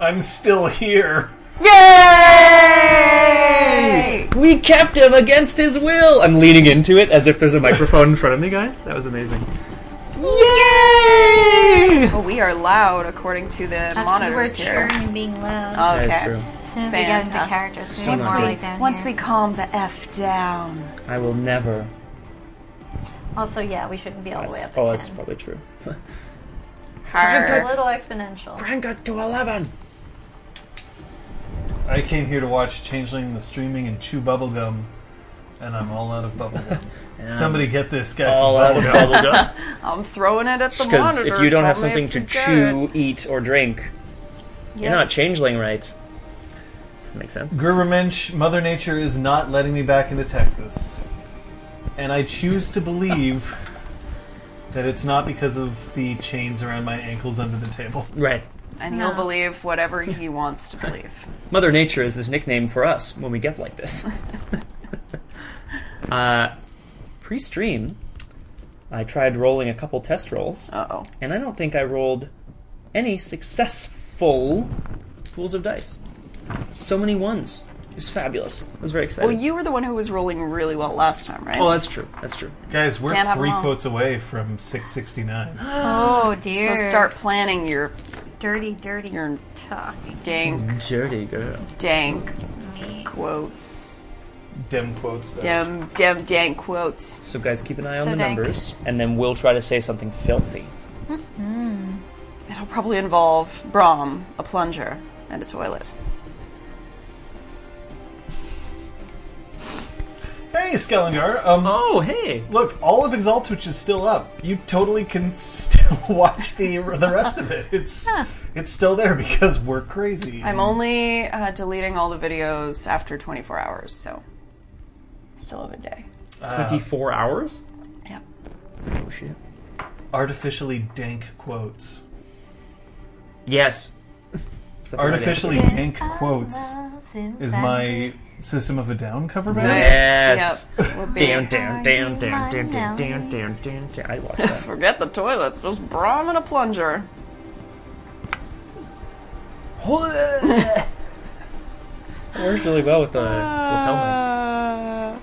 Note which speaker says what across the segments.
Speaker 1: I'm still here.
Speaker 2: Yay!
Speaker 3: We kept him against his will. I'm leaning into it as if there's a microphone in front of me, guys. That was amazing. Yay!
Speaker 2: Well, we are loud according to the
Speaker 4: That's 'cause we're
Speaker 2: monitors here.
Speaker 4: cheering and being loud.
Speaker 2: Okay.
Speaker 3: That is true.
Speaker 4: as soon as we get into
Speaker 2: fantastic.
Speaker 4: characters, we
Speaker 3: Still
Speaker 4: get
Speaker 3: not
Speaker 4: more
Speaker 3: good.
Speaker 4: like down
Speaker 2: Once
Speaker 4: here.
Speaker 2: we calm the F down.
Speaker 3: I will never.
Speaker 4: Also, yeah, we shouldn't be all the way
Speaker 3: That's,
Speaker 4: up
Speaker 3: oh,
Speaker 4: at
Speaker 3: that's
Speaker 4: 10.
Speaker 3: probably true.
Speaker 4: It's a
Speaker 2: Arr.
Speaker 4: little exponential.
Speaker 3: Rank got to 11.
Speaker 1: I came here to watch Changeling the streaming and chew bubblegum, and I'm all out of bubblegum. Somebody get this guy
Speaker 3: All out
Speaker 1: some
Speaker 3: of
Speaker 1: bubblegum.
Speaker 3: bubblegum.
Speaker 2: I'm throwing it at the
Speaker 3: Because
Speaker 2: monitor.
Speaker 3: if you don't
Speaker 2: Tell
Speaker 3: have
Speaker 2: me
Speaker 3: something
Speaker 2: if
Speaker 3: to
Speaker 2: you get it.
Speaker 3: chew, eat, or drink, you're
Speaker 4: Yep.
Speaker 3: not changeling right. Does that make sense?
Speaker 1: Gerbermensch, Mother Nature is not letting me back into Texas. And I choose to believe that it's not because of the chains around my ankles under the table.
Speaker 3: Right.
Speaker 2: and
Speaker 4: No.
Speaker 2: he'll believe whatever he wants to believe.
Speaker 3: Mother Nature is his nickname for us when we get like this. uh, Pre stream, I tried rolling a couple test rolls,
Speaker 2: Uh oh.
Speaker 3: and I don't think I rolled any successful pools of dice. So many ones. It was fabulous. I was very excited.
Speaker 2: Well, you were the one who was rolling really well last time, right?
Speaker 3: oh, that's true. That's true.
Speaker 1: Guys, we're
Speaker 2: Can't have
Speaker 1: three
Speaker 2: them all.
Speaker 1: quotes away from 669.
Speaker 4: Oh
Speaker 2: so
Speaker 4: dear.
Speaker 2: start planning your
Speaker 4: dirty, dirty
Speaker 2: your
Speaker 4: talk.
Speaker 2: dank,
Speaker 3: Dirty girl.
Speaker 2: dank
Speaker 4: Me.
Speaker 2: quotes.
Speaker 1: Dem quotes. though.
Speaker 2: Dem, dem, dank quotes.
Speaker 3: So, guys, keep an eye on
Speaker 4: So
Speaker 3: the
Speaker 4: dank.
Speaker 3: numbers, and then we'll try to say something filthy.
Speaker 2: It'll probably involve Brom, a plunger, and a toilet.
Speaker 1: Hey, Skellingar. Um,
Speaker 3: Oh, hey!
Speaker 1: Look, all of Exalt, which is still up, you totally can still watch the the rest of it. It's
Speaker 4: Huh.
Speaker 1: it's still there because we're crazy.
Speaker 2: I'm only uh, deleting all the videos after 24 hours, so still have a day.
Speaker 3: 24 hours?
Speaker 2: Yeah.
Speaker 3: Oh, shit.
Speaker 1: artificially dank quotes.
Speaker 3: Yes. Something like that.
Speaker 1: Artificially dank quotes is my System of a Down cover band.
Speaker 3: Yes.
Speaker 2: Yep. Would be-
Speaker 3: Down, down, down, down, down, down, down, down, down, down. I watched that.
Speaker 2: Forget the toilet. Just Brom and a plunger.
Speaker 3: works really well with the
Speaker 2: Uh,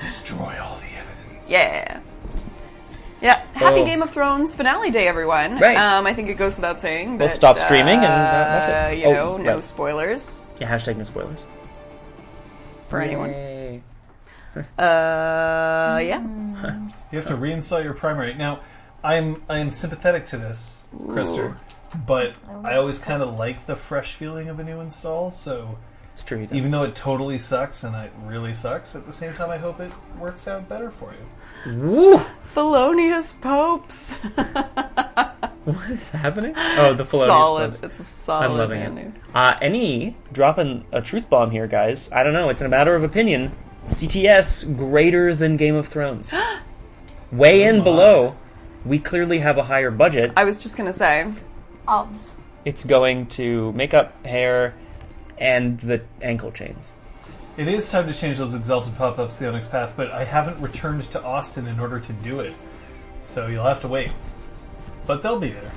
Speaker 1: Destroy all the evidence.
Speaker 2: yeah. Yeah. Happy
Speaker 3: Oh.
Speaker 2: Game of Thrones finale day, everyone.
Speaker 3: Right.
Speaker 2: Um, I think it goes without saying.
Speaker 3: We'll
Speaker 2: that,
Speaker 3: stop streaming and, uh,
Speaker 2: uh,
Speaker 3: watch it.
Speaker 2: you
Speaker 3: Oh,
Speaker 2: know, no
Speaker 3: right.
Speaker 2: spoilers
Speaker 3: Yeah, hashtag no spoilers.
Speaker 2: for anyone.
Speaker 3: Yay.
Speaker 2: Uh, yeah.
Speaker 1: You have to reinstall your primary. Now, I'm I am sympathetic to this, Krister, but I always kind of like the fresh feeling of a new install. So
Speaker 3: It's true. He does.
Speaker 1: even though it totally sucks and it really sucks, at the same time, I hope it works out better for you.
Speaker 3: Woo!
Speaker 2: Felonious popes.
Speaker 3: What is happening? Oh, the felonious
Speaker 2: solid.
Speaker 3: Post.
Speaker 2: It's a solid.
Speaker 3: I'm loving
Speaker 2: menu.
Speaker 3: it. Uh, any dropping a truth bomb here, guys? I don't know. It's in a matter of opinion. CTS greater than Game of Thrones. Way in
Speaker 1: my.
Speaker 3: below. We clearly have a higher budget.
Speaker 2: I was just gonna say.
Speaker 4: Obs.
Speaker 3: It's going to makeup, hair, and the ankle chains.
Speaker 1: It is time to change those exalted pop-ups to the Onyx Path, but I haven't returned to Austin in order to do it, so you'll have to wait. But they'll be there.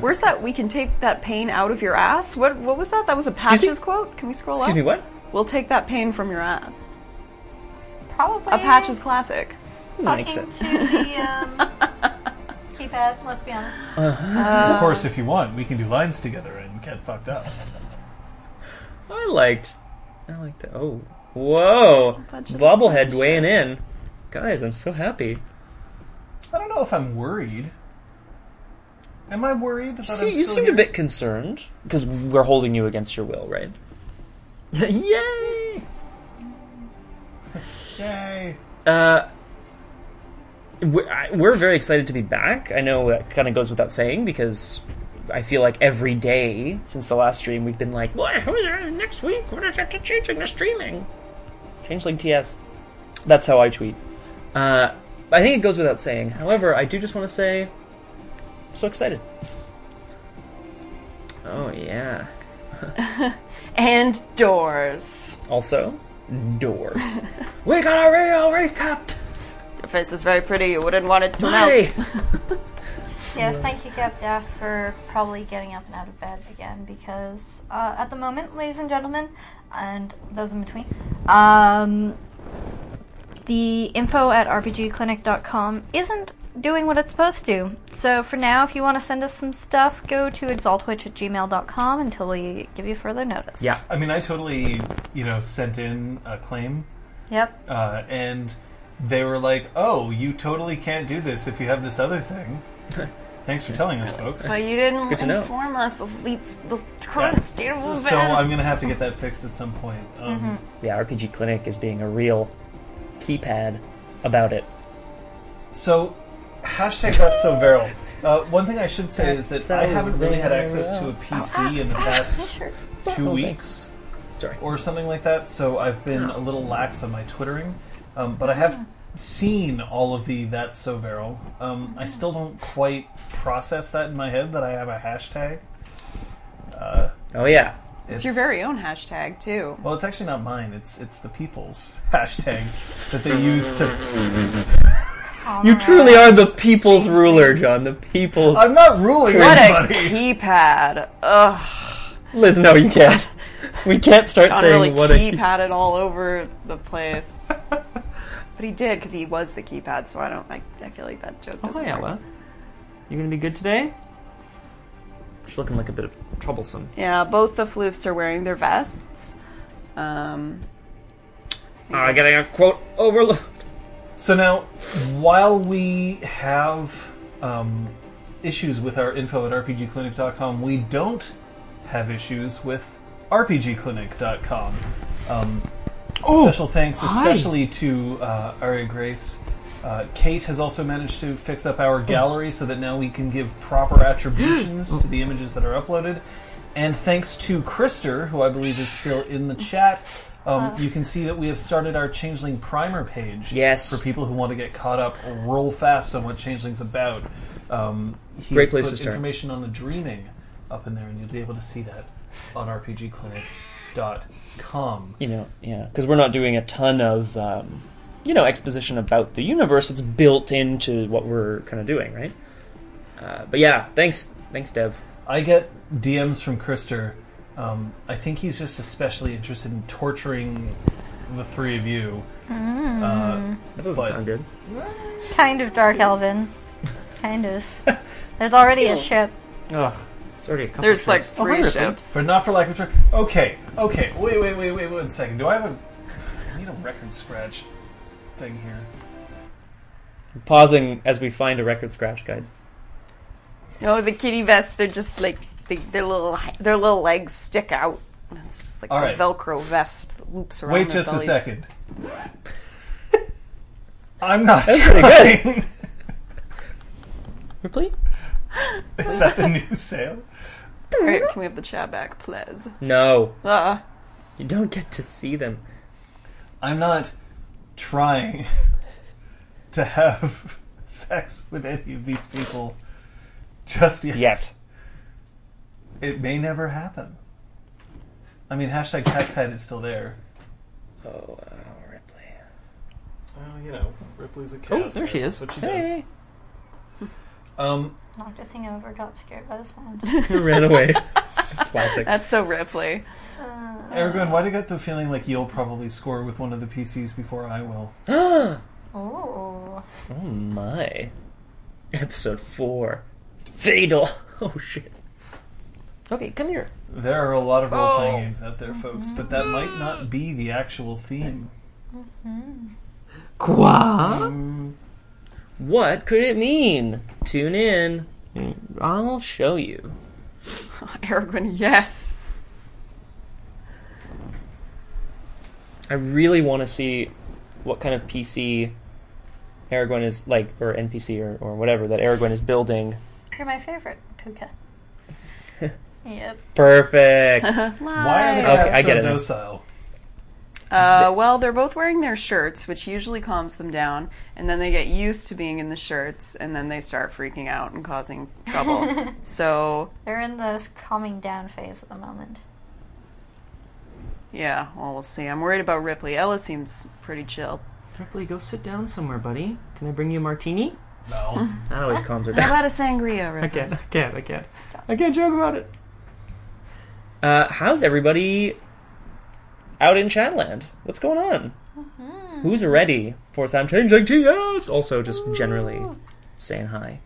Speaker 2: Where's that? We can take that pain out of your ass. What? What was that? That was a
Speaker 3: me?
Speaker 2: patches quote. Can we scroll
Speaker 3: Excuse
Speaker 2: up?
Speaker 3: me, what?
Speaker 2: We'll take that pain from your ass.
Speaker 4: Probably.
Speaker 2: A patches classic.
Speaker 3: Doesn't
Speaker 4: talking
Speaker 3: make sense.
Speaker 4: to the um, keypad. Let's be honest.
Speaker 3: Uh.
Speaker 1: of course, if you want, we can do lines together and get fucked up.
Speaker 3: Oh, I liked. I liked that. Oh, whoa!
Speaker 2: bunch of
Speaker 3: Bobblehead weighing in. Guys, I'm so happy.
Speaker 1: I don't know if I'm worried. Am I worried? That
Speaker 2: Oh,
Speaker 3: You,
Speaker 1: I'm
Speaker 3: see, you
Speaker 1: still
Speaker 3: seemed
Speaker 1: here?
Speaker 3: a bit concerned because we're holding you against your will, right? Yay!
Speaker 1: Yay!
Speaker 3: Uh, we're, I- we're very excited to be back. I know that kind of goes without saying because I feel like every day since the last stream we've been like, "What? Who's there next week? What is after changing the streaming?" Changeling TS. That's how I tweet. Uh, I think it goes without saying. However, I do just want to say, I'm so excited. Oh yeah.
Speaker 2: And doors.
Speaker 3: Also, doors. we got a real recap.
Speaker 2: Your face is very pretty. You wouldn't want it to melt.
Speaker 3: Hey.
Speaker 4: Yes, thank you, Gabdaf, for probably getting up and out of bed again because uh, at the moment, ladies and gentlemen, and those in between, um, the info at rpgclinic.com isn't doing what it's supposed to. So for now, if you want to send us some stuff, go to exaltwitch at gmail.com until we give you further notice.
Speaker 3: Yeah.
Speaker 1: I mean, I totally, you know, sent in a claim,
Speaker 4: Yep.
Speaker 1: uh, and they were like, "Oh, you totally can't do this if you have this other thing." Thanks for telling us, folks.
Speaker 2: But you didn't
Speaker 3: Good to know.
Speaker 2: inform us of the, the current
Speaker 1: Yeah.
Speaker 2: state of affairs.
Speaker 1: So I'm gonna have to get that fixed at some point. Um,
Speaker 3: Yeah, RPG Clinic is being a real keypad about it.
Speaker 1: So, hashtag that's so viral. Uh, one thing I should say is that
Speaker 3: That's
Speaker 1: I
Speaker 3: so
Speaker 1: haven't really had
Speaker 3: viral.
Speaker 1: access to a
Speaker 2: Ah,
Speaker 1: PC in the past two
Speaker 3: Oh,
Speaker 1: weeks
Speaker 3: Sorry.
Speaker 1: or something like that, so I've been a little lax on my twittering. Um, but I have seen all of the that's so viral. Um, I still don't quite process that in my head that I have a hashtag. Uh,
Speaker 3: Oh yeah.
Speaker 2: It's your very own hashtag too.
Speaker 1: well. It's actually not mine. It's it's the people's hashtag that they use to.
Speaker 2: Oh,
Speaker 3: You truly are the people's ruler, John. The people's.
Speaker 2: Uh,
Speaker 1: I'm not ruling
Speaker 2: What a
Speaker 1: anybody.
Speaker 2: keypad! Ugh,
Speaker 3: Liz, no, you can't. We can't start
Speaker 2: John
Speaker 3: saying
Speaker 2: really
Speaker 3: what a. key-
Speaker 2: keypadded all over the place. but he did because he was the keypad. So I don't. I, I feel like that joke
Speaker 3: Oh,
Speaker 2: doesn't.
Speaker 3: hi,
Speaker 2: work.
Speaker 3: Ella. You gonna be good today? She's looking like a bit of troublesome.
Speaker 2: Yeah, both the floofs are wearing their vests. Um,
Speaker 3: Oh, I Uh, getting a quote overload.
Speaker 1: So now, while we have um, issues with our info at rpgclinic.com, we don't have issues with rpgclinic.com. Um, special thanks,
Speaker 3: hi.
Speaker 1: especially to uh, Aria Grace. Uh, Kate has also managed to fix up
Speaker 2: Oh.
Speaker 1: our gallery so that now we can give proper attributions to the images that are uploaded. And thanks to Krister, who I believe is still in the chat, um, you can see that we have started our Changeling Primer page
Speaker 3: Yes.
Speaker 1: for people who want to get caught up or roll fast on what Changeling's about. Um, he's
Speaker 3: Great place
Speaker 1: put
Speaker 3: to start.
Speaker 1: information on the dreaming up in there, and you'll be able to see that on rpgclinic.com.
Speaker 3: You know, yeah, because we're not doing a ton of, um, you know, exposition about the universe. It's built into what we're kind of doing, right? Uh, but yeah, thanks, thanks, Dev.
Speaker 1: I get DMs from Krister. Um, I think he's just especially interested in torturing the three of you. Uh,
Speaker 3: That doesn't
Speaker 1: But-
Speaker 3: sound good.
Speaker 4: Kind of dark, Elvin. Kind of. There's already a ship.
Speaker 3: Ugh, it's already a couple.
Speaker 2: There's like
Speaker 3: trips. Oh, hi,
Speaker 2: three
Speaker 3: Ripley.
Speaker 2: ships.
Speaker 1: but not for lack of trying. Okay, okay. Wait, wait, wait, wait one second. Do I have a. I need a record scratch thing here.
Speaker 3: Pausing as we find a record scratch, guys.
Speaker 2: No, the kitty vests, they're just like, they, their, little, their little legs stick out. And It's just like
Speaker 1: All
Speaker 2: the
Speaker 1: right.
Speaker 2: Velcro vest that loops around.
Speaker 1: Wait
Speaker 2: their
Speaker 1: just a
Speaker 2: bellies.
Speaker 1: second. I'm not
Speaker 3: pretty good.
Speaker 1: trying.
Speaker 3: Ripley?
Speaker 1: Is that the new sale?
Speaker 2: All right, can we have the chat back, please?
Speaker 3: No,
Speaker 2: Uh,
Speaker 3: you don't get to see them.
Speaker 1: I'm not trying to have sex with any of these people just yet.
Speaker 3: Yet.
Speaker 1: It may never happen. I mean, hashtag Catchpad is still there.
Speaker 3: Oh, oh Ripley.
Speaker 1: Well, you know, Ripley's a cat.
Speaker 3: Oh, there she is.
Speaker 1: That's what she
Speaker 3: hey,
Speaker 1: does. Um,
Speaker 4: Knocked a thing over, got scared by the sound.
Speaker 3: ran away. Classic.
Speaker 2: that's so Ripley.
Speaker 4: Uh,
Speaker 1: Aragorn, why do I get the feeling like you'll probably score with one of the PCs before I will?
Speaker 3: oh
Speaker 4: ooh.
Speaker 3: my! Episode four, fatal. Oh shit. Okay, come here.
Speaker 1: There are a lot of role playing games out there, folks, but that might not be the actual theme.
Speaker 3: Qua? What could it mean? Tune in. Mm, I'll show you.
Speaker 2: Aragorn, yes.
Speaker 3: I really want to see what kind of PC Aragorn is like, or NPC, or, or whatever that Aragorn is building.
Speaker 4: You're my favorite, Puka. yep.
Speaker 3: Perfect.
Speaker 1: Why are the
Speaker 3: Okay,
Speaker 1: cats
Speaker 3: I get
Speaker 1: so
Speaker 3: it now.
Speaker 1: docile?
Speaker 2: Uh, well, they're both wearing their shirts, which usually calms them down, and then they get used to being in the shirts, and then they start freaking out and causing trouble. so,
Speaker 4: They're in this calming down phase at the moment.
Speaker 2: yeah, well, we'll see. I'm worried about Ripley. Ella seems pretty chill.
Speaker 3: Ripley, go sit down somewhere, buddy. Can I bring you a martini?
Speaker 1: No.
Speaker 3: That always calms her
Speaker 2: How
Speaker 3: down.
Speaker 2: about a sangria
Speaker 1: I can't.
Speaker 2: reference?
Speaker 1: I can't. I can't. I can't joke about it.
Speaker 3: Uh, how's everybody out in Chatland? What's going on? Who's ready for some changing TS? Also, just generally saying hi.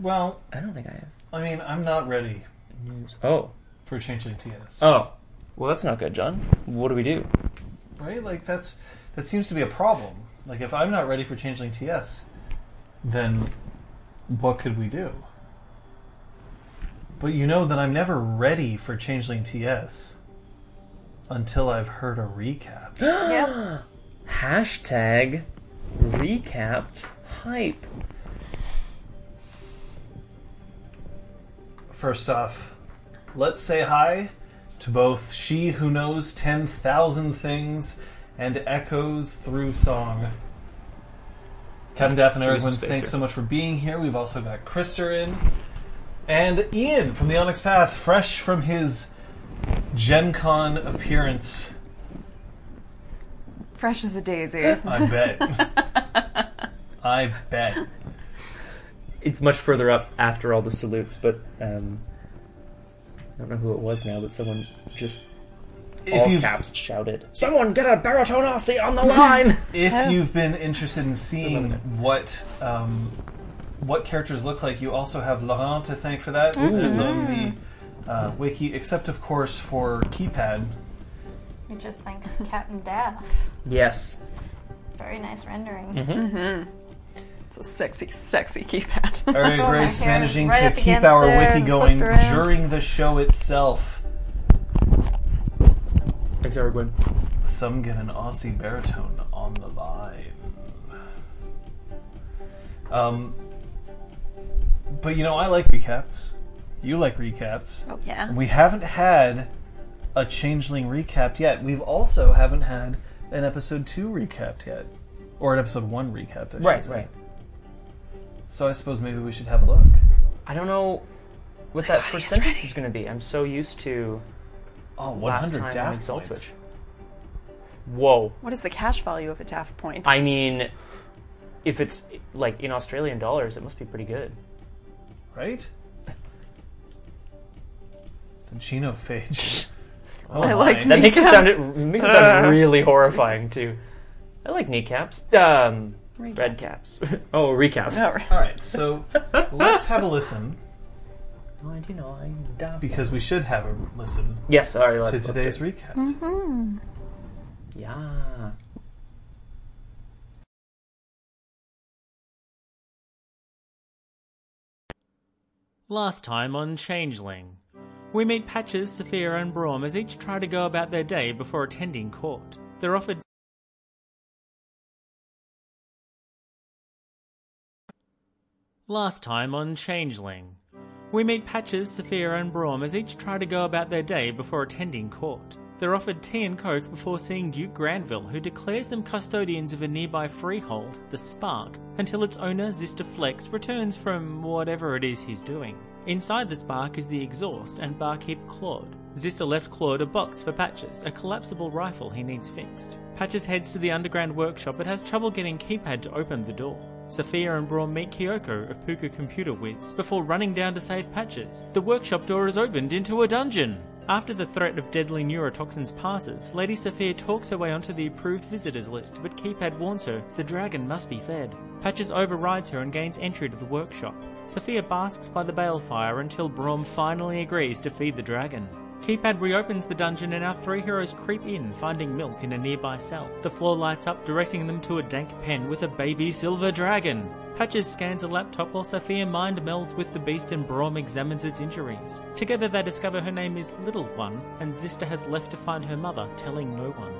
Speaker 1: Well,
Speaker 3: I don't think I have
Speaker 1: I mean, I'm not ready
Speaker 3: news. Oh,
Speaker 1: for changing TS.
Speaker 3: oh. Well, that's not good, John. What do we do?
Speaker 1: right? Like that's that seems to be a problem. Like if I'm not ready for Changeling TS, then what could we do? But you know that I'm never ready for Changeling TS until I've heard a recap.
Speaker 4: Yep.
Speaker 3: Hashtag recapped hype.
Speaker 1: First off, let's say hi to both She Who Knows 10,000 Things and Echoes Through Song. Captain Daff and
Speaker 3: Give me some
Speaker 1: Erwin,
Speaker 3: space
Speaker 1: thanks
Speaker 3: here.
Speaker 1: so much for being here. We've also got Krister in. And Ian from the Onyx Path, fresh from his Gen Con appearance,
Speaker 2: Fresh as a daisy.
Speaker 1: I bet. I bet.
Speaker 3: It's much further up after all the salutes, but um, I don't know who it was now, but someone just all
Speaker 1: If you've,
Speaker 3: caps shouted, "Someone get a baritone RC on the line!"
Speaker 1: if you've been interested in seeing what um, what characters look like, you also have Laurent to thank for that.
Speaker 4: Mm-hmm.
Speaker 1: It's on the uh, wiki, except of course for keypad.
Speaker 4: It just thanks to Captain Dad.
Speaker 3: yes.
Speaker 4: Very nice rendering.
Speaker 2: It's a sexy, sexy keypad.
Speaker 1: Area
Speaker 4: Oh, my
Speaker 1: Grace
Speaker 4: hair is
Speaker 1: managing
Speaker 4: right up
Speaker 1: to keep
Speaker 4: against
Speaker 1: our
Speaker 4: there
Speaker 1: wiki
Speaker 4: and
Speaker 1: going
Speaker 4: flip around.
Speaker 1: during the show itself.
Speaker 3: Thanks, Erwin.
Speaker 1: Some get an Aussie baritone on the line. Um, but you know, I like recaps. You like recaps.
Speaker 2: oh yeah.
Speaker 1: We haven't had a changeling recapped yet. We've also haven't had an episode two recapped yet, or an episode one recapped. I should
Speaker 3: Right,
Speaker 1: say.
Speaker 3: right.
Speaker 1: So I suppose maybe we should have a look.
Speaker 3: I don't know what that first
Speaker 2: he's
Speaker 3: sentence
Speaker 2: ready.
Speaker 3: is going to be. I'm so used to
Speaker 1: Oh,
Speaker 3: last
Speaker 1: 100
Speaker 3: time on
Speaker 1: daft
Speaker 3: Exalt
Speaker 1: points.
Speaker 3: Whoa.
Speaker 2: What is the cash value of a Taft point?
Speaker 3: I mean, if it's like in Australian dollars, it must be pretty good.
Speaker 1: right? The genophage. Oh
Speaker 2: I like
Speaker 1: my.
Speaker 3: That makes it sound
Speaker 2: Kneecaps.
Speaker 3: it makes it sound really horrifying too. I like kneecaps. Um, red caps. oh, recaps.
Speaker 2: Oh, right.
Speaker 1: All right, so let's have a listen
Speaker 3: Ninety-nine. daft-
Speaker 1: because we should have a listen
Speaker 3: Yes. Sorry. Let's,
Speaker 1: to
Speaker 3: let's do
Speaker 1: today's
Speaker 3: it.
Speaker 1: recap.
Speaker 3: Yeah.
Speaker 5: Last time on Changeling. We meet Patches, Sophia, and Braum as each try to go about their day before attending court. They're offered. Last time on Changeling. We meet Patches, Sophia, and Braum as each try to go about their day before attending court. They're offered tea and coke before seeing Duke Granville, who declares them custodians of a nearby freehold, the Spark, until its owner, Zister Flex, returns from whatever it is he's doing. Inside the Spark is the exhaust and barkeep Claude. Zister left Claude a box for Patches, a collapsible rifle he needs fixed. Patches heads to the underground workshop but has trouble getting keypad to open the door. Sophia and Braum meet Kyoko of Puka Computer Whiz before running down to save Patches. The workshop door is opened into a dungeon! After the threat of deadly neurotoxins passes, Lady Sophia talks her way onto the approved visitors list, but Keypad warns her the dragon must be fed. Patches overrides her and gains entry to the workshop. Sophia basks by the balefire until Brom finally agrees to feed the dragon. Keypad reopens the dungeon and our three heroes creep in, finding milk in a nearby cell. The floor lights up, directing them to a dank pen with a baby silver dragon. Patches scans a laptop while Sophia mind melds with the beast and Brom examines its injuries. Together they discover her name is Little One and Zista has left to find her mother, telling no one.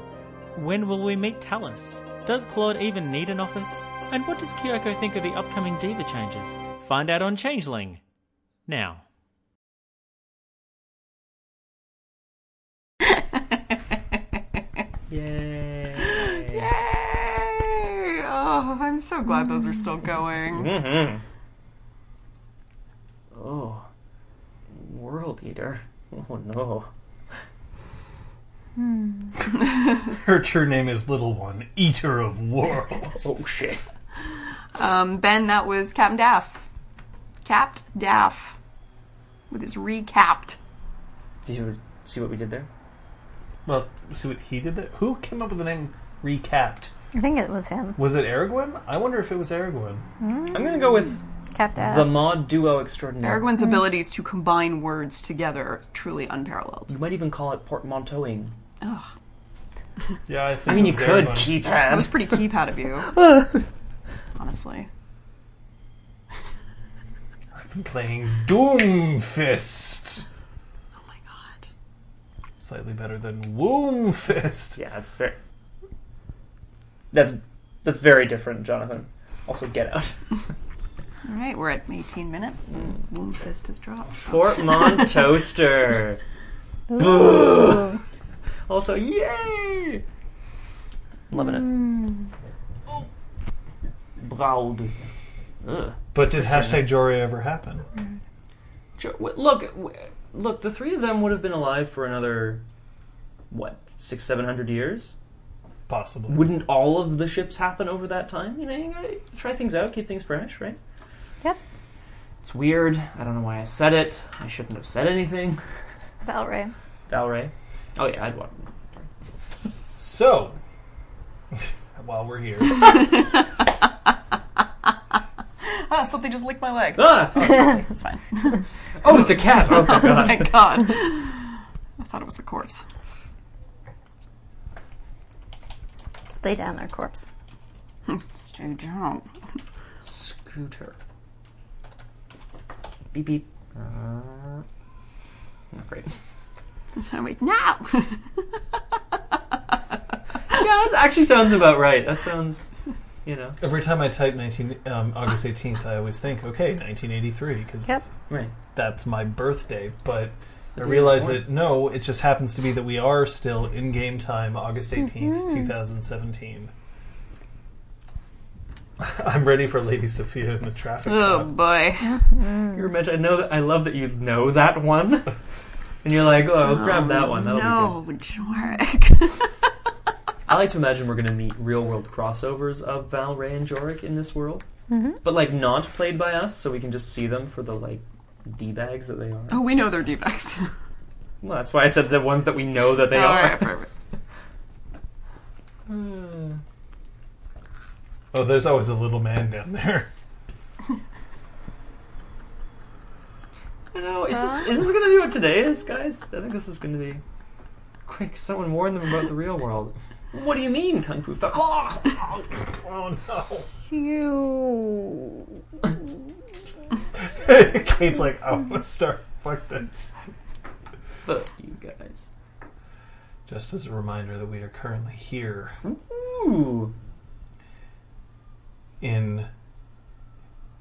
Speaker 5: When will we meet Talus? Does Claude even need an office? And what does Kyoko think of the upcoming diva changes? Find out on Changeling. Now.
Speaker 3: Yay.
Speaker 2: Yay! Oh, I'm so glad those are still going.
Speaker 3: Mm-hmm. Oh, world eater. Oh no.
Speaker 1: Her true name is Little One, Eater of Worlds.
Speaker 3: Oh shit.
Speaker 2: Um, ben, that was Captain Daff. Capped Daff. With his recapped.
Speaker 3: Did you see what we did there?
Speaker 1: Well, see what he did there? Who came up with the name Recapped?
Speaker 4: I think it was him.
Speaker 1: Was it Aragorn? I wonder if it was Aragorn.
Speaker 3: I'm gonna go with
Speaker 4: Capped ass.
Speaker 3: the mod duo extraordinaire.
Speaker 2: Aragorn's abilities to combine words together is truly unparalleled.
Speaker 3: you might even call it portmanteauing.
Speaker 2: Ugh,
Speaker 1: Yeah, I think
Speaker 3: I mean,
Speaker 1: it
Speaker 3: you
Speaker 1: was
Speaker 3: could
Speaker 1: Aragorn.
Speaker 3: keep
Speaker 2: that
Speaker 3: him.
Speaker 2: was pretty keypad of you. Honestly.
Speaker 1: playing Doomfist.
Speaker 2: Oh my god.
Speaker 1: Slightly better than Wombfist.
Speaker 3: Yeah, that's fair. That's that's very different, Jonathan. Also, get out.
Speaker 2: All right, we're at 18 minutes. And
Speaker 3: Hmm.
Speaker 2: Wound fist has dropped.
Speaker 3: Portman toaster. Boo. also, yay! Mm. Loving it. Braud. Ugh.
Speaker 1: But did hashtag Jory ever happen?
Speaker 3: Jo- w- Look, w- look. The three of them would have been alive for another what six, seven hundred years.
Speaker 1: Possibly.
Speaker 3: Wouldn't all of the ships happen over that time? You know, you gotta try things out, keep things fresh, right?
Speaker 4: Yep.
Speaker 3: It's weird. I don't know why I said it. I shouldn't have said anything.
Speaker 4: Valray.
Speaker 3: Valray. Oh yeah, I'd want.
Speaker 1: So, while we're here,
Speaker 2: Ah, something just licked my leg.
Speaker 3: Ah!
Speaker 2: That's fine.
Speaker 3: Oh, it's a cat. Oh, thank God.
Speaker 2: Thank god. I thought it was the corpse.
Speaker 4: Lay down their corpse.
Speaker 2: Stay down.
Speaker 3: Scooter. Beep beep. Uh, not great.
Speaker 2: I'm like, no!
Speaker 3: Yeah, that actually sounds about right. That sounds, you know,
Speaker 1: every time I type 19, um, August 18th, I always think, okay, 1983, because
Speaker 4: Yep.
Speaker 3: right.
Speaker 1: that's my birthday. But
Speaker 3: So
Speaker 1: I
Speaker 3: do you
Speaker 1: realize
Speaker 3: just
Speaker 1: that, no, it just happens to be that we are still in game time, August
Speaker 4: Mm-hmm.
Speaker 1: 18th, 2017. I'm ready for Lady Sophia in the traffic.
Speaker 2: oh
Speaker 1: cop.
Speaker 2: boy.
Speaker 4: Mm-hmm.
Speaker 3: want- You're mentioned. I know that. I love that you know that one. And you're like, oh, grab that one. That'll be good.
Speaker 2: no, Jorik.
Speaker 3: I like to imagine we're going to meet real world crossovers of Val, Ray, and Jorik in this world,
Speaker 4: Mhm.
Speaker 3: but like not played by us, so we can just see them for the like d bags that they are.
Speaker 2: oh, we know they're D-backs.
Speaker 3: Well, that's why I said the ones that we know that they
Speaker 2: All
Speaker 3: are.
Speaker 2: right, perfect.
Speaker 3: Hmm.
Speaker 1: Oh, there's always a little man down there.
Speaker 3: I don't know. Is this is this gonna be what today is, guys? I think this is gonna be. Quick, someone warn them about the real world. What do you mean, kung fu? Ah! Fuck off!
Speaker 1: Oh no!
Speaker 4: You.
Speaker 1: Kate's like, I'm gonna start. Fuck this.
Speaker 3: Fuck you guys.
Speaker 1: Just as a reminder that we are currently here
Speaker 3: Ooh,
Speaker 1: in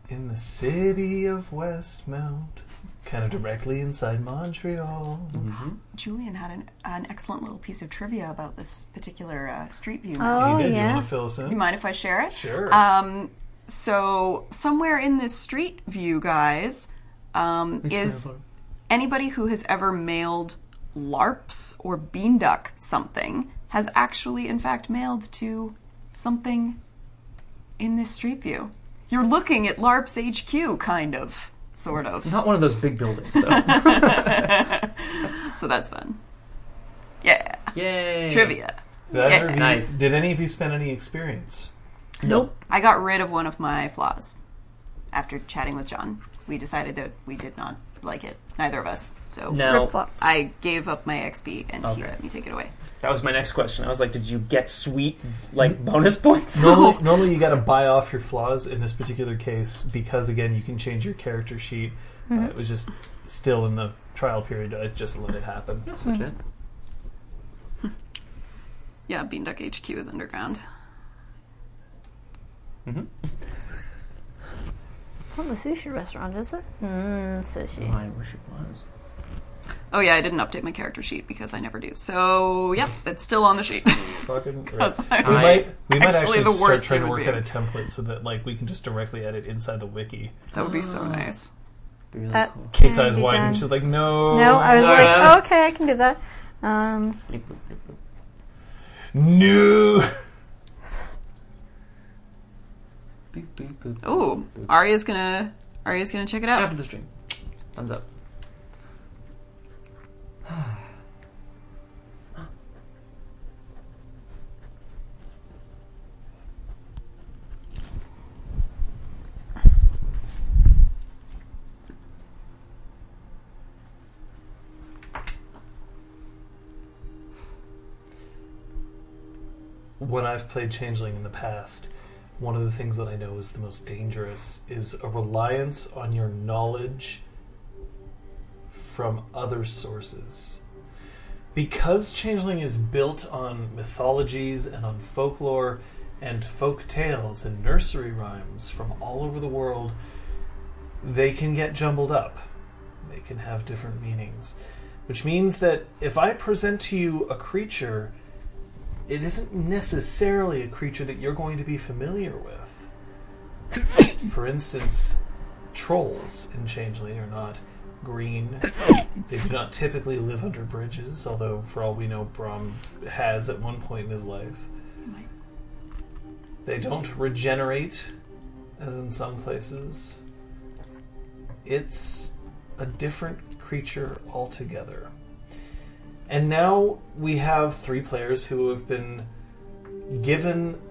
Speaker 1: in the city of Westmount, kind of directly inside Montreal.
Speaker 2: Mm-hmm. Julian had an, an excellent little piece of trivia about this particular uh, street view. map.
Speaker 4: Oh
Speaker 1: you did. You
Speaker 4: yeah.
Speaker 1: want to fill us in?
Speaker 2: You mind if I share it?
Speaker 1: Sure.
Speaker 2: Um, so somewhere in this street view, guys, um, is anybody who has ever mailed LARPs or Beanduck something has actually, in fact, mailed to something in this street view. You're looking at LARP's HQ, kind of, sort of.
Speaker 3: not one of those big buildings though.
Speaker 2: So that's fun. Yeah,
Speaker 3: Yay!
Speaker 2: trivia.
Speaker 1: Did either of
Speaker 2: yeah,
Speaker 1: you-
Speaker 3: nice.
Speaker 1: Did any of you spend any experience?
Speaker 3: Nope.
Speaker 2: I got rid of one of my flaws after chatting with John. We decided that we did not like it, neither of us. So
Speaker 3: Now
Speaker 4: Rip flop.
Speaker 2: I gave up my XP and
Speaker 3: Okay.
Speaker 2: he let me take it away.
Speaker 3: that was my next question. I was like, did you get sweet like bonus points?
Speaker 1: Normally, normally you got to buy off your flaws. In this particular case, because again, you can change your character sheet.
Speaker 4: Mm-hmm.
Speaker 1: Uh, it was just still in the trial period. I just let it happen.
Speaker 3: That's legit.
Speaker 2: Yeah, Beanduck HQ is underground.
Speaker 4: It's not the sushi restaurant, is it? Mmm,
Speaker 2: Hmm.
Speaker 4: sushi.
Speaker 3: I wish it was.
Speaker 2: Oh yeah, I didn't update my character sheet because I never do. So yep, it's still on the sheet.
Speaker 1: Fucking great.
Speaker 2: That's fine.
Speaker 1: We
Speaker 3: I-
Speaker 1: might we might
Speaker 2: actually
Speaker 1: actually
Speaker 2: the
Speaker 1: start
Speaker 2: worst
Speaker 1: trying to
Speaker 2: human
Speaker 1: work
Speaker 2: being.
Speaker 1: out a template so that like we can just directly edit inside the wiki.
Speaker 2: That would be so nice.
Speaker 3: Be really
Speaker 2: Uh,
Speaker 4: That
Speaker 3: cool.
Speaker 1: Kate's
Speaker 4: can
Speaker 1: eyes
Speaker 4: be
Speaker 1: widen.
Speaker 4: done.
Speaker 1: She's like, no,
Speaker 4: No, I was
Speaker 3: Uh,
Speaker 4: like, oh, okay, I can do that. Um, oh.
Speaker 1: no.
Speaker 3: Boop, boop, boop, boop,
Speaker 2: Ooh,
Speaker 3: boop.
Speaker 2: Arya's gonna Arya's gonna check it out.
Speaker 3: After the stream. Thumbs up.
Speaker 1: When I've played Changeling in the past, one of the things that I know is the most dangerous is a reliance on your knowledge from other sources. Because Changeling is built on mythologies and on folklore and folk tales and nursery rhymes from all over the world, they can get jumbled up. They can have different meanings. Which means that if I present to you a creature it isn't necessarily a creature that you're going to be familiar with. For instance, trolls in Changeling are not green. They do not typically live under bridges, although, for all we know, Brom has at one point in his life. They don't regenerate, as in some places. It's a different creature altogether. And now we have three players who have been given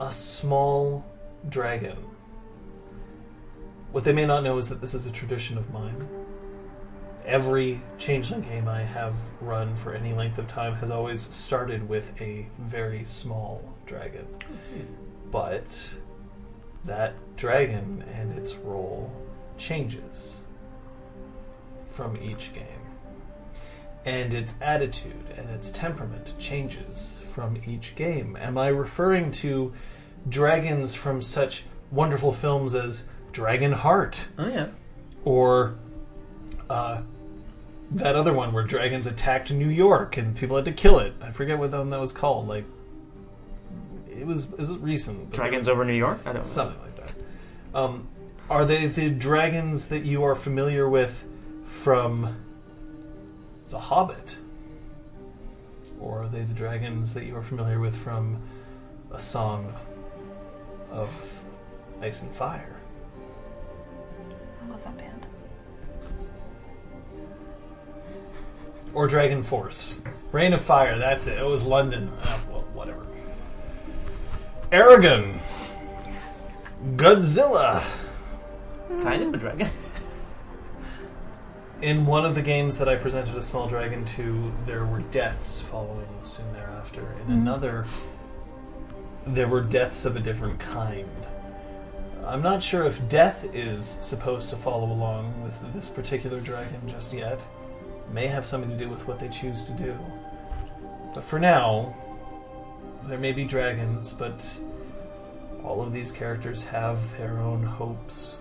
Speaker 1: a small dragon. What they may not know is that this is a tradition of mine. Every changeling game I have run for any length of time has always started with a very small dragon. But that dragon and its role changes from each game and its attitude and its temperament changes from each game. Am I referring to dragons from such wonderful films as Dragon Heart
Speaker 3: Oh yeah.
Speaker 1: or uh, that other one where dragons attacked New York and people had to kill it? I forget what one that was called. Like it was it was recent. but-
Speaker 3: Dragons over New York? I don't know.
Speaker 1: something like that. Um, are they the dragons that you are familiar with from The Hobbit? Or are they the dragons that you are familiar with from A Song of Ice and Fire?
Speaker 4: I love that band.
Speaker 1: Or Dragon Force? Rain of Fire, that's it. It was London. Ah, well, whatever. Aragon! Godzilla!
Speaker 3: Kind of a dragon.
Speaker 1: In one of the games that I presented a small dragon to, there were deaths following soon thereafter. In another, there were deaths of a different kind. I'm not sure if death is supposed to follow along with this particular dragon just yet. May have something to do with what they choose to do. But for now, there may be dragons, but all of these characters have their own hopes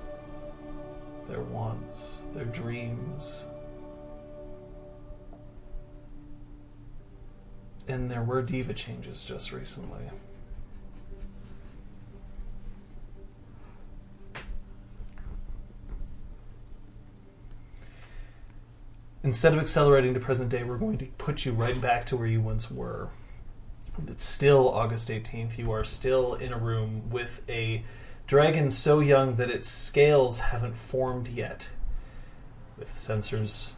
Speaker 1: their wants, their dreams. And there were diva changes just recently. Instead of accelerating to present day, we're going to put you right back to where you once were. It's still August 18th. You are still in a room with a dragon so young that its scales haven't formed yet. With sensors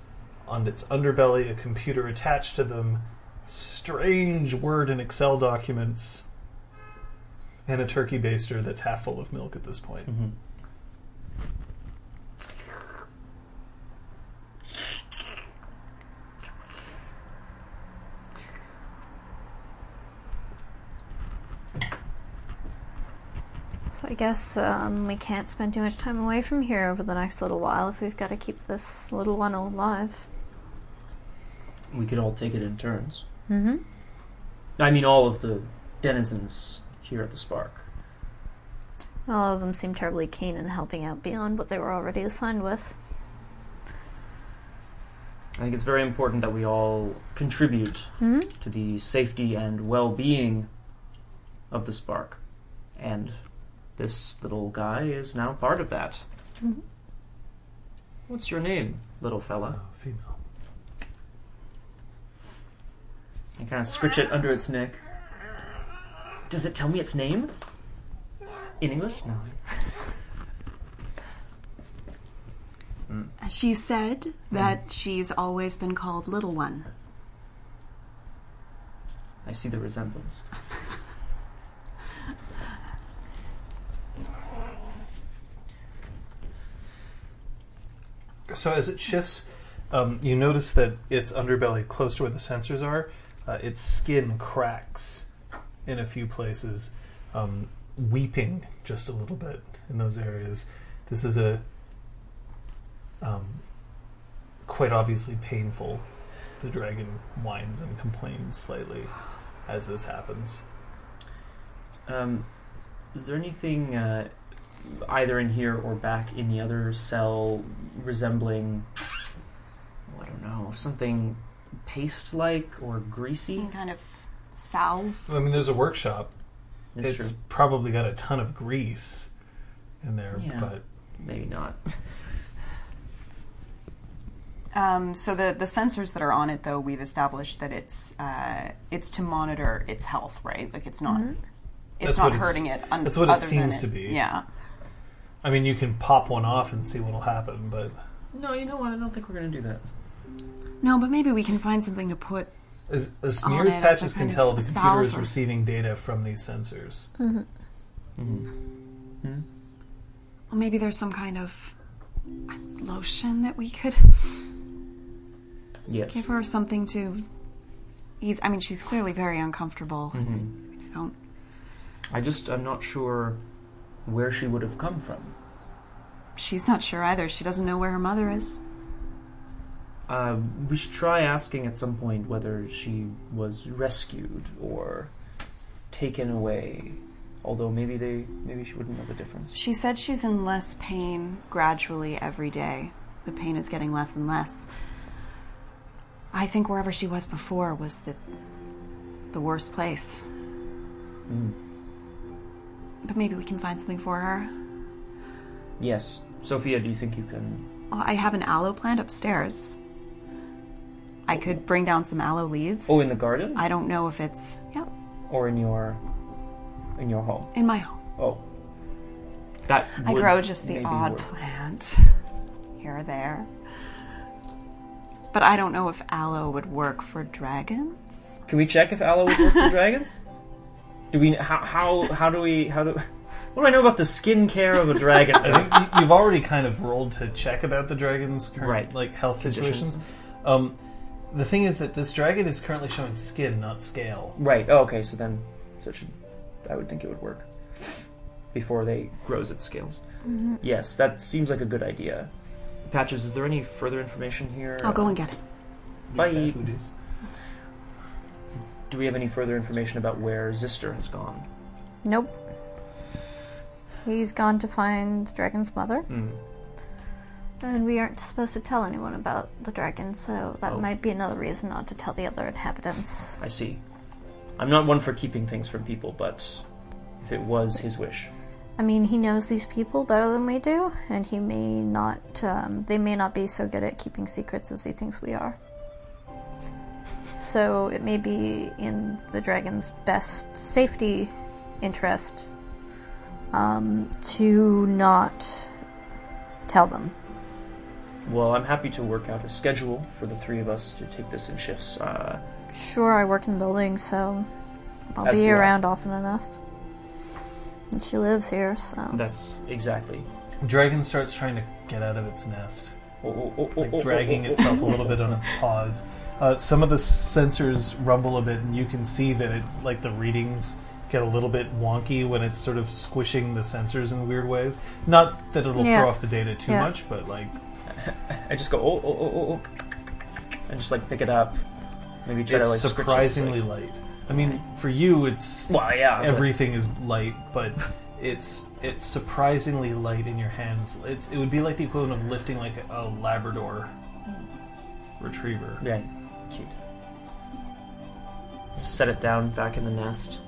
Speaker 1: on its underbelly, a computer attached to them, strange Word and Excel documents, and a turkey baster that's half full of milk at this point.
Speaker 3: Mm-hmm.
Speaker 4: So I guess um, we can't spend too much time away from here over the next little while if we've got to keep this little one alive.
Speaker 3: We could all take it in turns.
Speaker 4: Mm-hmm.
Speaker 3: I mean, all of the denizens here at the Spark.
Speaker 4: All of them seem terribly keen in helping out beyond what they were already assigned with.
Speaker 3: I think it's very important that we all contribute
Speaker 4: hmm
Speaker 3: to the safety and well-being of the Spark, and this little guy is now part of that.
Speaker 4: Mhm.
Speaker 3: What's your name, little fella?
Speaker 1: female.
Speaker 3: I kind of scritch it under its neck. Does it tell me its name? In English? No.
Speaker 2: She said that she's always been called Little One.
Speaker 3: I see the resemblance.
Speaker 1: So as it shifts, um, you notice that its underbelly, close to where the sensors are, uh, its skin cracks in a few places, um, weeping just a little bit in those areas. This is a um, quite obviously painful. The dragon whines and complains slightly as this happens.
Speaker 3: Um, is there anything uh, either in here or back in the other cell resembling, oh, I don't know, something paste like or greasy?
Speaker 2: Some kind of salve.
Speaker 1: I mean, there's a workshop.
Speaker 3: That's
Speaker 1: it's
Speaker 3: true.
Speaker 1: probably got a ton of grease in there,
Speaker 3: Yeah.
Speaker 1: but
Speaker 3: Maybe not.
Speaker 2: Um, so the, the sensors that are on it, though, we've established that it's uh, it's to monitor its health, right? Like it's not
Speaker 1: That's
Speaker 2: it's not
Speaker 1: what it's-
Speaker 2: hurting it. Un-
Speaker 1: that's what it
Speaker 2: other than
Speaker 1: seems to be.
Speaker 2: Yeah.
Speaker 1: I mean, you can pop one off and see what'll happen, but
Speaker 3: No, you know what? I don't think we're going to do that.
Speaker 2: No, but maybe we can find something to put.
Speaker 1: As, as
Speaker 2: On
Speaker 1: near
Speaker 2: it
Speaker 1: as
Speaker 2: as
Speaker 1: patches
Speaker 2: a
Speaker 1: can
Speaker 2: kind
Speaker 1: tell,
Speaker 2: of
Speaker 1: the
Speaker 2: a
Speaker 1: computer is
Speaker 2: salver.
Speaker 1: receiving data from these sensors.
Speaker 2: Well, maybe there's some kind of lotion that we could
Speaker 3: Yes.
Speaker 2: give her something to ease. I mean, she's clearly very uncomfortable.
Speaker 1: Mm.
Speaker 2: I don't.
Speaker 3: Mm-hmm. I just, I'm not sure where she would have come from.
Speaker 2: She's not sure either. She doesn't know where her mother is.
Speaker 3: Uh, we should try asking at some point whether she was rescued or taken away. Although maybe they, maybe she wouldn't know the difference.
Speaker 2: She said she's in less pain gradually every day. The pain is getting less and less. I think wherever she was before was the the worst place.
Speaker 3: Mm.
Speaker 2: But maybe we can find something for her.
Speaker 3: Yes, Sophia, do you think you can?
Speaker 2: Oh, I have an aloe plant upstairs. I could bring down some aloe leaves.
Speaker 3: Oh, in the garden
Speaker 2: I don't know if it's yeah
Speaker 3: or in your, in your home?
Speaker 2: in my home.
Speaker 3: Oh, that.
Speaker 2: I
Speaker 3: would
Speaker 2: grow just the
Speaker 3: maybe
Speaker 2: odd
Speaker 3: work.
Speaker 2: plant here or there. But I don't know if aloe would work for dragons.
Speaker 3: Can we check if aloe would work for dragons? Do we? How? How? How do we? How do? What do I know about the skincare of a dragon?
Speaker 1: I think you- you've already kind of rolled to check about the dragon's current
Speaker 3: Right.
Speaker 1: like health
Speaker 3: Conditions.
Speaker 1: situations. Um, the thing is that this dragon is currently showing skin, not scale.
Speaker 3: Right. Oh, okay. So then, so it should, I would think it would work before they grows its scales. Yes, that seems like a good idea. Patches, is there any further information here?
Speaker 2: I'll go and get it.
Speaker 3: Bye.
Speaker 1: Bad hoodies.
Speaker 3: Do we have any further information about where Zister has gone?
Speaker 4: Nope. He's gone to find the dragon's mother.
Speaker 1: Hmm,
Speaker 4: And we aren't supposed to tell anyone about the dragon, so that
Speaker 3: Oh.
Speaker 4: might be another reason not to tell the other inhabitants.
Speaker 3: I see. I'm not one for keeping things from people, but if it was his wish,
Speaker 4: I mean, he knows these people better than we do, and he may not, um, they may not be so good at keeping secrets as he thinks we are. So it may be in the dragon's best safety interest um, to not tell them.
Speaker 3: well, I'm happy to work out a schedule for the three of us to take this in shifts. Uh,
Speaker 4: Sure, I work in building, so I'll
Speaker 3: As
Speaker 4: be
Speaker 3: do I.
Speaker 4: around often enough. And she lives here, so.
Speaker 3: that's exactly.
Speaker 1: Dragon starts trying to get out of its nest,
Speaker 3: Oh, oh, oh, oh, oh,
Speaker 1: like dragging
Speaker 3: oh, oh,
Speaker 1: itself a little bit on its paws. Uh, some of the sensors rumble a bit, and you can see that it's like the readings get a little bit wonky when it's sort of squishing the sensors in weird ways. Not that it'll
Speaker 4: Yeah.
Speaker 1: throw off the data too
Speaker 4: Yeah.
Speaker 1: much, but like
Speaker 3: I just go oh oh oh oh, oh and just like pick it up. Maybe try
Speaker 1: it's
Speaker 3: to like scritch it,
Speaker 1: surprisingly
Speaker 3: like-
Speaker 1: light. I mean, for you, it's
Speaker 3: well, yeah. but-
Speaker 1: everything is light, but it's it's surprisingly light in your hands. It's it would be like the equivalent of lifting like a Labrador retriever.
Speaker 3: yeah, cute. Just set it down back in the nest.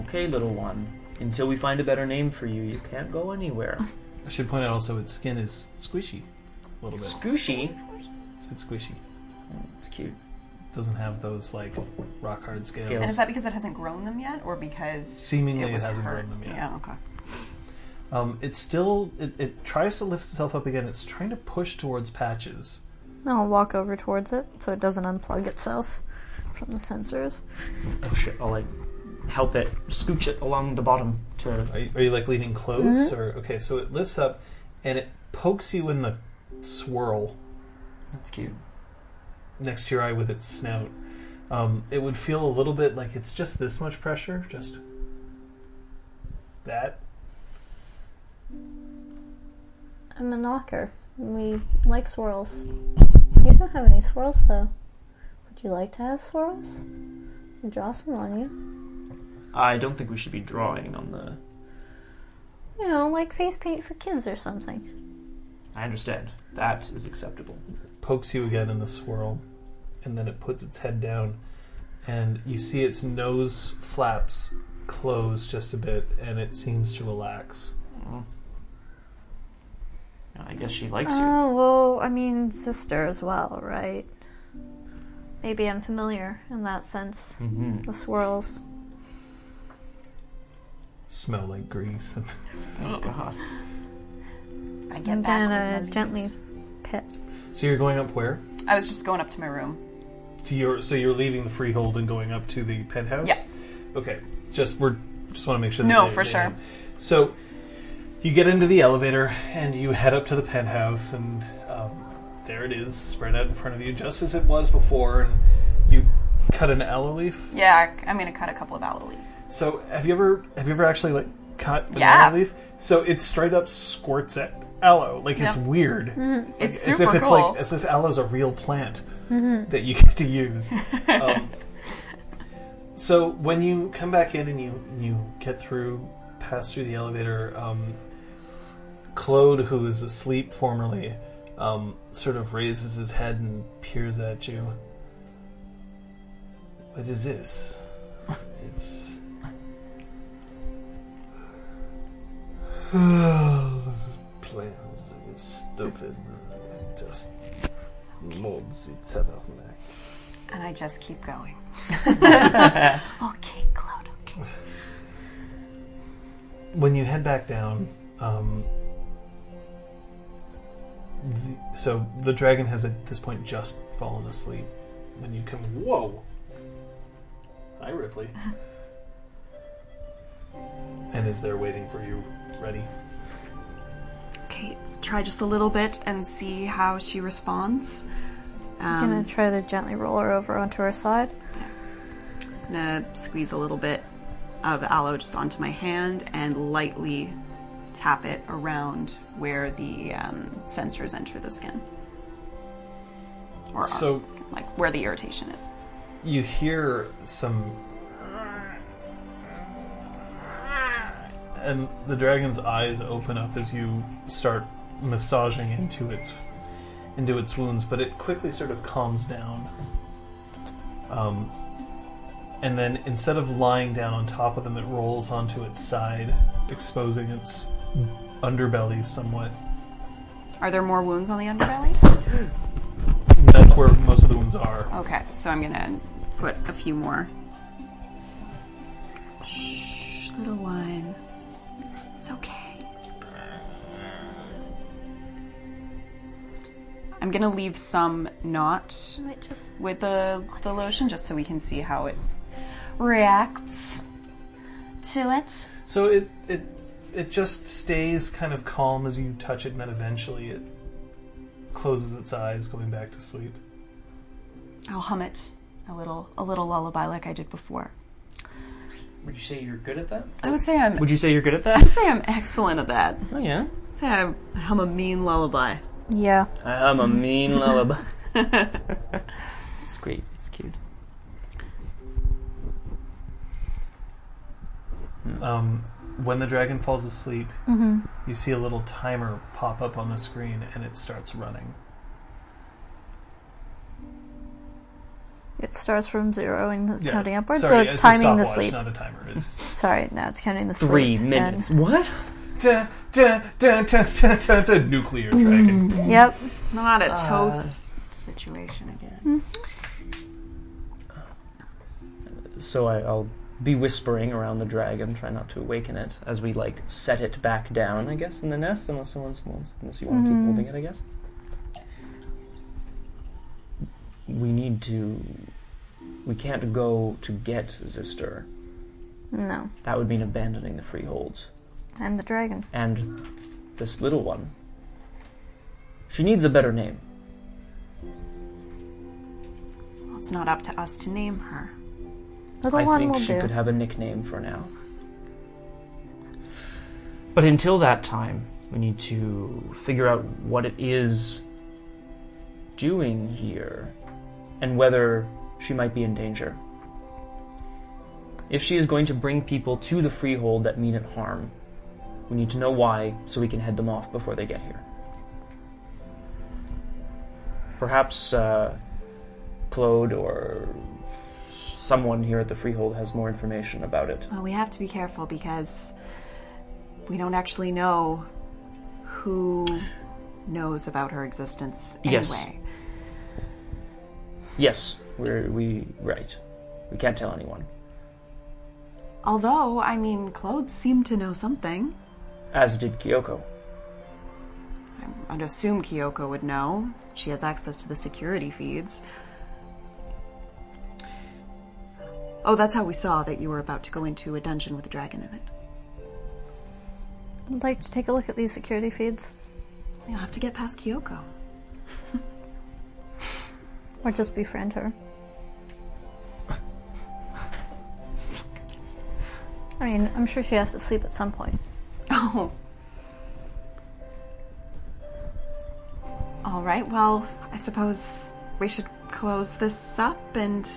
Speaker 3: Okay, little one. Until we find a better name for you, you can't go anywhere.
Speaker 1: I should point out also its skin is squishy, a little bit.
Speaker 3: Scooshy.
Speaker 1: It's a bit squishy.
Speaker 3: It's cute.
Speaker 1: doesn't have those like rock hard scales.
Speaker 3: Scales.
Speaker 2: And is that because it hasn't grown them yet, or because
Speaker 1: Seemingly,
Speaker 2: it
Speaker 1: it
Speaker 2: was
Speaker 1: hasn't
Speaker 2: hurt?
Speaker 1: grown them yet.
Speaker 2: Yeah, okay.
Speaker 1: Um, it still it, it tries to lift itself up again. It's trying to push towards patches.
Speaker 4: I'll walk over towards it so it doesn't unplug itself from the sensors.
Speaker 3: Push it. Oh, I'll like help it scooch it along the bottom to.
Speaker 1: Are you, are you like leaning close
Speaker 2: Mm-hmm.
Speaker 1: or okay? So it lifts up and it pokes you in the swirl
Speaker 3: That's cute.
Speaker 1: next to your eye with its snout. Um, it would feel a little bit like it's just this much pressure, just that.
Speaker 4: I'm a knocker. We like swirls. You don't have any swirls though. Would you like to have swirls? I'll Draw some on you.
Speaker 3: I don't think we should be drawing on the.
Speaker 4: You know, like face paint for kids or something.
Speaker 3: I understand. That is acceptable.
Speaker 1: pokes you again in the swirl, and then it puts its head down, and you see its nose flaps close just a bit, and it seems to relax.
Speaker 3: I guess she likes you.
Speaker 4: Oh, well, I mean, sister as well, right? Maybe I'm familiar in that sense.
Speaker 3: Mm-hmm.
Speaker 4: The swirls.
Speaker 1: Smell like grease. And
Speaker 3: Oh god.
Speaker 2: I get
Speaker 4: And
Speaker 2: back
Speaker 4: then
Speaker 2: on my
Speaker 4: uh,
Speaker 2: knees.
Speaker 4: gently pet.
Speaker 1: so you're going up where?
Speaker 2: I was just going up to my room.
Speaker 1: To your so you're leaving the freehold and going up to the penthouse.
Speaker 2: Yeah.
Speaker 1: Okay. Just we're just want to make sure. that
Speaker 2: No,
Speaker 1: they-
Speaker 2: for
Speaker 1: they-
Speaker 2: sure.
Speaker 1: So you get into the elevator and you head up to the penthouse, and um, there it is, spread out in front of you, just as it was before. And you cut an aloe leaf.
Speaker 2: Yeah, I'm gonna cut a couple of aloe leaves.
Speaker 1: So have you ever have you ever actually like cut the
Speaker 2: Yeah.
Speaker 1: aloe leaf? So it straight up squirts at aloe. Like it's
Speaker 2: Yeah.
Speaker 1: weird.
Speaker 2: It's
Speaker 1: As
Speaker 2: super
Speaker 1: if it's
Speaker 2: cool.
Speaker 1: like as if aloe's a real plant that you get to use. Um, so when you come back in and you you get through pass through the elevator, um, Claude, who is asleep formerly, um, sort of raises his head and peers at you. What is this? It's. Plans that is stupid. Just molds its head off my neck.
Speaker 2: and I just keep going.
Speaker 4: Okay, Cloud, okay.
Speaker 1: When you head back down, um, the, so the dragon has at this point just fallen asleep. When you come, whoa! Hi, Ripley. and is there waiting for you, ready?
Speaker 2: Okay, try just a little bit and see how she responds.
Speaker 4: I'm gonna
Speaker 2: Um,
Speaker 4: try to gently roll her over onto her side.
Speaker 2: gonna squeeze a little bit of aloe just onto my hand and lightly tap it around where the um, sensors enter the skin. Or
Speaker 1: So-
Speaker 2: on the skin, like where the irritation is.
Speaker 1: you hear some and the dragon's eyes open up as you start massaging into its into its wounds but it quickly sort of calms down um, and then instead of lying down on top of them it rolls onto its side exposing its underbelly somewhat
Speaker 2: Are there more wounds on the underbelly?
Speaker 1: that's where most of the wounds are
Speaker 2: Okay, so I'm gonna put a few more. Shh, little one. It's okay. I'm gonna leave some not
Speaker 4: Might just
Speaker 2: with the the lotion just so we can see how it reacts to it.
Speaker 1: So it it it just stays kind of calm as you touch it, and then eventually it closes its eyes, going back to sleep.
Speaker 2: I'll hum it a little a little lullaby like I did before.
Speaker 3: Would you say you're good at that?
Speaker 2: I would say I'm
Speaker 3: Would you say you're good at that?
Speaker 2: I'd say I'm excellent at that.
Speaker 3: Oh yeah.
Speaker 2: I'd say I hum a mean lullaby.
Speaker 4: Yeah.
Speaker 3: I'm a mean lullaby. it's great. It's cute.
Speaker 1: Um, when the dragon falls asleep,
Speaker 4: Mm-hmm.
Speaker 1: you see a little timer pop up on the screen, and it starts running.
Speaker 4: It starts from zero and it's
Speaker 1: Yeah.
Speaker 4: counting upwards,
Speaker 1: Sorry,
Speaker 4: so it's,
Speaker 1: a
Speaker 4: timing the
Speaker 1: stopwatch,
Speaker 4: sleep.
Speaker 1: Not a timer. It's
Speaker 4: Sorry, no, it's counting the sleep.
Speaker 3: Three
Speaker 4: and-
Speaker 3: minutes. What?
Speaker 1: da, da, da, da, da, da, da, nuclear dragon.
Speaker 4: Yep.
Speaker 2: Not a
Speaker 3: Uh.
Speaker 2: totes situation again.
Speaker 3: So I, I'll be whispering around the dragon, try not to awaken it as we like set it back down, I guess, in the nest, unless someone wants, unless you want to keep holding it, I guess. We need to. We can't go to get Zister.
Speaker 4: No.
Speaker 3: That would mean abandoning the freeholds
Speaker 4: And the dragon.
Speaker 3: and this little one. She needs a better name.
Speaker 2: Well, it's not up to us to name her.
Speaker 4: Little
Speaker 3: I
Speaker 4: one
Speaker 3: think
Speaker 4: will
Speaker 3: she
Speaker 4: do.
Speaker 3: could have a nickname for now. But until that time, we need to figure out what it is doing here and whether she might be in danger. If she is going to bring people to the freehold that mean it harm, we need to know why so we can head them off before they get here. Perhaps uh, Claude or someone here at the Freehold has more information about it.
Speaker 2: Well, we have to be careful because we don't actually know who knows about her existence
Speaker 3: Yes.
Speaker 2: anyway.
Speaker 3: Yes, we're we right. We can't tell anyone.
Speaker 2: Although, I mean, Claude seemed to know something.
Speaker 3: As did Kyoko.
Speaker 2: I'd assume Kyoko would know. She has access to the security feeds. Oh, that's how we saw that you were about to go into a dungeon with a dragon in it.
Speaker 4: I'd like to take a look at these security feeds.
Speaker 2: You'll have to get past Kyoko.
Speaker 4: Or just befriend her. I mean, I'm sure she has to sleep at some point.
Speaker 2: Oh. All right, well, I suppose we should close this up and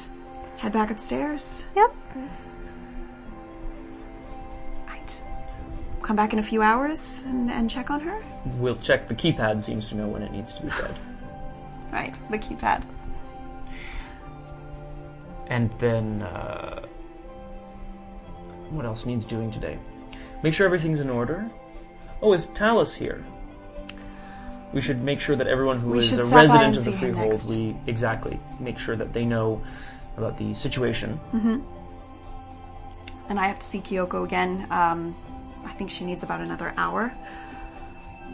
Speaker 2: head back upstairs.
Speaker 4: Yep.
Speaker 2: Right. Come back in a few hours and, and check on her.
Speaker 3: We'll check. The keypad seems to know when it needs to be fed.
Speaker 2: Right, the keypad.
Speaker 3: and then, uh, what else needs doing today? Make sure everything's in order. Oh, is Talus here? We should make sure that everyone who
Speaker 2: We
Speaker 3: is
Speaker 2: should
Speaker 3: a
Speaker 2: stop by
Speaker 3: resident
Speaker 2: and
Speaker 3: of the
Speaker 2: see him
Speaker 3: Freehold,
Speaker 2: next.
Speaker 3: we exactly make sure that they know about the situation.
Speaker 2: And I have to see Kyoko again. Um, I think she needs about another hour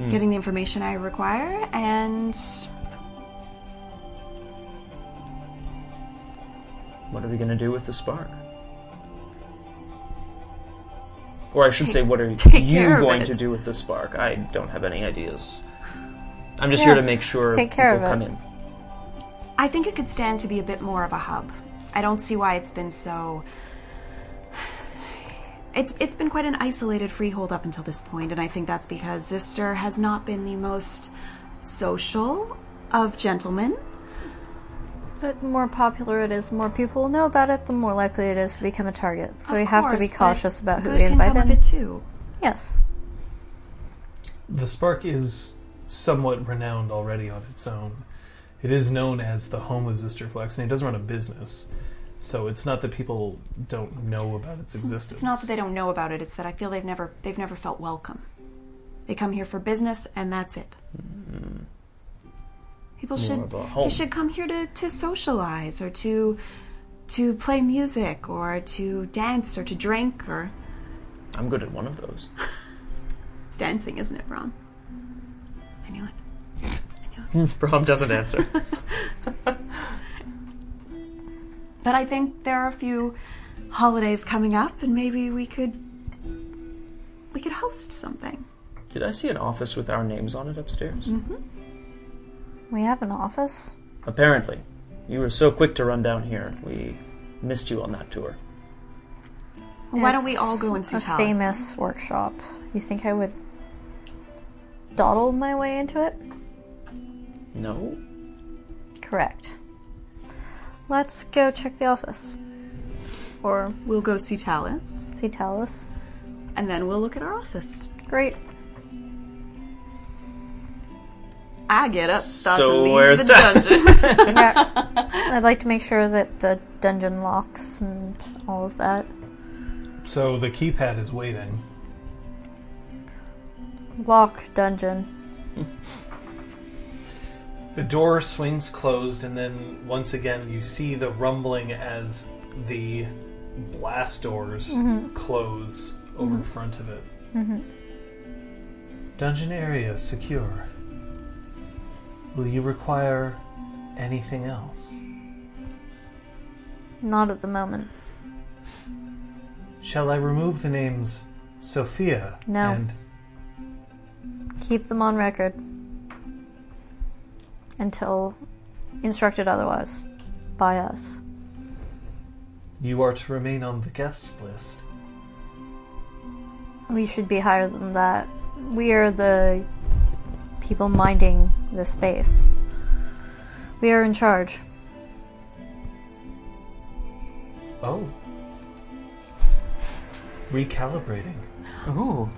Speaker 2: getting the information I require, and
Speaker 3: What are we going to do with the spark? Or I should say, what are
Speaker 2: take
Speaker 3: you
Speaker 2: care of
Speaker 3: going
Speaker 2: it.
Speaker 3: to do with the spark? I don't have any ideas. I'm just here
Speaker 4: Yeah,
Speaker 3: to make sure
Speaker 4: take care
Speaker 3: people
Speaker 4: of
Speaker 3: come
Speaker 4: it.
Speaker 3: in.
Speaker 2: I think it could stand to be a bit more of a hub. I don't see why it's been so. It's it's been quite an isolated freehold up until this point, and I think that's because Zister has not been the most social of gentlemen.
Speaker 4: But the more popular it is, the more people will know about it, the more likely it is to become a target. So
Speaker 2: Of
Speaker 4: we have to
Speaker 2: course,
Speaker 4: be
Speaker 2: but
Speaker 4: cautious about who
Speaker 2: good
Speaker 4: we
Speaker 2: can
Speaker 4: invite
Speaker 2: come
Speaker 4: in.
Speaker 2: of it too.
Speaker 4: Yes.
Speaker 1: The spark is somewhat renowned already on its own. It is known as the home of Zisterflex, and it does run a business. So it's not that people don't know about its existence.
Speaker 2: It's not that they don't know about it; it's that I feel they've never they've never felt welcome. They come here for business, and that's it.
Speaker 3: Mm-hmm.
Speaker 2: People
Speaker 3: More
Speaker 2: should
Speaker 3: of a
Speaker 2: they
Speaker 3: home.
Speaker 2: should come here to to socialize or to to play music or to dance or to drink or
Speaker 3: I'm good at one of those.
Speaker 2: it's dancing, isn't it, Ron? I knew it.
Speaker 3: Brom doesn't answer.
Speaker 2: But I think there are a few holidays coming up, and maybe we could we could host something.
Speaker 3: Did I see an office with our names on it upstairs?
Speaker 4: We have an office.
Speaker 3: Apparently. You were so quick to run down here. We missed you on that tour.
Speaker 2: Well, why don't we
Speaker 4: It's
Speaker 2: all go and see
Speaker 4: a
Speaker 2: Talis?
Speaker 4: famous workshop. You think I would dawdle my way into it?
Speaker 3: No?
Speaker 4: Correct. Let's go check the office. Or
Speaker 2: We'll go see Talis,
Speaker 4: see Talus.
Speaker 2: and then we'll look at our office.
Speaker 4: Great.
Speaker 2: I get up, start
Speaker 3: So
Speaker 2: to leave
Speaker 3: where's
Speaker 2: the
Speaker 3: Ta-
Speaker 2: dungeon.
Speaker 4: Yeah. I'd like to make sure that the dungeon locks and all of that.
Speaker 1: So the keypad is waiting.
Speaker 4: Lock dungeon.
Speaker 1: The door swings closed, and then once again you see the rumbling as the blast doors close over in front of it. Dungeon area secure. Will you require anything else?
Speaker 6: Not at the moment.
Speaker 1: Shall I remove the names Sophia
Speaker 6: No.
Speaker 1: and
Speaker 6: Keep them on record until instructed otherwise by us.
Speaker 1: you are to remain on the guest list?
Speaker 6: We should be higher than that. We are the people minding the space. We are in charge.
Speaker 1: Oh. Recalibrating.
Speaker 3: Ooh.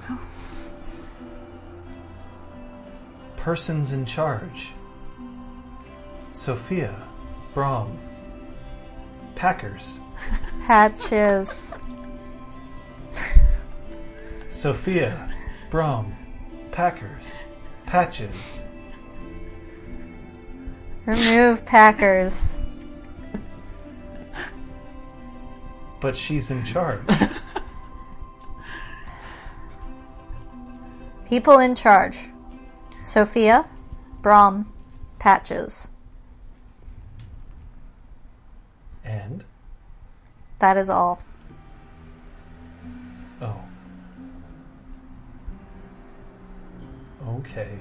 Speaker 1: Persons in charge. Sophia, Brom, Packers.
Speaker 6: Patches.
Speaker 1: Sophia, Brom, Packers, Patches.
Speaker 6: Remove Packers.
Speaker 1: But she's in charge.
Speaker 6: People in charge. Sophia, Brom, Patches.
Speaker 1: and?
Speaker 6: That is all.
Speaker 1: Oh. Okay.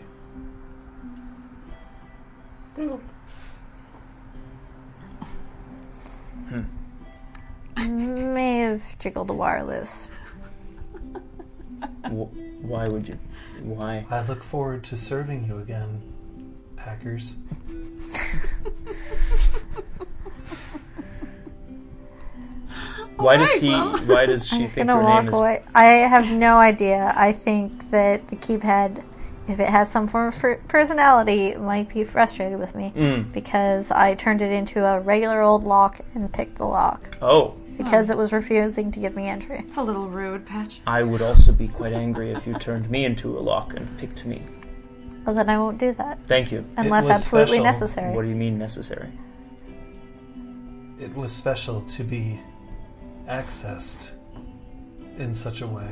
Speaker 6: May have jiggled a wire loose.
Speaker 3: Wh- Why would you? Why?
Speaker 1: I look forward to serving you again, Packers.
Speaker 3: Why does he? Why does she
Speaker 6: I'm just
Speaker 3: think
Speaker 6: gonna
Speaker 3: your
Speaker 6: walk
Speaker 3: name
Speaker 6: away. I have no idea. I think that the keypad, if it has some form of fr- personality, might be frustrated with me
Speaker 3: Mm. Hmm.
Speaker 6: because I turned it into a regular old lock and picked the lock
Speaker 3: is? Oh,
Speaker 6: because it was refusing to give me entry.
Speaker 2: It's a little rude, Patch.
Speaker 3: I would also be quite angry if you turned me into a lock and picked me.
Speaker 6: Well, then I won't do that
Speaker 3: Thank you.
Speaker 6: unless
Speaker 1: was
Speaker 6: absolutely
Speaker 1: special.
Speaker 6: necessary.
Speaker 3: What do you mean necessary?
Speaker 1: It was special to be accessed in such a way.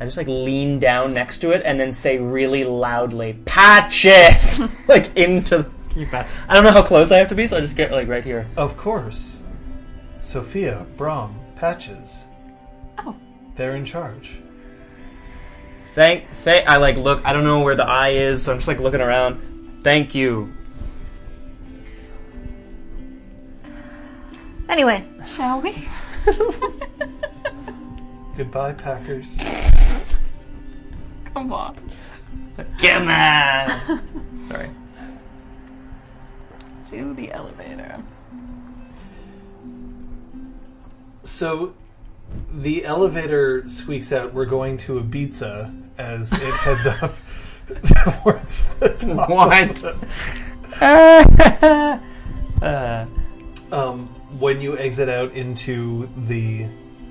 Speaker 3: I just like lean down next to it and then say really loudly, "Patches!" like into the keypad. I don't know how close I have to be, so I just get like right here.
Speaker 1: Of course. Sophia, Brom, Patches.
Speaker 2: Oh.
Speaker 1: They're in charge.
Speaker 3: Thank, thank. I like look. I don't know where the eye is, so I'm just like looking around. Thank you.
Speaker 6: Anyway,
Speaker 2: Shall we?
Speaker 1: Goodbye, Packers.
Speaker 2: Come on.
Speaker 3: Come on. Sorry.
Speaker 2: To the elevator.
Speaker 1: So the elevator squeaks out, we're going to Ibiza as it heads up towards the top.
Speaker 3: What?
Speaker 1: Um, when you exit out into the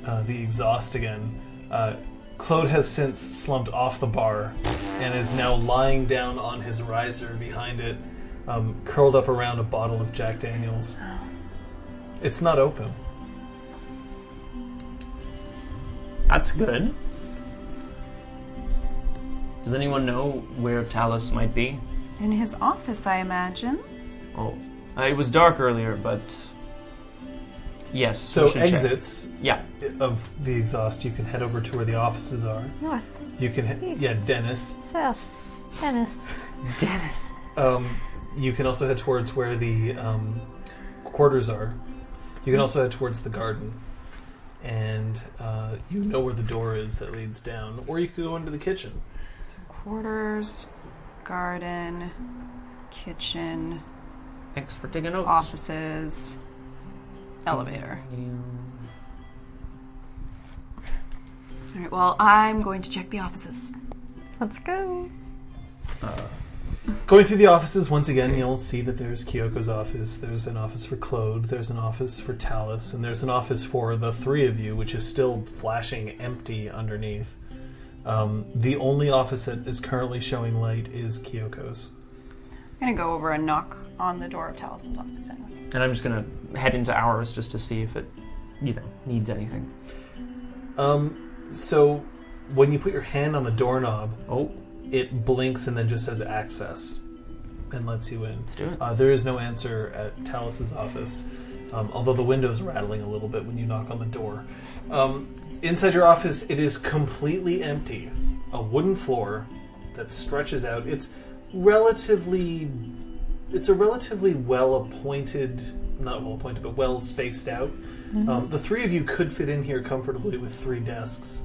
Speaker 1: uh, the exhaust again, uh, Claude has since slumped off the bar and is now lying down on his riser behind it, um, curled up around a bottle of Jack Daniels. It's not open.
Speaker 3: That's good. Does anyone know where Talus might be?
Speaker 2: In his office, I imagine.
Speaker 3: Oh, uh, it was dark earlier, but yes.
Speaker 1: So
Speaker 3: we should check.
Speaker 1: exits
Speaker 3: Yeah.
Speaker 1: of the exhaust, you can head over to where the offices are.
Speaker 6: north,
Speaker 1: You can, he- yeah, Dennis.
Speaker 6: south, Dennis.
Speaker 3: Dennis.
Speaker 1: Um, you can also head towards where the um, quarters are. You can also head towards the garden, and uh, you know where the door is that leads down, or you could go into the kitchen.
Speaker 2: Quarters, garden, kitchen,
Speaker 3: Thanks for taking notes.
Speaker 2: offices, elevator. All right, well, I'm going to check the offices.
Speaker 6: Let's go.
Speaker 1: Going through the offices once again, you'll see that there's Kyoko's office, there's an office for Claude, there's an office for Talus, and there's an office for the three of you, which is still flashing empty underneath. Um, the only office that is currently showing light is Kyoko's.
Speaker 2: I'm going to go over and knock on the door of Talus's office anyway.
Speaker 3: And I'm just gonna head into ours just to see if it you know, needs anything.
Speaker 1: Um, so when you put your hand on the doorknob,
Speaker 3: Oh,
Speaker 1: it blinks and then just says access and lets you in.
Speaker 3: let's do it.
Speaker 1: Uh, there is no answer at Talus's office, um, although the window's rattling a little bit when you knock on the door. Um, inside your office, it is completely empty. A wooden floor that stretches out. It's relatively, it's a relatively well-appointed, not well-appointed, but well-spaced out. Um, the three of you could fit in here comfortably with three desks.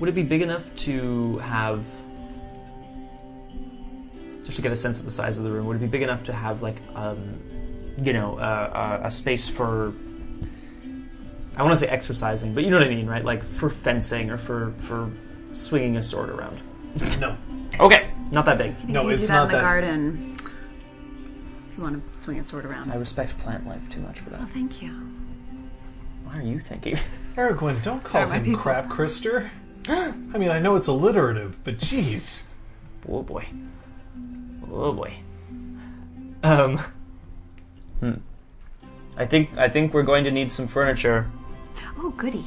Speaker 3: Would it be big enough to have just to get a sense of the size of the room? Would it be big enough to have like um, you know uh, a space for I want to say exercising, but you know what I mean, right? Like for fencing or for for swinging a sword around.
Speaker 1: No,
Speaker 3: Okay, not that big.
Speaker 1: No,
Speaker 2: you can
Speaker 1: it's
Speaker 2: do that
Speaker 1: not
Speaker 2: in the
Speaker 1: that-
Speaker 2: garden. If you want to swing a sword around.
Speaker 3: I respect plant life too much for that.
Speaker 2: Thank you.
Speaker 3: Why are you thinking?
Speaker 1: Aragorn, don't call
Speaker 2: Sorry, my
Speaker 1: him
Speaker 2: people.
Speaker 1: crap, Krister. I mean, I know it's alliterative, but jeez.
Speaker 3: Oh boy. Oh boy. Um. Hmm. I think I think we're going to need some furniture.
Speaker 2: Oh, goody.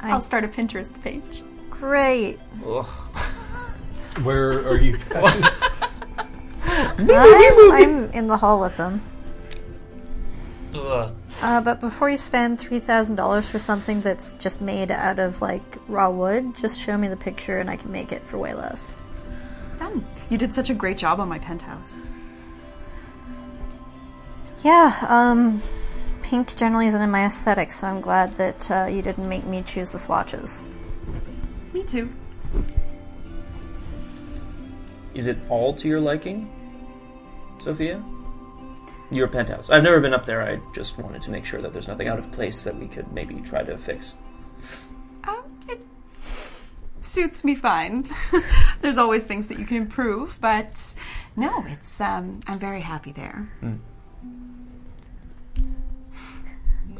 Speaker 4: I-
Speaker 2: I'll start a Pinterest page.
Speaker 4: Great.
Speaker 3: Ugh.
Speaker 1: Where are you guys?
Speaker 4: I'm, I'm in the hall with them.
Speaker 3: Ugh.
Speaker 4: Uh, but before you spend three thousand dollars for something that's just made out of like raw wood, just show me the picture and I can make it for way less.
Speaker 2: Done. You did such a great job on my penthouse.
Speaker 4: Yeah, um, pink generally isn't in my aesthetic, so I'm glad that uh, you didn't make me choose the swatches.
Speaker 2: Me too.
Speaker 3: Is it all to your liking, Sophia? Your penthouse. I've never been up there. I just wanted to make sure that there's nothing out of place that we could maybe try to fix.
Speaker 2: Uh, it suits me fine. There's always things that you can improve, but no, it's um, I'm very happy there.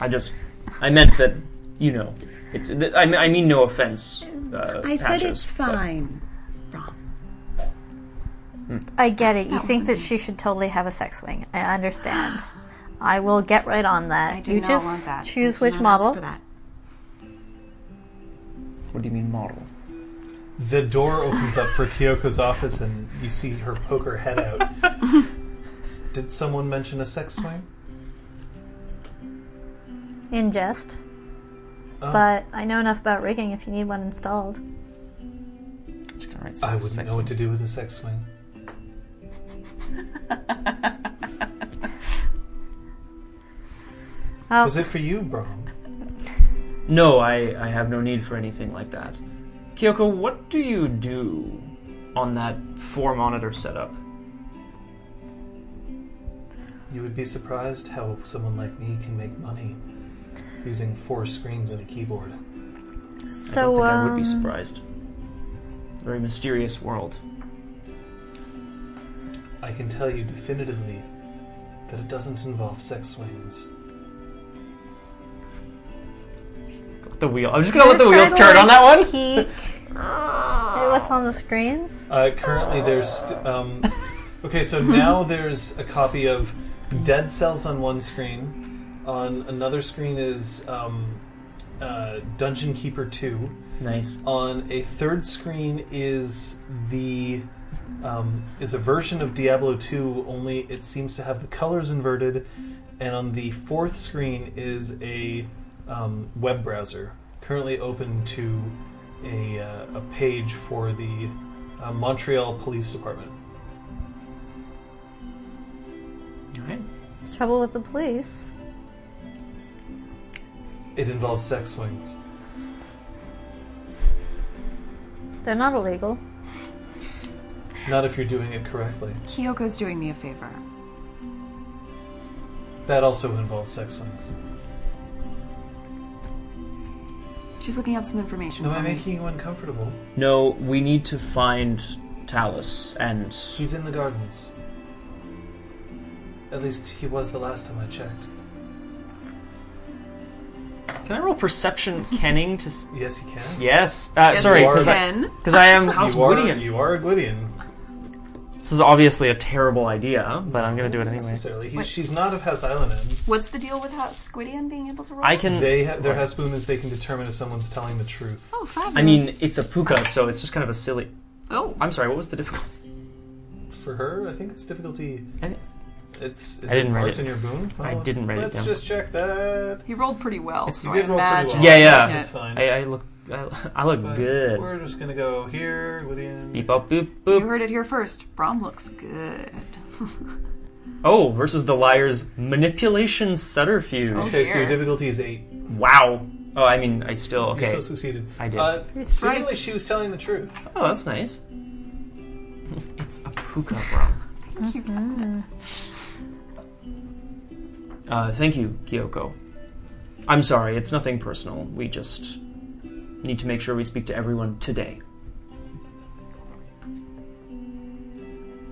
Speaker 3: I just, I meant that, you know, it's. th- I mean, I mean no offense. Uh, Patches, but-
Speaker 2: fine.
Speaker 4: I get it. You
Speaker 2: That was
Speaker 4: think that she should totally have a sex wing. I understand. I will get right on that.
Speaker 2: I do
Speaker 4: you
Speaker 2: not
Speaker 4: just
Speaker 2: want that.
Speaker 4: choose
Speaker 2: I do
Speaker 4: which
Speaker 2: not ask
Speaker 4: model.
Speaker 2: For that.
Speaker 3: What do you mean model?
Speaker 1: The door opens up for Kyoko's office, and you see her poke her head out. Did someone mention a sex swing?
Speaker 4: In jest.
Speaker 3: Oh.
Speaker 1: Uh,
Speaker 4: But I know enough about rigging if you need one installed.
Speaker 3: Just gonna write
Speaker 1: I
Speaker 3: sex-
Speaker 1: wouldn't
Speaker 3: sex
Speaker 1: know what
Speaker 3: one.
Speaker 1: to do with a sex swing.
Speaker 4: Oh,
Speaker 1: Was it for you, Brom?
Speaker 3: No, I, I have no need for anything like that. Kyoko, what do you do on that four monitor setup?
Speaker 1: You would be surprised how someone like me can make money using four screens and a keyboard.
Speaker 4: so
Speaker 3: I don't think I would
Speaker 4: um,
Speaker 3: be surprised. Very mysterious world.
Speaker 1: I can tell you definitively that it doesn't involve sex swings.
Speaker 3: Let the wheel. I'm just gonna let the
Speaker 4: Try
Speaker 3: wheels
Speaker 4: to,
Speaker 3: turn
Speaker 4: like,
Speaker 3: on that one.
Speaker 4: peek at what's on the screens?
Speaker 1: Uh, currently, there's. St- um, okay, so now there's a copy of Dead Cells on one screen. On another screen is um, uh, Dungeon Keeper 2.
Speaker 3: Nice.
Speaker 1: On a third screen is the. Um, is a version of Diablo 2, only it seems to have the colors inverted. And on the fourth screen is a um, web browser, currently open to a, uh, a page for the uh, Montreal Police Department.
Speaker 3: Alright.
Speaker 4: Trouble with the police.
Speaker 1: It involves sex swings.
Speaker 4: They're not illegal.
Speaker 1: Not if you're doing it correctly.
Speaker 2: Kyoko's doing me a favor.
Speaker 1: That also involves sex swings.
Speaker 2: She's looking up some information.
Speaker 1: Am I
Speaker 2: for me.
Speaker 1: making you uncomfortable?
Speaker 3: No, we need to find Talus and
Speaker 1: He's in the gardens. At least he was the last time I checked.
Speaker 3: Can I roll perception kenning to s-
Speaker 1: Yes, you can.
Speaker 3: Yes. Uh,
Speaker 2: Yes,
Speaker 3: sorry,
Speaker 2: you
Speaker 1: you are-
Speaker 3: because I,
Speaker 2: can.
Speaker 3: 'cause I am House
Speaker 1: you are,
Speaker 3: Woodian.
Speaker 1: You are a Gwydion.
Speaker 3: This is obviously a terrible idea, but I'm going to do it anyway.
Speaker 1: necessarily. He, she's not of House Island end.
Speaker 2: What's the deal with how Squidian being able to roll?
Speaker 3: I can.
Speaker 1: They ha- their house boon is they can determine if someone's telling the truth.
Speaker 2: Oh, fabulous.
Speaker 3: I mean, it's a puka, so it's just kind of a silly.
Speaker 2: oh,
Speaker 3: I'm sorry. What was the difficulty?
Speaker 1: For her, I think it's difficulty.
Speaker 3: I di-
Speaker 1: It's is
Speaker 3: I didn't
Speaker 1: it
Speaker 3: write
Speaker 1: marked
Speaker 3: it.
Speaker 1: in your boon.
Speaker 3: I
Speaker 1: let's-
Speaker 3: didn't write it
Speaker 1: Let's
Speaker 3: down.
Speaker 1: just check that.
Speaker 2: he rolled pretty well, so
Speaker 1: you
Speaker 2: Oh, I
Speaker 1: did roll pretty
Speaker 2: imagine.
Speaker 1: well.
Speaker 3: Yeah, yeah.
Speaker 1: That's fine.
Speaker 3: I, I look. I, I look
Speaker 1: But
Speaker 3: good.
Speaker 1: We're just gonna go here within.
Speaker 3: Beep up, boop
Speaker 2: You
Speaker 3: boop.
Speaker 2: heard it here first. Brom looks good.
Speaker 3: Oh, versus the liar's manipulation
Speaker 2: Oh.
Speaker 3: subterfuge.
Speaker 1: Okay, so your
Speaker 2: dear.
Speaker 1: difficulty is eight.
Speaker 3: Wow. Oh, I mean, I still
Speaker 1: You
Speaker 3: okay.
Speaker 1: still succeeded.
Speaker 3: I did.
Speaker 1: Uh, seemingly,
Speaker 2: surprised.
Speaker 1: she was telling the truth.
Speaker 3: Oh, that's nice. it's a puka rum. uh, thank you, Kyoko. I'm sorry, it's nothing personal. We just need to make sure we speak to everyone today.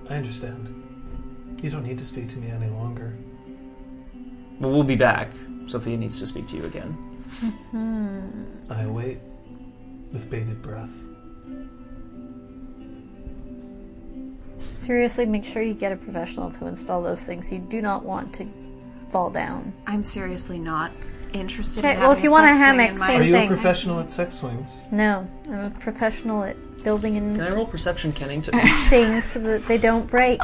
Speaker 1: I understand. You don't need to speak to me any longer.
Speaker 3: But we'll be back. Sophia needs to speak to you again.
Speaker 1: I wait with bated breath.
Speaker 6: Seriously, make sure you get a professional to install those things. You do not want to fall down.
Speaker 2: I'm seriously not interested.
Speaker 6: Okay,
Speaker 2: in
Speaker 6: well,
Speaker 2: having
Speaker 6: if you want a
Speaker 2: sex swing
Speaker 6: hammock,
Speaker 2: in my-
Speaker 6: same
Speaker 1: Are you a
Speaker 6: thing.
Speaker 1: professional at sex swings?
Speaker 6: No, I'm a professional at building
Speaker 3: Can
Speaker 6: in
Speaker 3: I roll perception, Kennington?
Speaker 6: things so that they don't break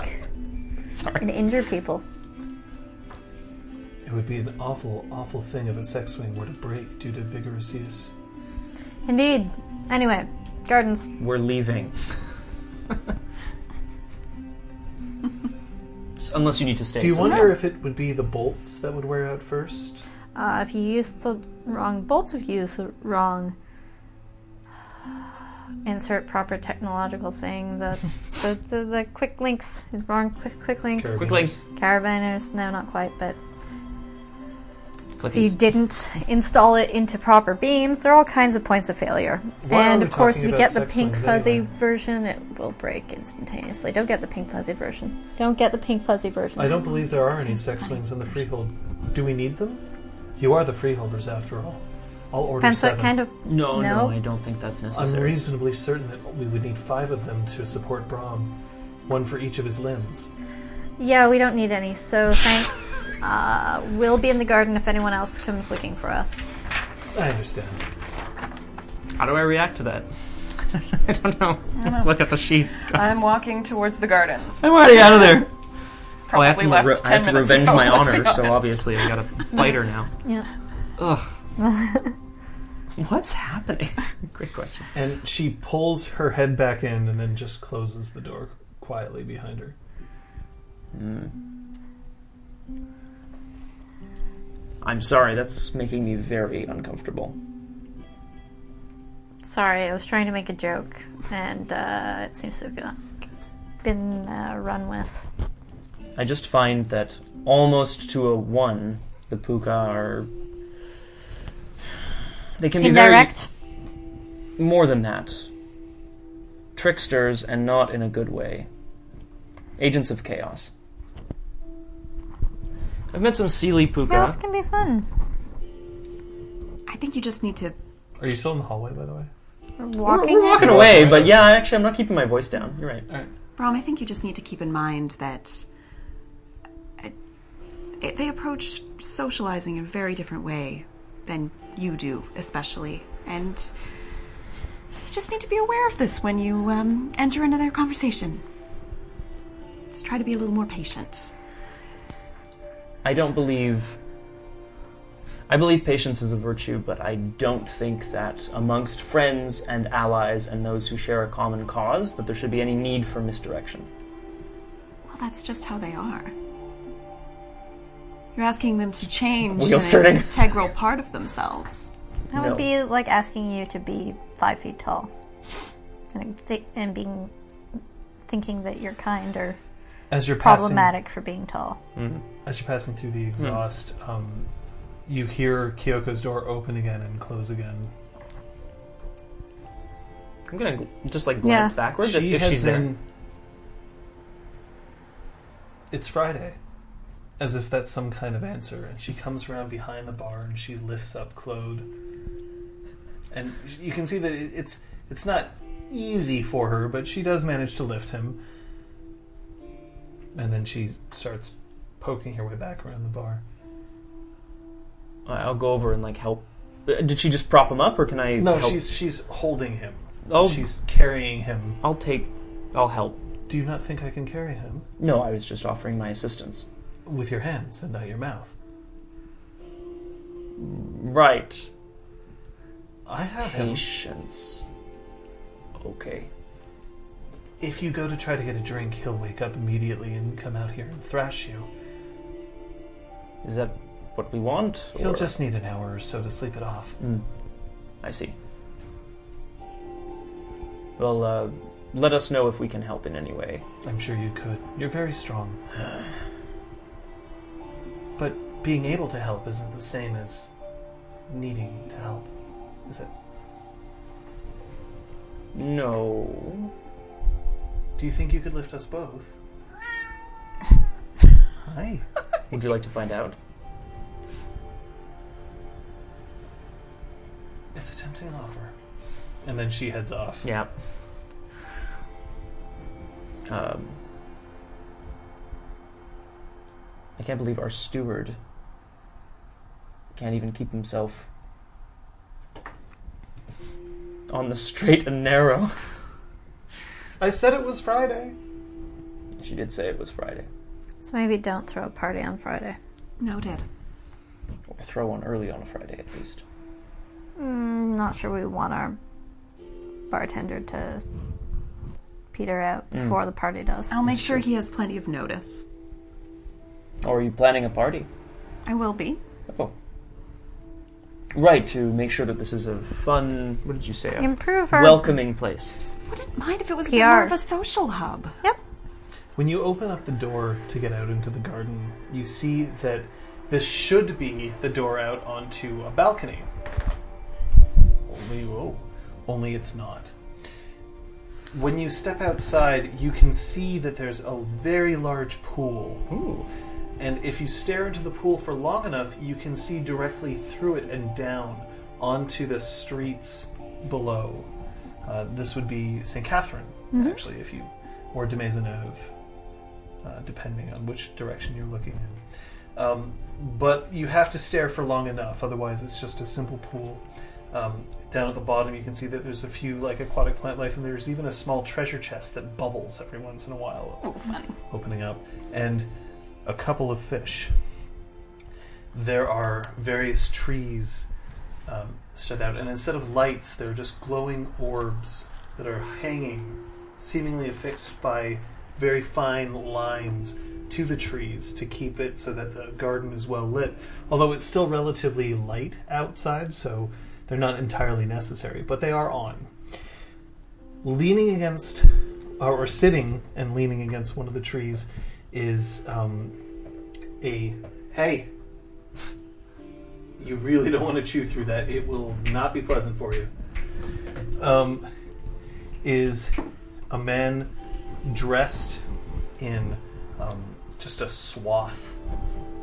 Speaker 6: and
Speaker 3: Sorry.
Speaker 6: injure people.
Speaker 1: It would be an awful, awful thing if a sex swing were to break due to vigorous use.
Speaker 6: Indeed. Anyway, gardens.
Speaker 3: We're leaving. S- Unless you need to stay.
Speaker 1: Do you
Speaker 3: somewhere.
Speaker 1: wonder if it would be the bolts that would wear out first?
Speaker 6: Uh, if you use the wrong bolts, if you use the wrong insert proper technological thing, the the, the, the quick links, wrong quick, quick links,
Speaker 1: Carabiners.
Speaker 3: Quick links.
Speaker 6: carabiners. No, not quite, but
Speaker 3: Clickies.
Speaker 6: you didn't install it into proper beams. There are all kinds of points of failure.
Speaker 1: Why are
Speaker 6: and
Speaker 1: we
Speaker 6: of course,
Speaker 1: talking
Speaker 6: if you
Speaker 1: about
Speaker 6: get the
Speaker 1: sex
Speaker 6: pink
Speaker 1: swings
Speaker 6: fuzzy
Speaker 1: anyway?
Speaker 6: version, it will break instantaneously. Don't get the pink fuzzy version. Don't get the pink fuzzy version.
Speaker 1: I don't believe there are any sex swings in the freehold. Do we need them? You are the freeholders after all. I'll order
Speaker 6: Depends
Speaker 1: seven.
Speaker 6: what kind of.
Speaker 3: No, no,
Speaker 6: No.
Speaker 3: I don't think that's
Speaker 1: I'm
Speaker 3: necessary.
Speaker 1: reasonably certain that we would need five of them to support Brahm, one for each of his limbs.
Speaker 6: Yeah, we don't need any. So thanks. uh, we'll be in the garden if anyone else comes looking for us.
Speaker 1: I understand.
Speaker 3: How do I react to that? I don't know. Let's look at the sheet.
Speaker 2: I'm walking towards the gardens.
Speaker 3: I'm already out of there. Oh, I have
Speaker 2: Probably
Speaker 3: to,
Speaker 2: left
Speaker 3: re- I
Speaker 2: 10
Speaker 3: have to
Speaker 2: minutes
Speaker 3: revenge
Speaker 2: ago,
Speaker 3: my
Speaker 2: let's
Speaker 3: honor,
Speaker 2: be
Speaker 3: so
Speaker 2: honest.
Speaker 3: obviously I gotta fight her now.
Speaker 6: Yeah.
Speaker 3: Ugh. What's happening? Great question.
Speaker 1: And she pulls her head back in and then just closes the door quietly behind her.
Speaker 3: Hmm. I'm sorry, that's making me very uncomfortable.
Speaker 6: Sorry, I was trying to make a joke, and uh, it seems to have got- been uh, run with.
Speaker 3: I just find that almost to a one, the puka are. They can be
Speaker 6: Indirect.
Speaker 3: very. More than that. Tricksters, and not in a good way. Agents of chaos. I've met some Sealy puka.
Speaker 6: Chaos can be fun.
Speaker 2: I think you just need to.
Speaker 1: Are you still in the hallway, by the way?
Speaker 6: We're
Speaker 3: We're-
Speaker 6: walking.
Speaker 3: We're walking
Speaker 1: Walking
Speaker 3: away,
Speaker 1: away.
Speaker 3: but yeah, actually, I'm not keeping my voice down. You're right.
Speaker 2: Brom, I think you just need to keep in mind that uh, it, they approach socializing in a very different way than you do, especially. And you just need to be aware of this when you um, enter into their conversation. Just try to be a little more patient.
Speaker 3: I don't believe. I believe patience is a virtue, but I don't think that amongst friends and allies and those who share a common cause that there should be any need for misdirection.
Speaker 2: Well, that's just how they are. You're asking them to change
Speaker 3: Wheels
Speaker 2: an
Speaker 3: turning.
Speaker 2: integral part of themselves.
Speaker 6: That
Speaker 3: No.
Speaker 6: would be like asking you to be five feet tall, and, th- and being thinking that you're kind or
Speaker 1: As you're passing,
Speaker 6: problematic for being tall.
Speaker 1: as you're passing through the exhaust, um, you hear Kyoko's door open again and close again.
Speaker 3: I'm gonna gl- just like glance
Speaker 6: Yeah.
Speaker 3: backwards
Speaker 1: she
Speaker 3: if, if
Speaker 1: heads
Speaker 3: she's there.
Speaker 1: in. It's Friday. As if that's some kind of answer. And she comes around behind the bar and she lifts up Claude. And you can see that it- it's it's not easy for her, but she does manage to lift him. And then she starts poking her way back around the bar.
Speaker 3: I- I'll go over and like help. Uh, Did she just prop him up, or can I?
Speaker 1: No,
Speaker 3: help?
Speaker 1: she's she's holding him.
Speaker 3: Oh,
Speaker 1: She's carrying him.
Speaker 3: I'll take. I'll help.
Speaker 1: Do you not think I can carry him
Speaker 3: No, I was just offering my assistance.
Speaker 1: with your hands and not your mouth?
Speaker 3: Right.
Speaker 1: I have him.
Speaker 3: Patience. Okay.
Speaker 1: If you go to try to get a drink, he'll wake up immediately and come out here and thrash you.
Speaker 3: Is that what we want?
Speaker 1: He'll
Speaker 3: or-
Speaker 1: just need an hour or so to sleep it off.
Speaker 3: I see. Well, uh, let us know if we can help in any way.
Speaker 1: I'm sure you could. You're very strong. But being able to help isn't the same as needing to help, is it?
Speaker 3: No.
Speaker 1: Do you think you could lift us both? Hi.
Speaker 3: Would you like to find out?
Speaker 1: It's a tempting offer. And then she heads off.
Speaker 3: Yeah. Um, I can't believe our steward can't even keep himself on the straight and narrow.
Speaker 1: I said it was Friday.
Speaker 3: She did say it was Friday.
Speaker 6: So maybe don't throw a party on Friday.
Speaker 2: Noted.
Speaker 3: Or throw one early on a Friday at least.
Speaker 6: Mm, not sure we want our bartender to peter
Speaker 3: Mm.
Speaker 6: out before the party does.
Speaker 2: I'll make sure he has plenty of notice.
Speaker 3: Or are you planning a party?
Speaker 2: I will be.
Speaker 3: Oh. Right, to make sure that this is a fun, what did you say? A
Speaker 6: Improve our
Speaker 3: welcoming place.
Speaker 2: Just wouldn't mind if it was
Speaker 6: PR.
Speaker 2: more of a social hub.
Speaker 1: When you open up the door to get out into the garden, you see that this should be the door out onto a balcony. Only, oh, only it's not. When you step outside, you can see that there's a very large pool. Ooh. And if you stare into the pool for long enough, you can see directly through it and down onto the streets below. Uh, this would be St. Catherine, actually, if you or de Maisonneuve, uh, depending on which direction you're looking in. Um, but you have to stare for long enough, otherwise it's just a simple pool. Um, down at the bottom, you can see that there's a few like aquatic plant life, and there's even a small treasure chest that bubbles every once in a while,
Speaker 2: Oh, funny.
Speaker 1: opening up, and a couple of fish. There are various trees um, spread out, and instead of lights, there are just glowing orbs that are hanging, seemingly affixed by very fine lines to the trees to keep it so that the garden is well lit. Although it's still relatively light outside, so they're not entirely necessary, but they are on. Leaning against, or, or sitting and leaning against one of the trees, is um, a hey. You really don't want to chew through that. It will not be pleasant for you. Um, is a man dressed in um, just a swath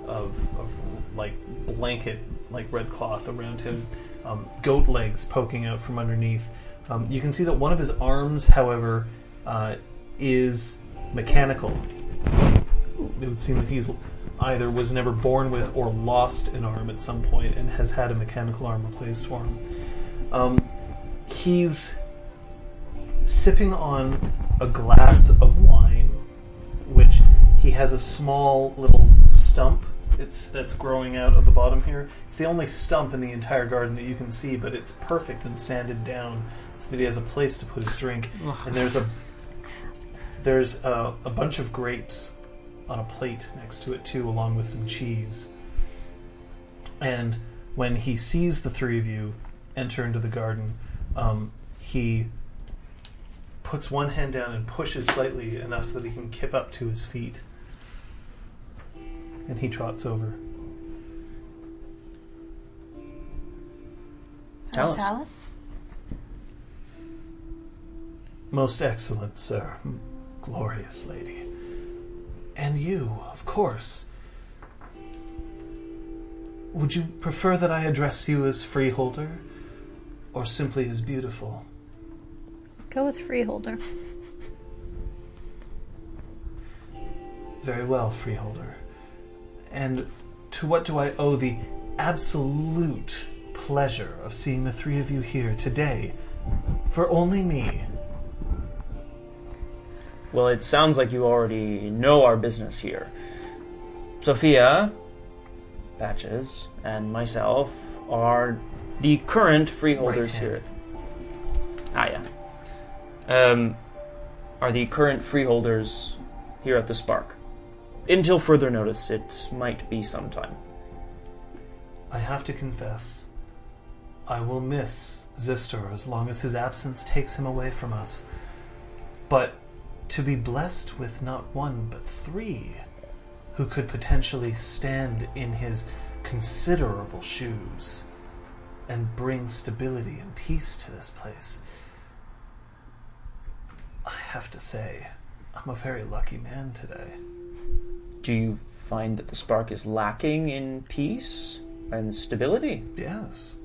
Speaker 1: of, of like blanket, like red cloth around him, um, goat legs poking out from underneath. Um, you can see that one of his arms, however, uh, is mechanical. It would seem that he's either was never born with or lost an arm at some point and has had a mechanical arm replaced for him. Um, he's sipping on a glass of wine, which he has a small little stump it's, that's growing out of the bottom here. It's the only stump in the entire garden that you can see, but it's perfect and sanded down so that he has a place to put his drink. And there's a there's a, a bunch of grapes on a plate next to it too, along with some cheese. And when he sees the three of you enter into the garden, um, he puts one hand down and pushes slightly enough so that he can kip up to his feet. And he trots over.
Speaker 3: Tell us.
Speaker 1: Most excellent, sir. Glorious lady. And you, of course. Would you prefer that I address you as freeholder or simply as beautiful?
Speaker 6: go with freeholder.
Speaker 1: Very well, Freeholder. And to what do I owe the absolute pleasure of seeing the three of you here today for only me?
Speaker 3: Well, it sounds like you already know our business here. Sophia, Patches, and myself are the current freeholders
Speaker 1: Right
Speaker 3: here.
Speaker 1: hand.
Speaker 3: Ah, yeah. Um, are the current freeholders here at the Spark. Until further notice, it might be sometime.
Speaker 1: I have to confess, I will miss Zister as long as his absence takes him away from us. But to be blessed with not one, but three who could potentially stand in his considerable shoes and bring stability and peace to this place, I have to say, I'm a very lucky man today.
Speaker 3: Do you find that the Spark is lacking in peace and stability?
Speaker 1: Yes,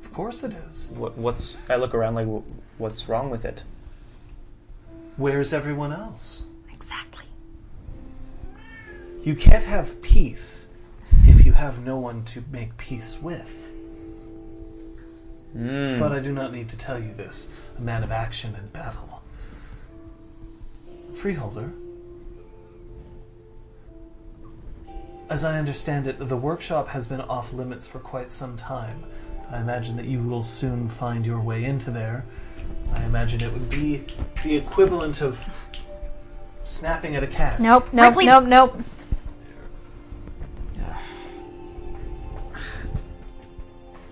Speaker 1: of course it is.
Speaker 3: What, what's I look around like, wh- what's wrong with it?
Speaker 1: Where's everyone else?
Speaker 2: Exactly.
Speaker 1: You can't have peace if you have no one to make peace with.
Speaker 3: Mm.
Speaker 1: But I do not need to tell you this, a man of action and battle. Freeholder, as I understand it, the workshop has been off limits for quite some time. I imagine that you will soon find your way into there. I imagine it would be the equivalent of snapping at a cat.
Speaker 6: Nope, nope,
Speaker 2: Ripley-
Speaker 6: nope, nope.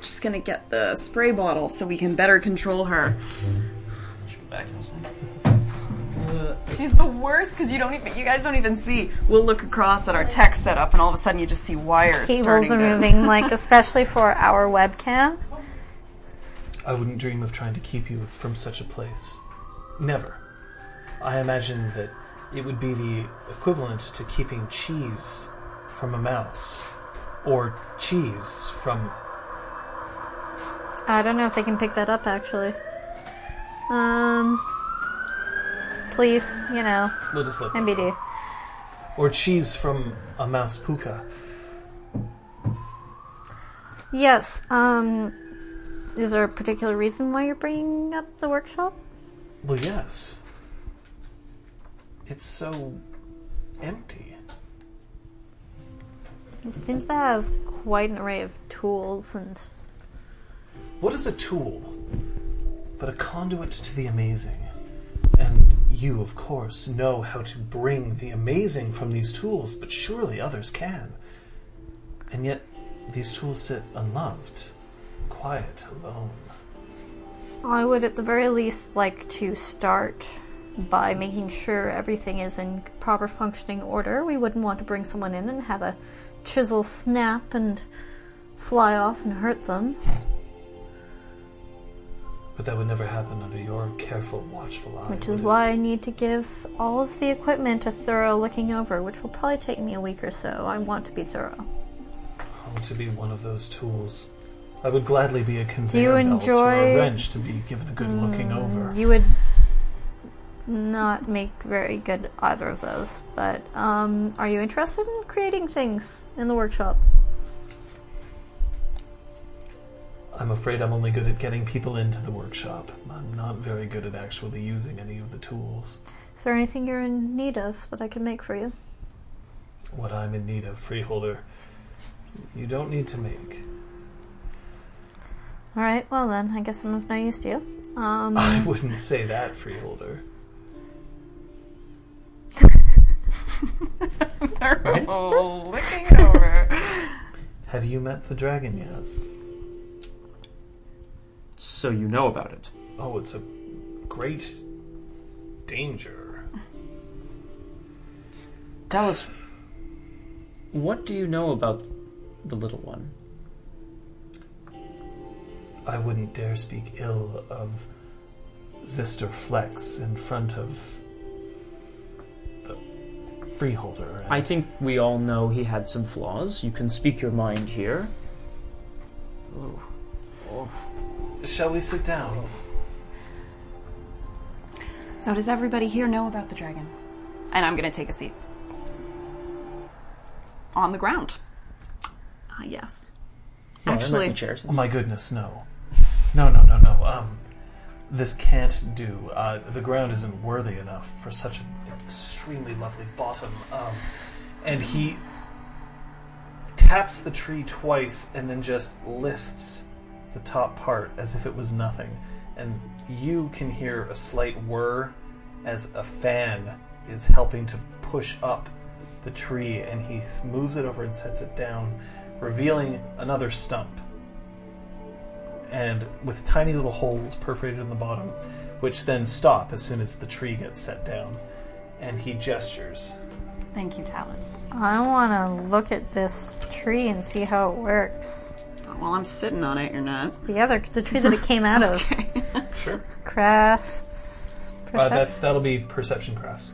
Speaker 2: Just gonna get the spray bottle so we can better control her. Uh, She's the worst because you don't even you guys don't even see. We'll look across at our tech setup and all of a sudden you just see wires.
Speaker 6: Cables
Speaker 2: starting
Speaker 6: are
Speaker 2: to-
Speaker 6: moving, like, especially for our webcam.
Speaker 1: I wouldn't dream of trying to keep you from such a place. Never. I imagine that it would be the equivalent to keeping cheese from a mouse, or cheese from.
Speaker 6: I don't know if they can pick that up, actually. Um. Please, you know,
Speaker 1: We'll just let that go.
Speaker 6: MBD.
Speaker 1: Or cheese from a mouse puka.
Speaker 6: Yes, um. Is there a particular reason why you're bringing up the workshop?
Speaker 1: Well, yes. It's so empty.
Speaker 6: It seems to have quite an array of tools and
Speaker 1: What is a tool but a conduit to the amazing? And you, of course, know how to bring the amazing from these tools, but surely others can. And yet, these tools sit unloved, quiet, alone.
Speaker 6: I would at the very least like to start by making sure everything is in proper functioning order. We wouldn't want to bring someone in and have a chisel snap and fly off and hurt them.
Speaker 1: But that would never happen under your careful, watchful eye.
Speaker 6: Which
Speaker 1: would
Speaker 6: is
Speaker 1: it?
Speaker 6: why I need to give all of the equipment a thorough looking over, which will probably take me a week or so. I want to be thorough.
Speaker 1: I want Oh, to be one of those tools. I would gladly be a conveyor
Speaker 6: you
Speaker 1: belt or
Speaker 6: enjoy-
Speaker 1: a wrench to be given a good looking over.
Speaker 6: Hmm, You would not make very good either of those, but um, are you interested in creating things in the workshop?
Speaker 1: I'm afraid I'm only good at getting people into the workshop. I'm not very good at actually using any of the tools.
Speaker 6: Is there anything you're in need of that I can make for you?
Speaker 1: What I'm in need of, Freeholder, you don't need to make.
Speaker 6: All right, well then, I guess I'm of no use to you. Um,
Speaker 1: I wouldn't say that, Freeholder.
Speaker 2: They're
Speaker 3: Right?
Speaker 2: all licking Oh, over.
Speaker 1: Have you met the dragon yet?
Speaker 3: So you know about it.
Speaker 1: Oh, it's a great danger.
Speaker 3: Tell us, what do you know about the little one?
Speaker 1: I wouldn't dare speak ill of Zister Flex in front of the Freeholder.
Speaker 3: I think we all know he had some flaws. You can speak your mind here.
Speaker 1: Shall we sit down?
Speaker 2: So does everybody here know about the dragon? And I'm gonna take a seat. on the ground. Ah, yes.
Speaker 3: Yeah, there might
Speaker 2: Actually,
Speaker 3: be chairs.
Speaker 1: Oh my goodness, no. No, no, no, no. Um, this can't do. Uh, the ground isn't worthy enough for such an extremely lovely bottom. Um, and he taps the tree twice and then just lifts the top part as if it was nothing. And you can hear a slight whir as a fan is helping to push up the tree and he moves it over and sets it down, revealing another stump and with tiny little holes perforated in the bottom, which then stop as soon as the tree gets set down. And he gestures. Uh,
Speaker 2: thank you, Talus.
Speaker 6: I want to look at this tree and see how it works.
Speaker 2: While I'm sitting on it, you're not.
Speaker 6: The other, the tree that it came out of.
Speaker 1: Sure.
Speaker 6: Crafts.
Speaker 1: Uh,
Speaker 6: Perception.
Speaker 1: that's that'll be perception crafts.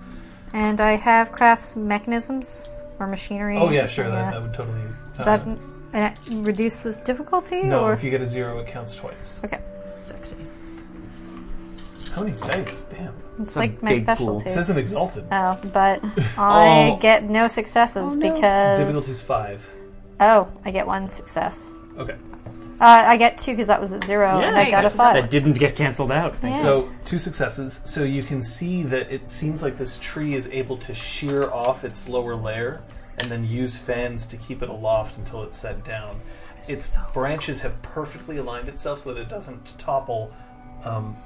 Speaker 6: and I have crafts mechanisms or machinery.
Speaker 1: Oh yeah, sure.
Speaker 6: Yeah.
Speaker 1: That, that would totally. Uh,
Speaker 6: Does that uh, reduce this difficulty?
Speaker 1: no,
Speaker 6: or
Speaker 1: if you get a zero, it counts twice.
Speaker 6: Okay.
Speaker 2: Sexy.
Speaker 1: How many dice? Damn.
Speaker 6: It's
Speaker 3: a
Speaker 6: like my
Speaker 3: big pool.
Speaker 6: specialty.
Speaker 1: This isn't exalted.
Speaker 6: Oh, but I
Speaker 1: Oh.
Speaker 6: get no successes because
Speaker 1: Difficulty's five.
Speaker 6: oh, I get one success.
Speaker 1: Okay.
Speaker 6: Uh, I get two because that was at zero, and I
Speaker 2: Yay.
Speaker 6: got a
Speaker 5: That
Speaker 6: five.
Speaker 5: didn't get cancelled out.
Speaker 6: Yeah.
Speaker 1: So two successes. So you can see that it seems like this tree is able to shear off its lower layer and then use fans to keep it aloft until it's set down. Its branches have perfectly aligned itself so that it doesn't topple. Um,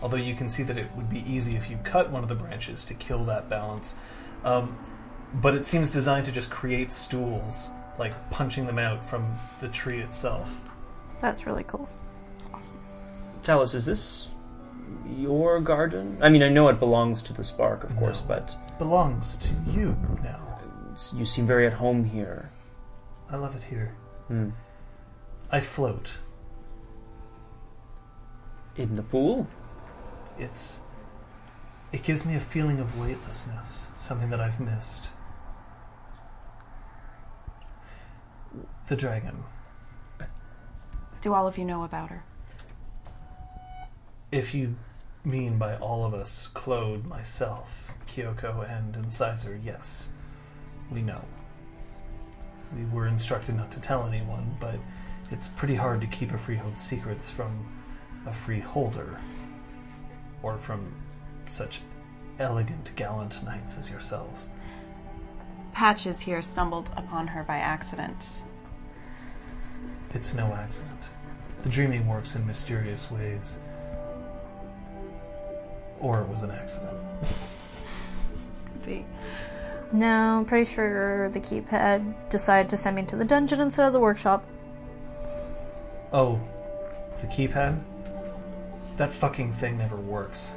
Speaker 1: although you can see that it would be easy if you cut one of the branches to kill that balance. Um, but it seems designed to just create stools, like punching them out from the tree itself.
Speaker 6: That's really cool.
Speaker 3: Tell us, is this your garden? I mean, I know it belongs to the Spark, of course, but
Speaker 1: Belongs to you now.
Speaker 3: it's- you seem very at home here.
Speaker 1: I love it here. I float.
Speaker 3: In the pool?
Speaker 1: It's. It gives me a feeling of weightlessness, something that I've missed. The dragon.
Speaker 2: Do all of you know about her?
Speaker 1: If you mean by all of us, Claude, myself, Kyoko, and Incisor, yes, we know. We were instructed not to tell anyone, but it's pretty hard to keep a freehold's secrets from a freeholder or from such elegant, gallant knights as yourselves.
Speaker 2: Patches here stumbled upon her by accident.
Speaker 1: It's no accident. The dreaming works in mysterious ways. Or it was an accident.
Speaker 2: Could be.
Speaker 6: No, I'm pretty sure the keep had decided to send me to the dungeon instead of the workshop.
Speaker 1: Oh, the keypad? That fucking thing never works.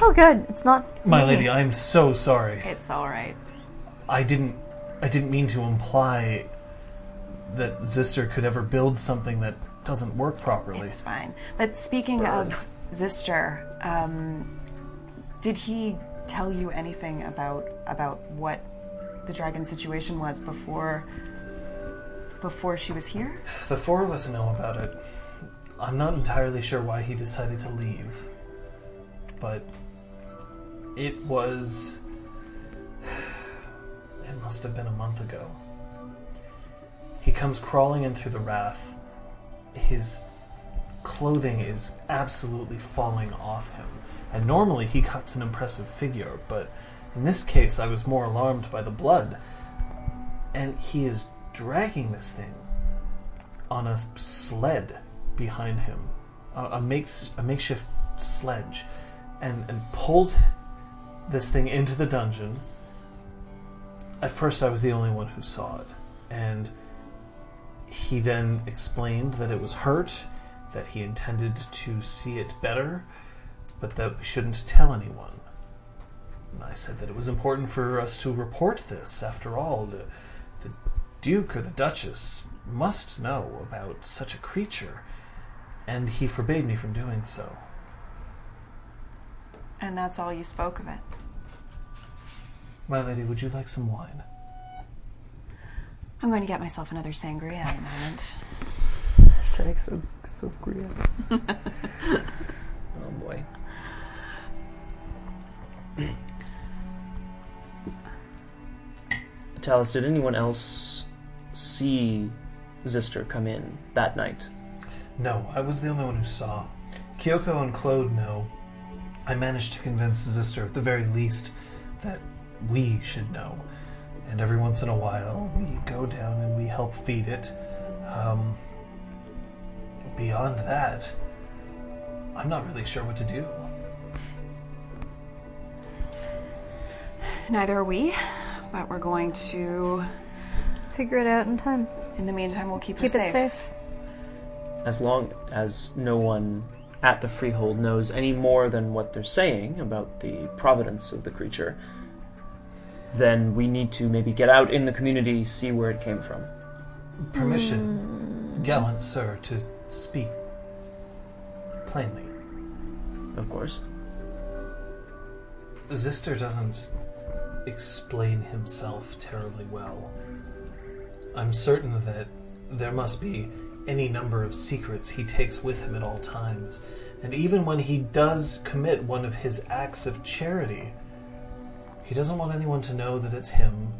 Speaker 6: Oh, good. It's not
Speaker 1: My
Speaker 6: me.
Speaker 1: lady, I'm so sorry.
Speaker 2: It's all right.
Speaker 1: I didn't I didn't mean to imply that Zister could ever build something that doesn't work properly.
Speaker 2: It's fine. But speaking of Zister, um, did he tell you anything about about what the dragon situation was before before she was here?
Speaker 1: The four of us know about it. I'm not entirely sure why he decided to leave, but it was. It must have been a month ago. He comes crawling in through the wrath. His clothing is absolutely falling off him, and normally he cuts an impressive figure, but in this case I was more alarmed by the blood. And he is dragging this thing on a sled behind him, a, a, makes, a makeshift sledge, and, and pulls this thing into the dungeon. At first, I was the only one who saw it, and he then explained that it was hurt, that he intended to see it better, but that we shouldn't tell anyone. And I said that it was important for us to report this. After all, the, the Duke or the Duchess must know about such a creature, and he forbade me from doing so.
Speaker 2: And that's all you spoke of it.
Speaker 1: My lady, would you like some wine?
Speaker 2: I'm going to get myself another sangria in a moment.
Speaker 3: Oh boy. Talis, did anyone else see Zister come in that night?
Speaker 1: No, I was the only one who saw. Kyoko and Claude know. I managed to convince Zister, at the very least, that we should know. And every once in a while, we go down and we help feed it. Um, beyond that, I'm not really sure what to do.
Speaker 2: Neither are we, but we're going to.
Speaker 6: Figure it out in time.
Speaker 2: In the meantime, we'll keep, her
Speaker 6: Keep it
Speaker 2: safe.
Speaker 6: safe.
Speaker 3: As long as no one at the Freehold knows any more than what they're saying about the providence of the creature, then we need to maybe get out in the community, see where it came from.
Speaker 1: Permission, gallant sir, to speak plainly.
Speaker 3: Of course.
Speaker 1: Zister doesn't explain himself terribly well. I'm certain that there must be any number of secrets he takes with him at all times. And even when he does commit one of his acts of charity, he doesn't want anyone to know that it's him,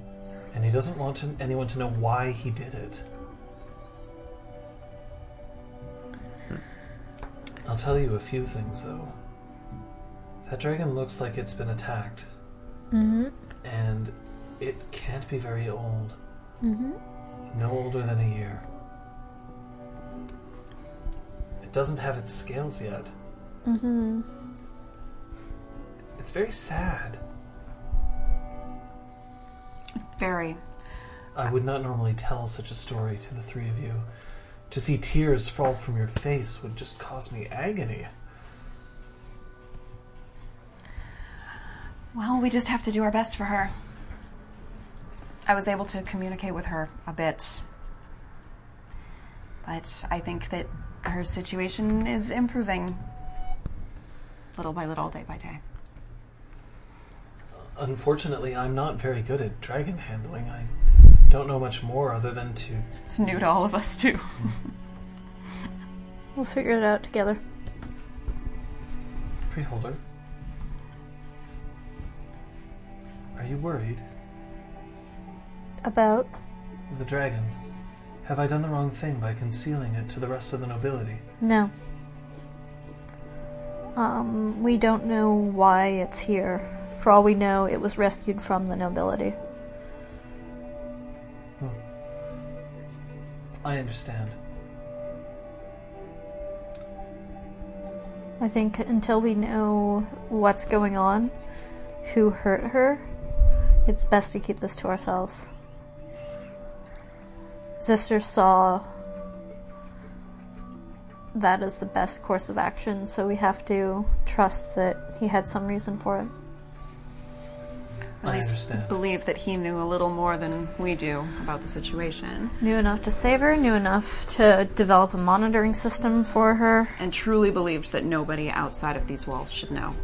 Speaker 1: and he doesn't want to- anyone to know why he did it. I'll tell you a few things, though. That dragon looks like it's been attacked. Mm-hmm. And it can't be very old. Mm-hmm. No older than a year. It doesn't have its scales yet. Mm-hmm. It's very sad.
Speaker 2: Very.
Speaker 1: I would not normally tell such a story to the three of you. To see tears fall from your face would just cause me agony.
Speaker 2: Well, we just have to do our best for her. I was able to communicate with her a bit. But I think that her situation is improving little by little, day by day.
Speaker 1: Unfortunately, I'm not very good at dragon handling. I don't know much more other than to
Speaker 2: It's new to all of us, too.
Speaker 6: We'll figure it out together.
Speaker 1: Freeholder, are you worried?
Speaker 6: About
Speaker 1: The dragon. Have I done the wrong thing by concealing it to the rest of the nobility?
Speaker 6: no. Um, we don't know why it's here. For all we know, it was rescued from the nobility.
Speaker 1: I understand.
Speaker 6: I think until we know what's going on, who hurt her, it's best to keep this to ourselves. Zister saw that as the best course of action, so we have to trust that he had some reason for it.
Speaker 1: I
Speaker 2: At least
Speaker 1: understand.
Speaker 2: believe that he knew a little more than we do about the situation.
Speaker 6: Knew enough to save her, knew enough to develop a monitoring system for her.
Speaker 2: and truly believed that nobody outside of these walls should know.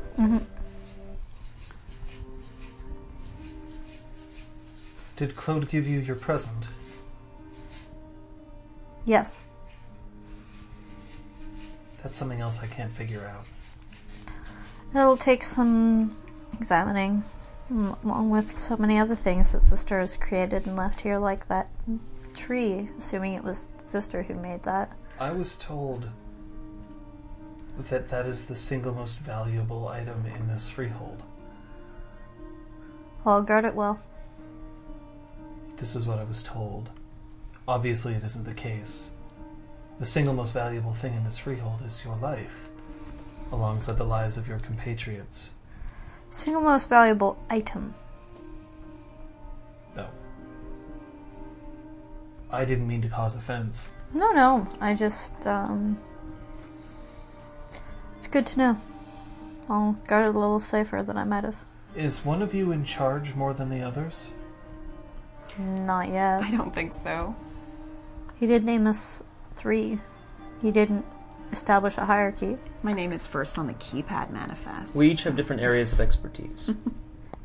Speaker 1: Did Claude give you your present?
Speaker 6: Yes.
Speaker 1: That's something else I can't figure out.
Speaker 6: It'll take some examining, mm, along with so many other things that Sister has created and left here, like that tree, assuming it was Sister who made that.
Speaker 1: I was told that that is the single most valuable item in this freehold.
Speaker 6: I'll guard it well.
Speaker 1: This is what I was told. Obviously, it isn't the case. The single most valuable thing in this freehold is your life, alongside the lives of your compatriots.
Speaker 6: Single most valuable item.
Speaker 1: No. I didn't mean to cause offense.
Speaker 6: No, no, I just, um. It's good to know. I'll guard it a little safer than I might have.
Speaker 1: Is one of you in charge more than the others?
Speaker 6: Not yet.
Speaker 2: I don't think so.
Speaker 6: He did name us three. He didn't establish a hierarchy.
Speaker 2: My name is first on the keypad manifest.
Speaker 3: We each have different areas of expertise.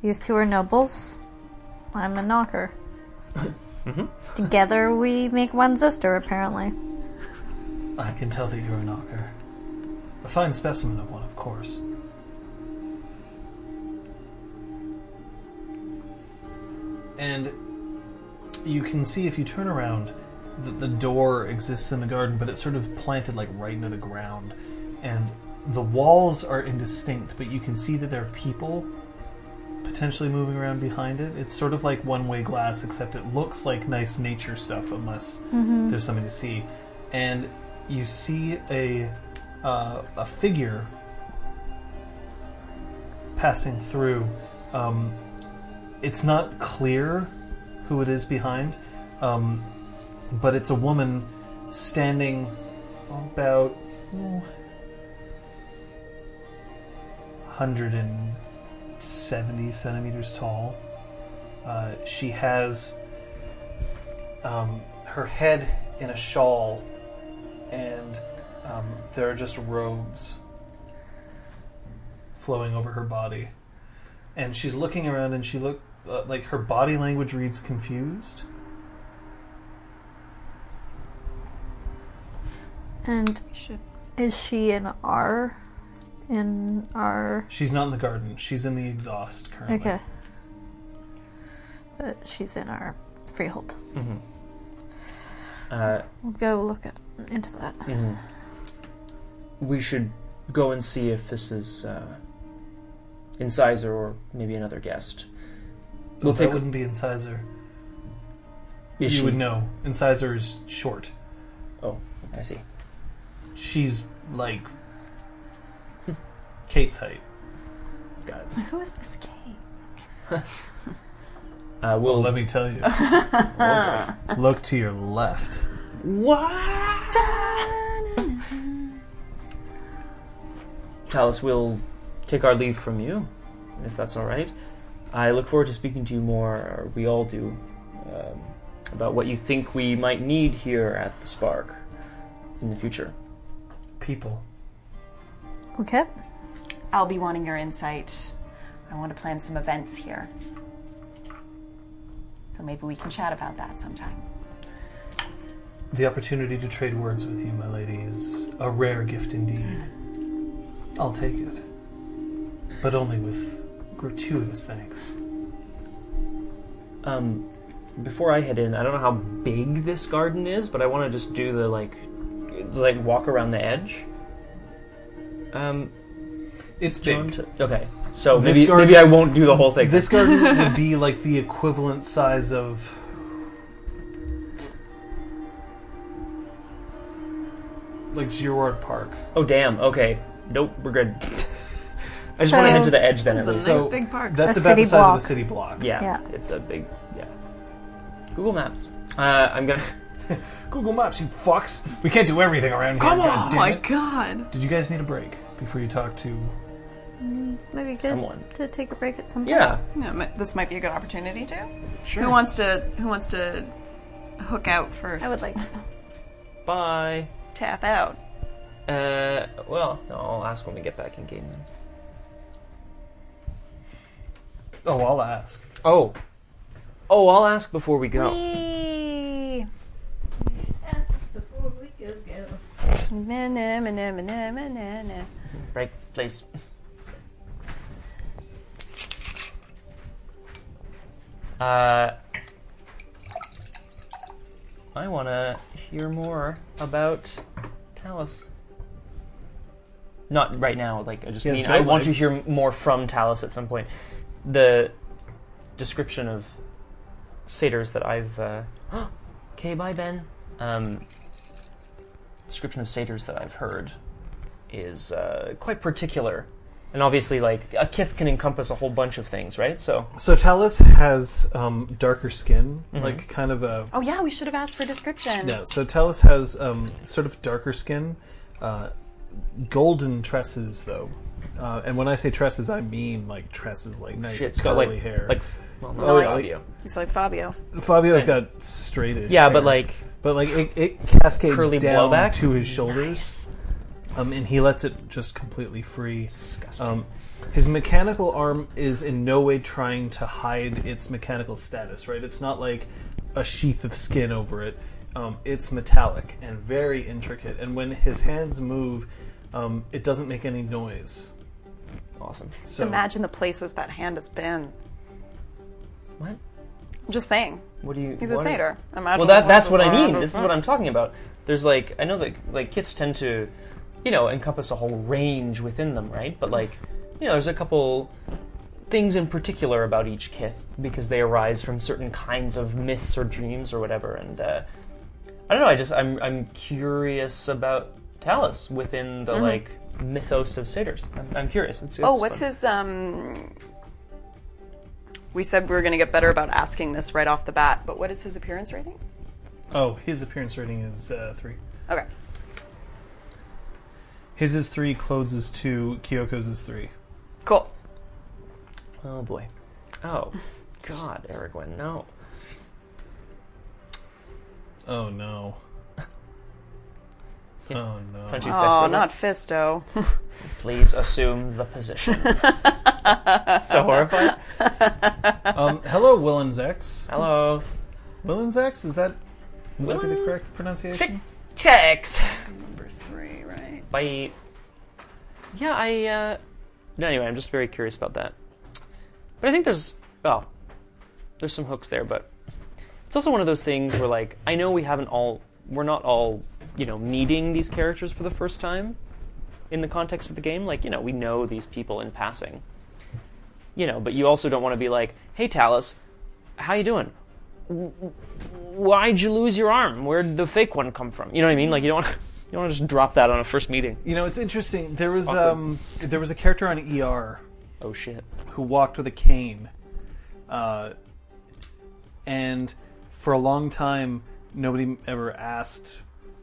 Speaker 6: These two are nobles. I'm a knocker.
Speaker 3: Mm-hmm.
Speaker 6: Together we make one sister, apparently.
Speaker 1: I can tell that you're a knocker. A fine specimen of one, of course. And you can see if you turn around that the door exists in the garden, but it's sort of planted like right into the ground, and the walls are indistinct, but you can see that there are people potentially moving around behind it. It's sort of like one-way glass, except it looks like nice nature stuff, unless there's something to see. And you see a uh, a figure passing through. Um, it's not clear who it is behind, um, but it's a woman standing about oh, 170 centimeters tall. Uh, she has um, her head in a shawl, and um, there are just robes flowing over her body. And she's looking around, and she look uh, like her body language reads confused.
Speaker 6: And is she in our in our
Speaker 1: She's not in the garden. She's in the exhaust currently.
Speaker 6: okay? But she's in our freehold.
Speaker 3: Uh,
Speaker 6: We'll go look at into that.
Speaker 3: we should go and see if this is uh, incisor or maybe another guest. We'll
Speaker 1: that
Speaker 3: take. A,
Speaker 1: wouldn't be incisor.
Speaker 3: is
Speaker 1: you
Speaker 3: she-
Speaker 1: would know. Incisor is short.
Speaker 3: Oh, I see.
Speaker 1: She's like Kate's height.
Speaker 3: Got it.
Speaker 2: Who is this Kate?
Speaker 3: Uh, we'll
Speaker 1: Well, let me tell you. Look to your left.
Speaker 3: Talis, we'll take our leave from you, if that's all right. I look forward to speaking to you more, or we all do, um, about what you think we might need here at the Spark in the future.
Speaker 1: People.
Speaker 6: Okay.
Speaker 2: I'll be wanting your insight. I want to plan some events here. So maybe we can chat about that sometime.
Speaker 1: The opportunity to trade words with you, my lady, is a rare gift indeed. I'll take it. But only with gratuitous thanks.
Speaker 3: Um, before I head in, I don't know how big this garden is, but I want to just do the like, like walk around the edge. Um,
Speaker 1: It's big.
Speaker 3: John, t- okay. So
Speaker 1: This
Speaker 3: maybe
Speaker 1: garden-
Speaker 3: maybe I won't do the whole thing.
Speaker 1: This garden would be like the equivalent size of. Like Girard Park.
Speaker 3: oh damn. Okay. Nope. We're good. I just
Speaker 6: So
Speaker 3: want to head
Speaker 6: it's-
Speaker 3: to the edge then at least.
Speaker 1: So
Speaker 2: big park.
Speaker 1: that's
Speaker 6: A
Speaker 1: about
Speaker 6: city
Speaker 1: the size
Speaker 6: block.
Speaker 1: of a city block.
Speaker 3: Yeah,
Speaker 6: Yeah.
Speaker 3: it's a big yeah. Google Maps. Uh, I'm gonna.
Speaker 1: Google Maps, you fucks. We can't do everything around here. God
Speaker 3: Oh
Speaker 1: damn it.
Speaker 2: god.
Speaker 1: Did you guys need a break before you talk to?
Speaker 6: Maybe good
Speaker 3: Someone.
Speaker 6: to take a break at some point.
Speaker 3: Yeah,
Speaker 2: this might be a good opportunity too.
Speaker 3: sure.
Speaker 2: Who wants to who wants to hook out first?
Speaker 6: I would like to.
Speaker 3: Bye.
Speaker 2: tap out.
Speaker 3: Uh, well, no, I'll ask when we get back in game then.
Speaker 1: Oh, I'll ask.
Speaker 3: Oh, oh, I'll ask before we go. Right place. Uh, I want to hear more about Talus. Not right now. Like I just
Speaker 1: He has
Speaker 3: mean
Speaker 1: great
Speaker 3: I want to
Speaker 1: legs.
Speaker 3: hear more from Talus at some point. The description of satyrs that I've. Uh, okay, bye Ben. Um, description of satyrs that I've heard is uh, quite particular. And obviously, like a kith can encompass a whole bunch of things, right? So
Speaker 1: So Talus has um, darker skin,
Speaker 3: Mm-hmm.
Speaker 1: like kind of a
Speaker 2: Oh yeah, we should have asked for description.
Speaker 1: Yeah, so Talus has um, sort of darker skin, uh, golden tresses though, uh, and when I say tresses, I mean like tresses, like nice
Speaker 3: shit's got
Speaker 1: curly
Speaker 3: like
Speaker 1: hair.
Speaker 3: like well, not
Speaker 1: Oh,
Speaker 3: like
Speaker 1: yeah.
Speaker 3: audio.
Speaker 2: He's like Fabio.
Speaker 1: Fabio's got straightish.
Speaker 3: yeah,
Speaker 1: hair,
Speaker 3: but like
Speaker 1: but like it, it cascades
Speaker 3: Curly
Speaker 1: down
Speaker 3: blowback?
Speaker 1: to his shoulders, um, and he lets it just completely free.
Speaker 3: disgusting.
Speaker 1: Um, his mechanical arm is in no way trying to hide its mechanical status, right? It's not like a sheath of skin over it. Um, it's metallic and very intricate, and when his hands move, um, it doesn't make any noise.
Speaker 3: awesome.
Speaker 1: So
Speaker 2: Imagine the places that hand has been.
Speaker 3: What?
Speaker 2: just saying.
Speaker 3: What do you?
Speaker 2: He's a
Speaker 3: what-
Speaker 2: satyr. Imagine
Speaker 3: Well, that
Speaker 2: what
Speaker 3: that's what I
Speaker 2: happens if
Speaker 3: mean.
Speaker 2: I
Speaker 3: This is what I'm talking about. There's like I know that like kits tend to, you know, encompass a whole range within them, right? But like, you know, there's a couple things in particular about each kith because they arise from certain kinds of myths or dreams or whatever. And uh, I don't know. I just I'm I'm curious about Talus within the like mythos of satyrs. I'm, I'm curious. It's,
Speaker 2: Mm-hmm. Oh, what's his um? We said we were going to get better about asking this right off the bat, but what is his appearance rating?
Speaker 1: Oh, his appearance rating is uh, three.
Speaker 2: Okay.
Speaker 1: His is three. Clothes is two. Kyoko's is three.
Speaker 2: Cool.
Speaker 3: Oh boy. Oh, God, Erwin, no.
Speaker 1: Oh no.
Speaker 3: Yeah.
Speaker 1: Oh no.
Speaker 3: Punchy sex
Speaker 2: Oh,
Speaker 3: robot.
Speaker 2: not Fisto.
Speaker 3: Please assume the position. so horrifying.
Speaker 1: Um, hello, Willenzex.
Speaker 3: Hello.
Speaker 1: Willenzex? Is that would that be the
Speaker 3: Willen-
Speaker 1: correct pronunciation?
Speaker 3: Checks.
Speaker 2: Number three, right?
Speaker 3: Bye. Yeah, I. uh... No, anyway, I'm just very curious about that. But I think there's well, there's some hooks there, but it's also one of those things where like I know we haven't all we're not all you know meeting these characters for the first time in the context of the game. Like you know we know these people in passing, you know, but you also don't want to be like, hey Talus, how you doing? W- w- Why'd you lose your arm? Where'd the fake one come from? You know what I mean? Like you don't want you don't want to just drop that on a first meeting.
Speaker 1: You know, it's interesting. There was
Speaker 3: awkward.
Speaker 1: um, there was a character on ER
Speaker 3: Oh shit.
Speaker 1: who walked with a cane, uh, and for a long time nobody ever asked.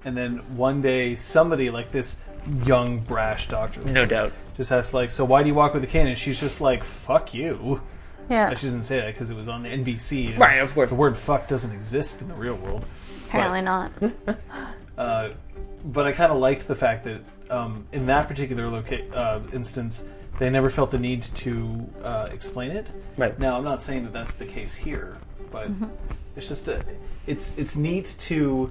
Speaker 1: And then one day, somebody like this young brash doctor,
Speaker 3: No doubt.
Speaker 1: just asks like, "So why do you walk with a cane?" And she's just like, "Fuck you."
Speaker 6: Yeah.
Speaker 1: Uh, She doesn't say that because it was on NBC. and
Speaker 3: Right, of course.
Speaker 1: The word "fuck" doesn't exist in the real world.
Speaker 6: Apparently not.
Speaker 3: Hmm?
Speaker 1: Uh, but I kind of liked the fact that um, in that particular loca- uh, instance, they never felt the need to uh, explain it.
Speaker 3: Right.
Speaker 1: Now, I'm not saying that that's the case here, but it's just a, it's it's neat to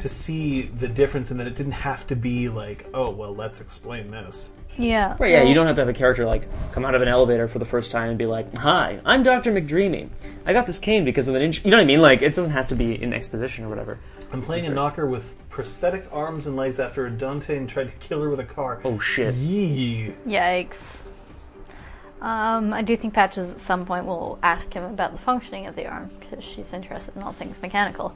Speaker 1: to see the difference in that it didn't have to be like, oh well, let's explain this.
Speaker 6: Yeah.
Speaker 3: Right, yeah, you don't have to have a character like come out of an elevator for the first time and be like, "Hi, I'm Doctor McDreamy. I got this cane because of an injury." You know what I mean? Like, it doesn't have to be in exposition or whatever.
Speaker 1: I'm playing a knocker with prosthetic arms and legs after a Dante and tried to kill her with a car.
Speaker 3: Oh shit!
Speaker 1: Yee.
Speaker 6: Yikes. Um, I do think Patches at some point will ask him about the functioning of the arm because she's interested in all things mechanical.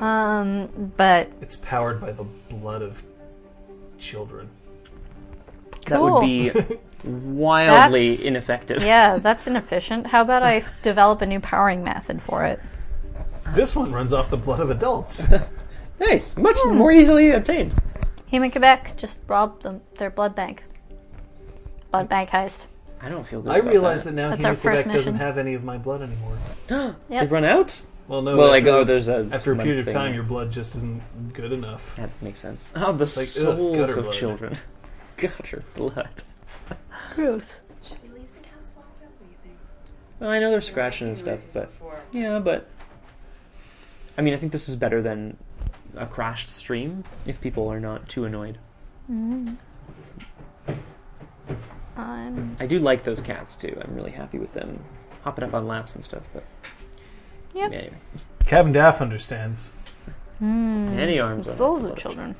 Speaker 6: Um, but
Speaker 1: It's powered by the blood of children.
Speaker 3: That
Speaker 6: Cool.
Speaker 3: would be wildly
Speaker 6: That's-
Speaker 3: ineffective.
Speaker 6: yeah, that's inefficient. How about I develop a new powering method for it?
Speaker 1: This one runs off the blood of adults.
Speaker 3: Nice, much
Speaker 6: Hmm.
Speaker 3: more easily obtained.
Speaker 6: Him in Quebec just robbed them their blood bank. Blood bank heist.
Speaker 3: I don't feel good.
Speaker 1: I
Speaker 3: about
Speaker 1: realize
Speaker 3: that.
Speaker 1: that now
Speaker 6: That's
Speaker 1: Hino
Speaker 6: our first
Speaker 1: Quebec doesn't
Speaker 6: mission.
Speaker 1: have any of my blood anymore.
Speaker 3: they run out.
Speaker 1: Well, no.
Speaker 3: well, like,
Speaker 1: after,
Speaker 3: oh, there's a
Speaker 1: after a
Speaker 3: month
Speaker 1: period of
Speaker 3: thing.
Speaker 1: time, your blood just isn't good enough.
Speaker 3: That makes sense. Oh, the
Speaker 1: ugh,
Speaker 3: souls
Speaker 1: gutter
Speaker 3: of
Speaker 1: blood.
Speaker 3: children. Gutter blood.
Speaker 6: Gross.
Speaker 7: Should we leave the cats locked up? What do you think?
Speaker 3: Well, I know they're scratching and stuff, but yeah, but I mean, I think this is better than a crashed stream if people are not too annoyed.
Speaker 6: I'm
Speaker 3: I do like those cats too. I'm really happy with them hopping up on laps and stuff. But
Speaker 6: Yep.
Speaker 3: anyway,
Speaker 1: Captain Daff understands.
Speaker 3: any arms.
Speaker 6: the
Speaker 3: on
Speaker 6: souls
Speaker 3: it.
Speaker 6: of children.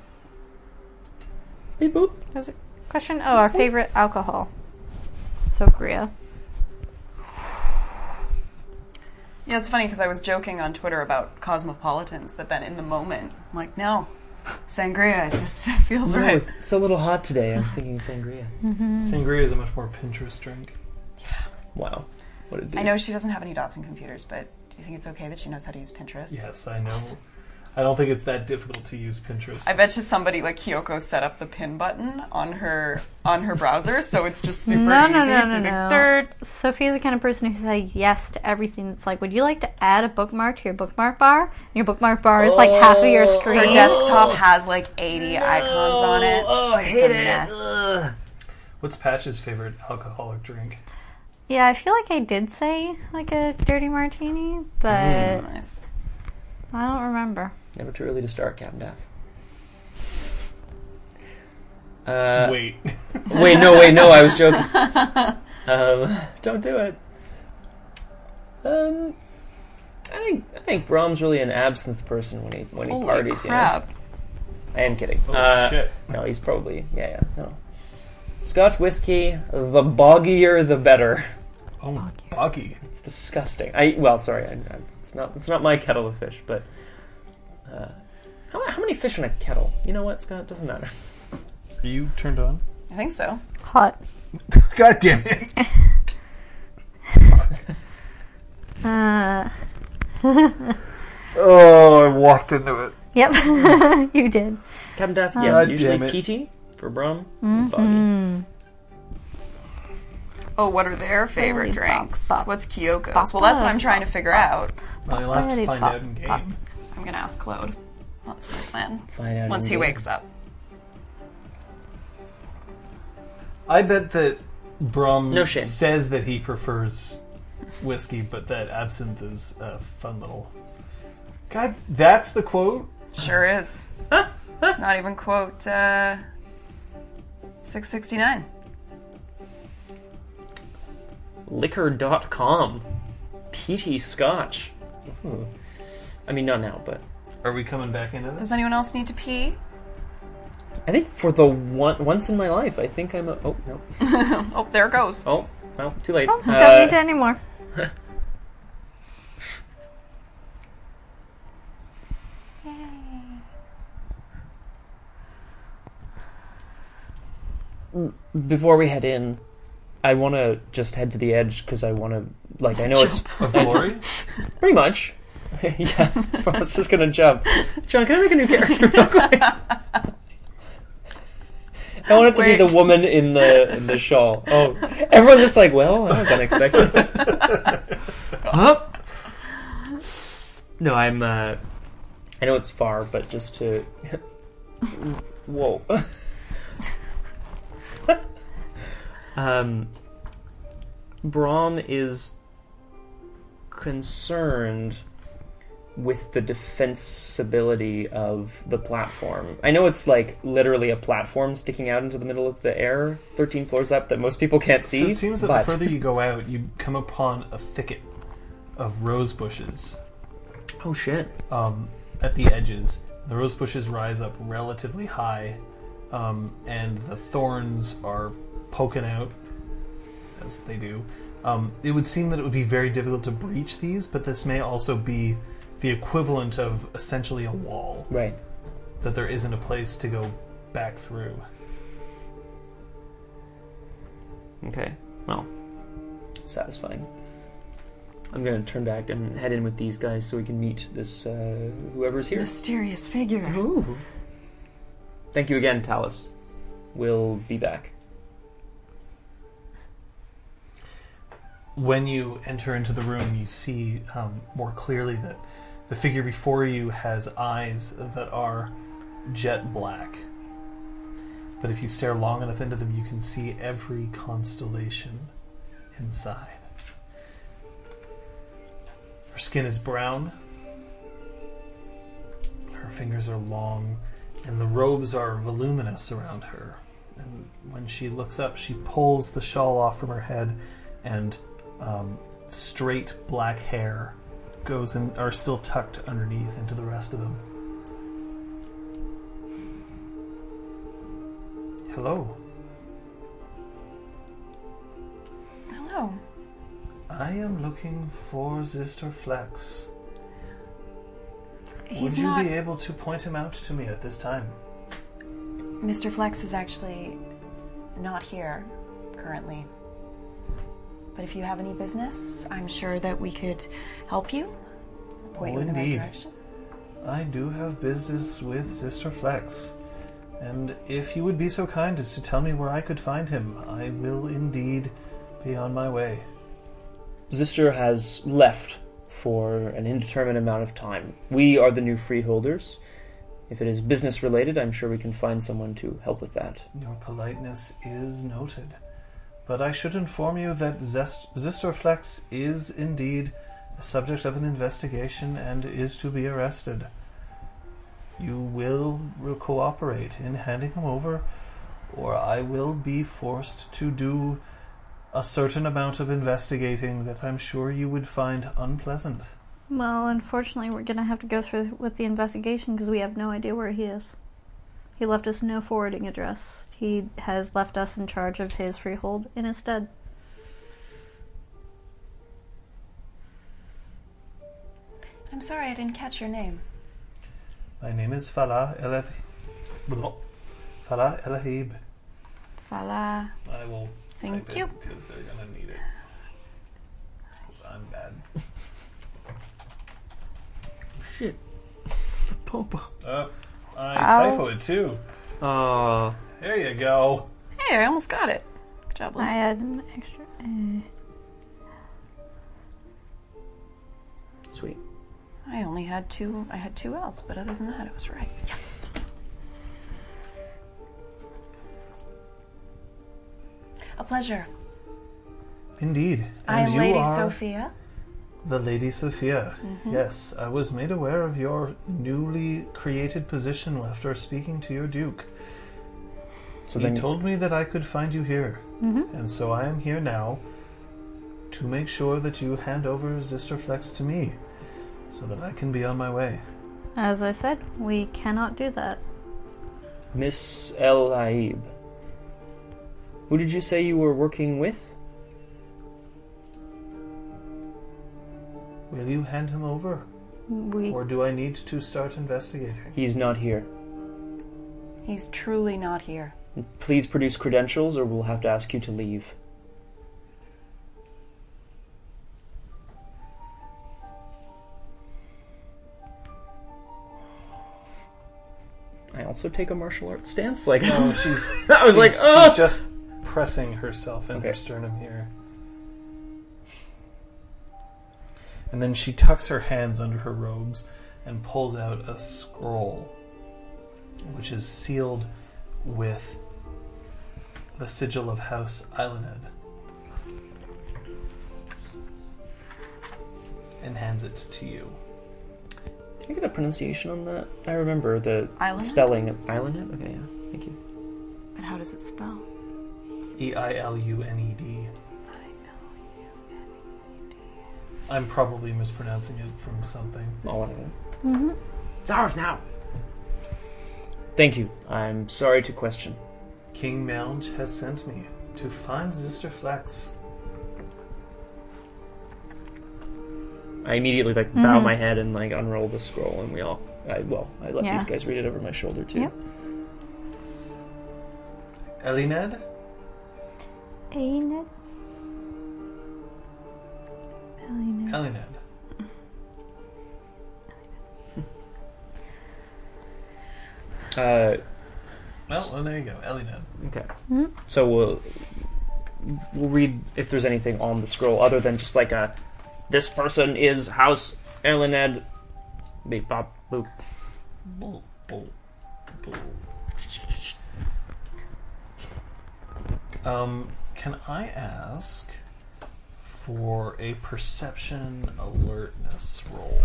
Speaker 3: Beep boop.
Speaker 6: There's a question. Oh, our favorite alcohol. Socria.
Speaker 2: Yeah, it's funny because I was joking on Twitter about cosmopolitans, but then in the moment, I'm like, no, sangria it just feels
Speaker 3: No,
Speaker 2: right.
Speaker 3: it's, it's a little hot today. I'm thinking sangria.
Speaker 6: Mm.
Speaker 1: Sangria is a much more Pinterest drink.
Speaker 3: Wow, what a dude.
Speaker 2: I know she doesn't have any dots in computers, but do you think it's okay that she knows how to use Pinterest?
Speaker 1: Yes, I know. I don't think it's that difficult to use Pinterest.
Speaker 2: I bet you somebody like Kyoko set up the pin button on her on her browser, so it's just super
Speaker 6: No,
Speaker 2: easy.
Speaker 6: no, no, no, no. Sophia's the kind of person who's like yes to everything. It's like, would you like to add a bookmark to your bookmark bar? And your bookmark bar is like half of your screen.
Speaker 2: Oh. Her desktop has like 80 icons on it.
Speaker 3: Oh, I
Speaker 2: it's
Speaker 3: hate
Speaker 2: just a
Speaker 3: it.
Speaker 2: mess.
Speaker 3: Ugh.
Speaker 1: What's Patch's favorite alcoholic drink?
Speaker 6: Yeah, I feel like I did say like a dirty martini, but
Speaker 2: Nice.
Speaker 6: I don't remember.
Speaker 3: Never too early to start, Captain Daff. Uh,
Speaker 1: Wait,
Speaker 3: Wait, no, wait, no, I was joking. um, don't do it. Um, I I think I think Brahm's really an absinthe person when he when he
Speaker 2: Holy
Speaker 3: parties.
Speaker 2: crap.
Speaker 3: You know, I am kidding.
Speaker 1: Oh,
Speaker 3: Uh,
Speaker 1: shit.
Speaker 3: No, he's probably yeah yeah no. Scotch whiskey, the boggier the better.
Speaker 1: Oh, my buggy.
Speaker 3: It's disgusting. I well, sorry, I, I, it's not it's not my kettle of fish, but uh, how how many fish in a kettle? You know what, Scott? Doesn't matter.
Speaker 1: Are you turned on?
Speaker 2: I think so.
Speaker 6: Hot.
Speaker 1: God damn it.
Speaker 6: Uh,
Speaker 1: Oh, I walked into it.
Speaker 2: Mm.
Speaker 6: yep, you did.
Speaker 3: Captain Duff, yes,
Speaker 2: Uh,
Speaker 1: God damn
Speaker 3: usually
Speaker 1: it.
Speaker 3: peaty for Brom,
Speaker 2: Mm-hmm.
Speaker 3: and boggy.
Speaker 2: Oh, what are their favorite
Speaker 6: Bop,
Speaker 2: drinks?
Speaker 6: bop,
Speaker 2: What's Kyoko's?
Speaker 6: bop,
Speaker 2: well, that's what I'm
Speaker 6: bop,
Speaker 2: trying to figure out.
Speaker 1: Well, you'll have to
Speaker 6: Already
Speaker 1: find
Speaker 6: pop-
Speaker 1: out in
Speaker 6: pop.
Speaker 1: game.
Speaker 2: I'm gonna ask Claude. That's my plan.
Speaker 3: Find out
Speaker 2: Once he
Speaker 3: indeed.
Speaker 2: wakes up.
Speaker 1: I bet that Brum
Speaker 3: No shame.
Speaker 1: says that he prefers whiskey, but that absinthe is a fun little. God, that's the quote?
Speaker 2: Sure is. Not even quote uh, 669.
Speaker 3: Liquor.com, peaty scotch. Hmm. I mean, not now, but
Speaker 1: Are we coming back into this?
Speaker 2: Does anyone else need to pee?
Speaker 3: I think for the one once in my life, I think I'm a oh no
Speaker 2: Oh, there it goes.
Speaker 3: oh well too late.
Speaker 6: Oh,
Speaker 3: Uh,
Speaker 6: don't need any more.
Speaker 3: before we head in, I want to just head to the edge because I want to like I know it's
Speaker 1: Of glory?
Speaker 3: pretty much. yeah, I was just gonna jump. John, can I make a new character real quick? I want it to
Speaker 2: Wait.
Speaker 3: be the woman in the in the shawl. Oh, everyone's just like, well, that was unexpected. Up. No, I'm. uh I know it's far, but just to. Whoa. um, Brom is concerned with the defensibility of the platform. I know it's like literally a platform sticking out into the middle of the air, 13 floors up, that most people can't see.
Speaker 1: So it seems that
Speaker 3: but
Speaker 1: the further you go out, you come upon a thicket of rose bushes
Speaker 3: oh shit!
Speaker 1: um, at the edges. The rose bushes rise up relatively high, um, and the thorns are poking out as they do. Um, it would seem that it would be very difficult to breach these, but this may also be the equivalent of essentially a wall,
Speaker 3: Right.
Speaker 1: that there isn't a place to go back through.
Speaker 3: Okay. Well, satisfying. I'm gonna turn back and head in with these guys so we can meet this uh, whoever's here.
Speaker 2: Mysterious figure.
Speaker 3: Ooh. Thank you again, Talus. We'll be back.
Speaker 1: when you enter into the room, you see um, more clearly that the figure before you has eyes that are jet black. But if you stare long enough into them, you can see every constellation inside. Her skin is brown. Her fingers are long, and the robes are voluminous around her. And when she looks up, she pulls the shawl off from her head and um, straight black hair goes and are still tucked underneath into the rest of them. Hello,
Speaker 2: Hello.
Speaker 1: I am looking for Zister Flex.
Speaker 2: He's
Speaker 1: Would you
Speaker 2: not.
Speaker 1: be able to point him out to me at this time?
Speaker 2: Mr. Flex is actually not here currently. But if you have any business, I'm sure that we could help you. Point
Speaker 1: Oh,
Speaker 2: you in the right
Speaker 1: indeed.
Speaker 2: direction.
Speaker 1: I do have business with Sister Flex, and if you would be so kind as to tell me where I could find him, I will indeed be on my way.
Speaker 3: Zister has left for an indeterminate amount of time. We are the new freeholders. If it is business related, I'm sure we can find someone to help with that.
Speaker 1: Your politeness is noted, but I should inform you that Zest- Zisterflex is indeed a subject of an investigation and is to be arrested. You will re- cooperate in handing him over, or I will be forced to do a certain amount of investigating that I'm sure you would find unpleasant.
Speaker 6: Well, unfortunately, we're going to have to go through with the investigation because we have no idea where he is. He left us no forwarding address. He has left us in charge of his freehold in his stead.
Speaker 8: I'm sorry I didn't catch your name.
Speaker 1: My name is Fala Elahib. Fala Elahib.
Speaker 8: Fala.
Speaker 1: I will.
Speaker 8: Thank
Speaker 1: type it
Speaker 8: you.
Speaker 1: Because they're gonna need it. Because I'm bad.
Speaker 3: Shit.
Speaker 9: It's the Popa.
Speaker 1: Oh, I
Speaker 8: Ow.
Speaker 1: typoed too.
Speaker 3: Oh.
Speaker 1: There you go.
Speaker 2: Hey, I almost got it. Good job, Liz.
Speaker 6: I had an extra. eh.
Speaker 3: Sweet.
Speaker 2: I only had two. I had two L's, but other than that, it was right. Yes.
Speaker 8: A pleasure.
Speaker 1: Indeed.
Speaker 8: I am Lady Mm-hmm. Sophia.
Speaker 1: The Lady Sophia. Yes, I was made aware of your newly created position after speaking to your Duke.
Speaker 3: So
Speaker 1: he
Speaker 3: then,
Speaker 1: told me that I could find you here,
Speaker 6: Mm-hmm.
Speaker 1: and so I am here now to make sure that you hand over Zisterflex to me, so that I can be on my way.
Speaker 6: As I said, we cannot do that.
Speaker 3: Miss El Aib. Who did you say you were working with?
Speaker 1: Will you hand him over,
Speaker 6: We
Speaker 1: or do I need to start investigating?
Speaker 3: He's not here.
Speaker 2: He's truly not here.
Speaker 3: Please produce credentials, or we'll have to ask you to leave. I also take a martial arts stance. Like
Speaker 1: No, Oh, she's.
Speaker 3: I was like,
Speaker 1: she's,
Speaker 3: oh.
Speaker 1: she's just pressing herself in her
Speaker 3: Okay.
Speaker 1: sternum here. And then she tucks her hands under her robes and pulls out a scroll, which is sealed with the sigil of House Islanded. And hands it to you.
Speaker 3: Can I get a pronunciation on that? I remember the
Speaker 2: Island?
Speaker 3: spelling of island. Okay, yeah. Thank you.
Speaker 2: But how does it spell?
Speaker 1: E I L U N E D. I'm probably mispronouncing it from something.
Speaker 3: All of them. Mm-hmm. It's ours now. Thank you. I'm sorry to question.
Speaker 1: King Melge has sent me to find Zister Flex.
Speaker 3: I immediately like bow
Speaker 6: Mm-hmm.
Speaker 3: my head and like unroll the scroll, and we all. I, well, I let
Speaker 6: Yeah.
Speaker 3: these guys read it over my shoulder too.
Speaker 6: Yep.
Speaker 1: Elined?
Speaker 6: Ain't it? Alien-
Speaker 1: Elined.
Speaker 3: Uh,
Speaker 1: Well, well, there you go. Elined.
Speaker 3: okay. So we'll we'll read if there's anything on the scroll other than just like a this person is House Elined. Beep bop boop.
Speaker 1: Um, can I ask for a perception alertness roll?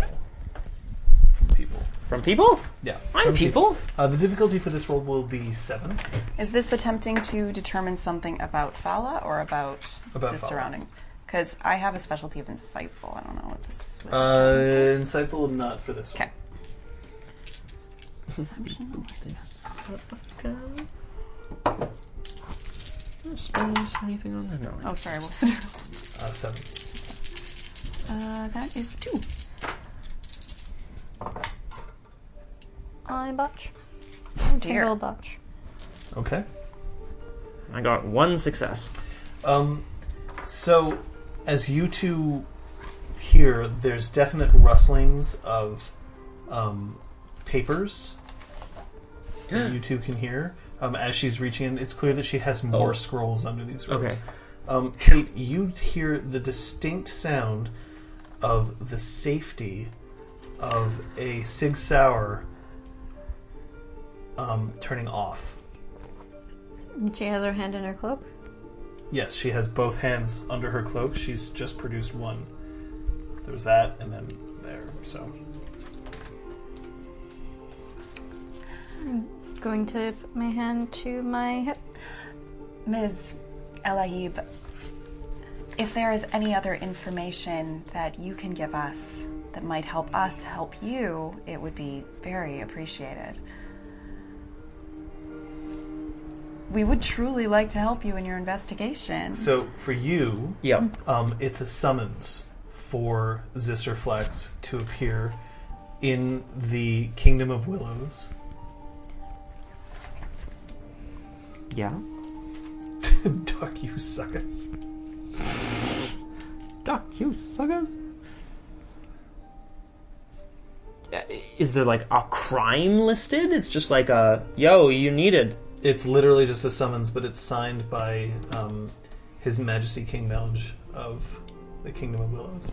Speaker 1: from People.
Speaker 3: From people?
Speaker 1: Yeah.
Speaker 3: I'm
Speaker 1: from
Speaker 3: people.
Speaker 1: Uh, the difficulty for this roll will be seven.
Speaker 2: Is this attempting to determine something about Fala or about,
Speaker 1: About
Speaker 2: the
Speaker 1: Fala.
Speaker 2: surroundings? Because I have a specialty of insightful. I don't know what this. What this
Speaker 1: Uh,
Speaker 2: happens is.
Speaker 1: insightful, not for this one.
Speaker 2: Okay.
Speaker 3: Spells, anything on there? No.
Speaker 2: Oh, sorry. What was the
Speaker 1: Uh, seven.
Speaker 2: Uh, that is two.
Speaker 6: I botch.
Speaker 2: dear.
Speaker 6: Single botch.
Speaker 1: Okay.
Speaker 3: I got one success.
Speaker 1: Um, so, as you two hear, there's definite rustlings of um, papers that you two can hear. Um, as she's reaching in, it's clear that she has more
Speaker 3: Oh.
Speaker 1: scrolls under these robes.
Speaker 3: Okay.
Speaker 1: Um, Kate, you hear the distinct sound of the safety of a Sig Sauer um, turning off.
Speaker 6: And she has her hand in her cloak.
Speaker 1: Yes, she has both hands under her cloak. She's just produced one. There was that, and then there. So
Speaker 6: Going to put my hand to my hip.
Speaker 8: Ms. Elahib, if there is any other information that you can give us
Speaker 2: that might help us help you, it would be very appreciated. We would truly like to help you in your investigation.
Speaker 1: So for you,
Speaker 3: Yeah.
Speaker 1: um, it's a summons for Zisterflex to appear in the Kingdom of Willows.
Speaker 9: Yeah.
Speaker 1: Duck, you suckers.
Speaker 9: Duck, you suckers.
Speaker 3: Uh, Is there like a crime listed? It's just like a yo, you needed.
Speaker 1: It's literally just a summons, but it's signed by um, His Majesty King Melge of the Kingdom of Willows.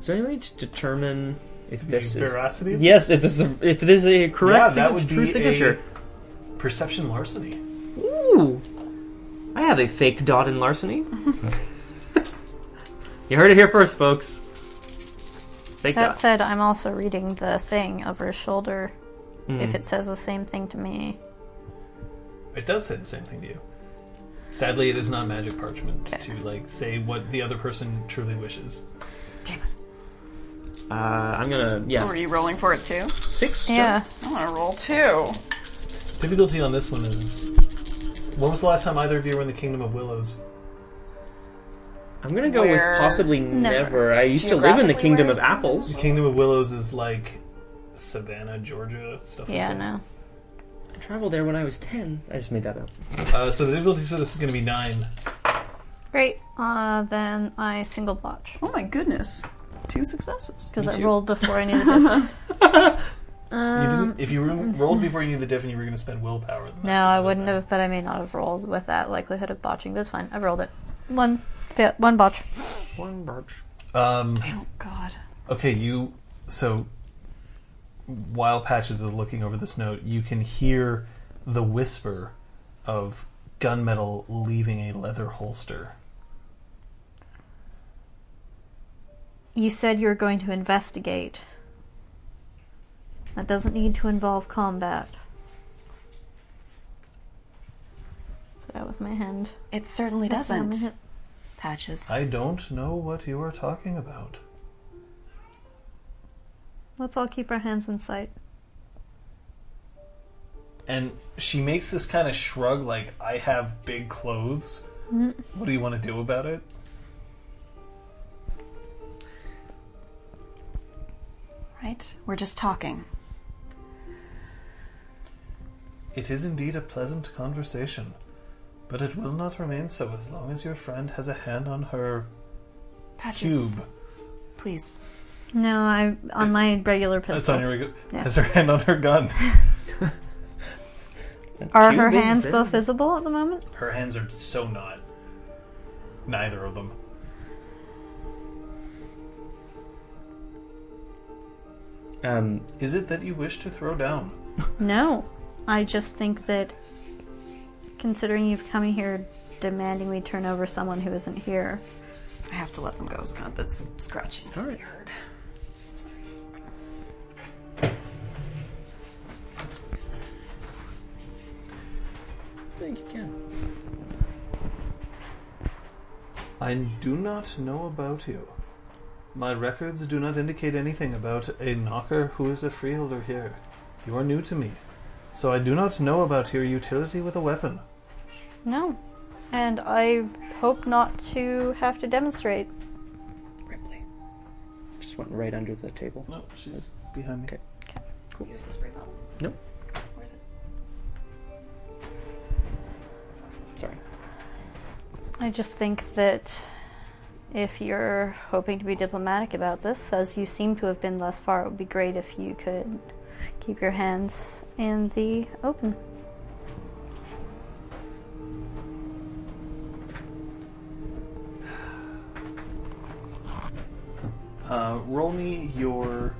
Speaker 3: Is there any way to determine if this is?
Speaker 1: Veracity?
Speaker 3: Yes, if this is a, if this is a correct
Speaker 1: Yeah,
Speaker 3: signature,
Speaker 1: that would be
Speaker 3: true signature.
Speaker 1: a perception larceny.
Speaker 3: Ooh, I have a fake dot in larceny. you heard it here first, folks. Fake
Speaker 6: That
Speaker 3: dot.
Speaker 6: said, I'm also reading the thing over his shoulder.
Speaker 1: Mm.
Speaker 6: If it says the same thing to me,
Speaker 1: It does say the same thing to you. Sadly, it is not magic parchment to like say what the other person truly wishes.
Speaker 3: Uh, I'm gonna yeah
Speaker 2: Were you rolling for it too?
Speaker 3: six.
Speaker 6: yeah,
Speaker 2: I want to roll two.
Speaker 1: Difficulty on this one is when was the last time either of you were in the Kingdom of Willows?
Speaker 3: I'm gonna go
Speaker 2: Where-
Speaker 3: with possibly never. I used to live in the
Speaker 4: Geographically,
Speaker 3: kingdom
Speaker 4: where
Speaker 3: of
Speaker 4: is it?
Speaker 3: apples.
Speaker 1: The Kingdom of Willows is like Savannah, Georgia, stuff
Speaker 6: yeah,
Speaker 1: like that.
Speaker 6: no.
Speaker 3: I traveled there when I was ten. I just made that up.
Speaker 1: Uh, so the difficulty for this is going to be nine.
Speaker 6: Great. Uh, then I single blotch
Speaker 2: Oh my goodness. Two successes.
Speaker 6: because
Speaker 3: Me
Speaker 6: I Um,
Speaker 3: too.
Speaker 6: rolled before any of this.
Speaker 1: You didn't, if you ro- rolled before you knew the diff and you were going to spend willpower, then
Speaker 6: mhm. No,
Speaker 1: that's
Speaker 6: I
Speaker 1: another
Speaker 6: wouldn't
Speaker 1: thing.
Speaker 6: have, but I may not have rolled with that likelihood of botching. But it's fine. I rolled it. One, fa- one botch.
Speaker 3: One birch.
Speaker 1: Um,
Speaker 2: Oh god.
Speaker 1: Okay, you. So, while Patches is looking over this note, you can hear the whisper of gunmetal leaving a leather holster.
Speaker 6: You said you were going to investigate. That doesn't need to involve combat. So that was my hand.
Speaker 2: It certainly doesn't. Patches.
Speaker 1: I don't know what you are talking about.
Speaker 6: Let's all keep our hands in sight.
Speaker 1: And she makes this kind of shrug, like, I have big clothes. What do you want to do about it?
Speaker 2: Right? We're just talking.
Speaker 1: It is indeed a pleasant conversation, but it will not remain so as long as your friend has a hand on her
Speaker 2: Patches.
Speaker 1: cube.
Speaker 2: Please.
Speaker 6: No, I on my regular
Speaker 1: That's
Speaker 6: pistol.
Speaker 1: on your regu-
Speaker 6: Yeah.
Speaker 1: has her hand on her gun.
Speaker 6: Are
Speaker 3: Cube
Speaker 6: her
Speaker 3: is
Speaker 6: hands
Speaker 3: big.
Speaker 6: both visible at the moment?
Speaker 1: Her hands are so not. Neither of them.
Speaker 3: Um,
Speaker 1: Is it that you wish to throw down?
Speaker 6: No. I just think that considering you've come here demanding we turn over someone who isn't here.
Speaker 2: I have to let them go, Scott. That's scratching.
Speaker 3: all right. Thank you, Ken.
Speaker 1: I do not know about you. My records do not indicate anything about a knocker who is a freeholder here. You are new to me, so I do not know about your utility with a weapon.
Speaker 6: No. And I hope not to have to demonstrate.
Speaker 3: Ripley. Just went right under the table.
Speaker 1: No, she's behind me.
Speaker 3: Okay.
Speaker 2: Use the spray bottle.
Speaker 3: Nope.
Speaker 2: Where is it?
Speaker 3: Sorry.
Speaker 6: I just think that if you're hoping to be diplomatic about this, as you seem to have been thus far, it would be great if you could keep your hands in the open.
Speaker 1: Uh, roll me your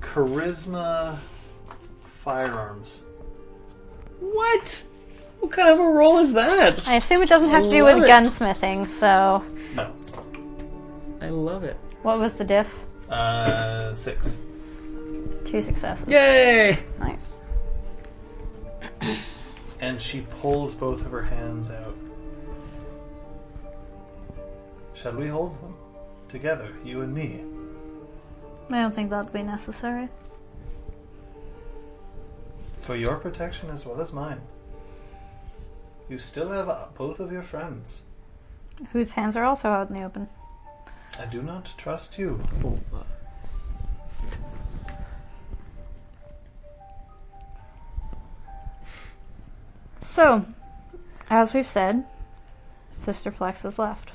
Speaker 1: charisma firearms.
Speaker 3: What? What kind of a roll is that?
Speaker 6: I assume it doesn't have to do
Speaker 3: Love
Speaker 6: with
Speaker 3: it.
Speaker 6: gunsmithing, so
Speaker 1: No.
Speaker 3: I love it.
Speaker 6: what was the diff?
Speaker 1: Uh, six.
Speaker 6: Two successes.
Speaker 3: Yay!
Speaker 2: Nice.
Speaker 1: and she pulls both of her hands out. Shall we hold them together, you and me?
Speaker 6: I don't think that'd be necessary.
Speaker 1: For your protection as well as mine. You still have uh, both of your friends.
Speaker 6: Whose hands are also out in the open.
Speaker 1: I do not trust you.
Speaker 6: So, as we've said, Sister Flex is left.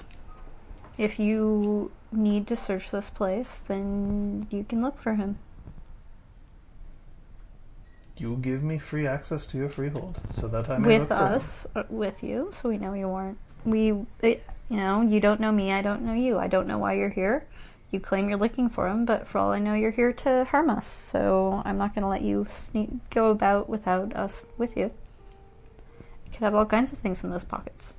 Speaker 6: If you need to search this place, then you can look for him.
Speaker 1: You give me free access to your freehold, so that I may look
Speaker 6: with
Speaker 1: for him.
Speaker 6: us, uh, with you, so we know you weren't. We, it, you know, you don't know me. I don't know you. I don't know why you're here. You claim you're looking for him, but for all I know, you're here to harm us. So I'm not going to let you sneak go about without us with you. You could have all kinds of things in those pockets.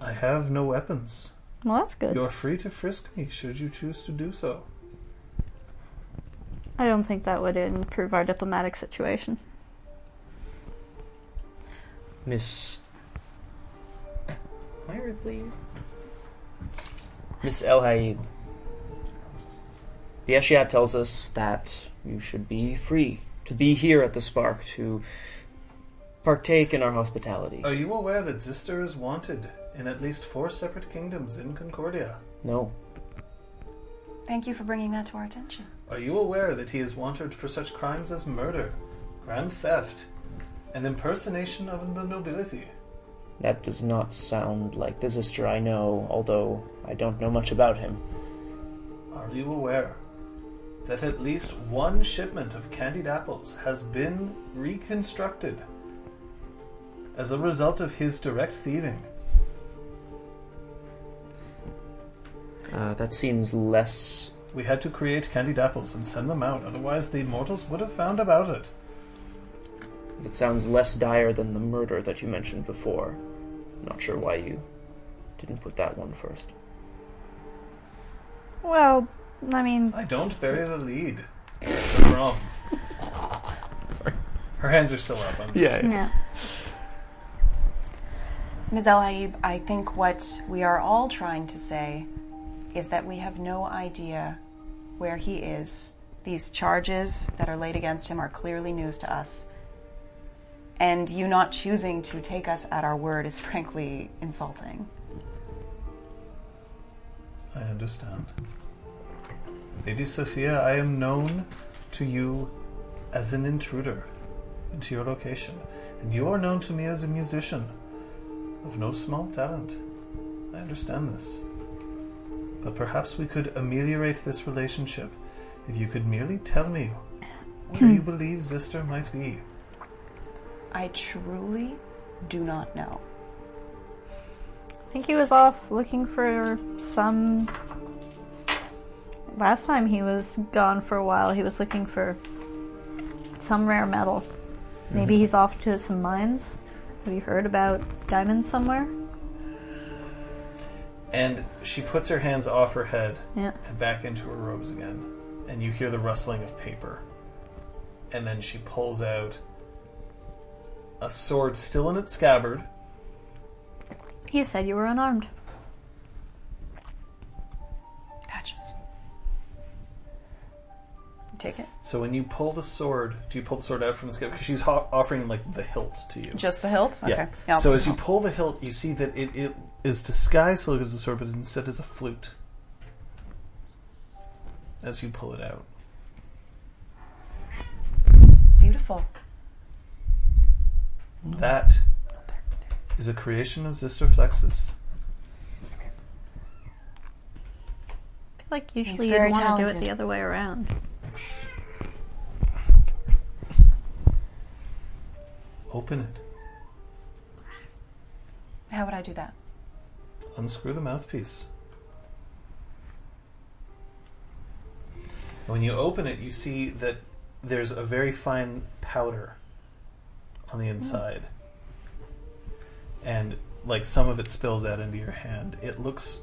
Speaker 1: I have no weapons.
Speaker 6: Well, that's good.
Speaker 1: You're free to frisk me should you choose to do so.
Speaker 6: I don't think that would improve our diplomatic situation.
Speaker 3: Miss. Am I Ridley? Miss El Hayib. The Eshiat tells us that you should be free to be here at the Spark to partake in our hospitality.
Speaker 1: Are you aware that Zister is wanted in at least four separate kingdoms in Concordia?
Speaker 3: no.
Speaker 8: Thank you for bringing that to our attention.
Speaker 1: Are you aware that he is wanted for such crimes as murder, grand theft, and impersonation of the nobility?
Speaker 3: That does not sound like the sister I know, although I don't know much about him.
Speaker 1: Are you aware that at least one shipment of candied apples has been reconstructed as a result of his direct thieving?
Speaker 3: Uh, that seems less.
Speaker 1: We had to create candied apples and send them out, otherwise, the mortals would have found about it.
Speaker 3: It sounds less dire than the murder that you mentioned before. Not sure why you didn't put that one first.
Speaker 6: Well, I mean,
Speaker 1: I don't bury the lead. It's a problem.
Speaker 9: Sorry.
Speaker 1: Her hands are still up. I'm
Speaker 9: Yeah.
Speaker 6: no.
Speaker 8: Ms. El Haib, I think what we are all trying to say is that we have no idea where he is. These charges that are laid against him are clearly news to us. And you not choosing to take us at our word is frankly insulting.
Speaker 1: I understand. Lady Sophia, I am known to you as an intruder into your location, and you are known to me as a musician of no small talent. I understand this. But perhaps we could ameliorate this relationship if you could merely tell me where you believe Zister might be.
Speaker 8: I truly do not know.
Speaker 6: I think he was off looking for some. Last time he was gone for a while, he was looking for some rare metal. Maybe
Speaker 1: Mm-hmm.
Speaker 6: he's off to some mines. Have you heard about diamonds somewhere?
Speaker 1: And she puts her hands off her head
Speaker 6: Yeah.
Speaker 1: and back into her robes again. And you hear the rustling of paper. And then she pulls out a sword still in its scabbard.
Speaker 6: He said you were unarmed.
Speaker 8: Patches. You Take it?
Speaker 1: So when you pull the sword, do you pull the sword out from the scabbard? Because she's ho- offering like the hilt to you.
Speaker 8: Just the hilt? Okay.
Speaker 1: Yeah.
Speaker 8: I'll-
Speaker 1: So as you pull the hilt, you see that it, it is disguised to look as a sword, but instead is a flute. As you pull it out.
Speaker 8: It's beautiful.
Speaker 1: That is a creation of Zister Flexus.
Speaker 6: I feel like usually
Speaker 8: very
Speaker 6: you'd want to do it
Speaker 8: talented.
Speaker 6: the other way around.
Speaker 1: Open it.
Speaker 8: How would I do that?
Speaker 1: unscrew the mouthpiece. When you open it, you see that there's a very fine powder on the inside. And like some of it spills out into your hand. It looks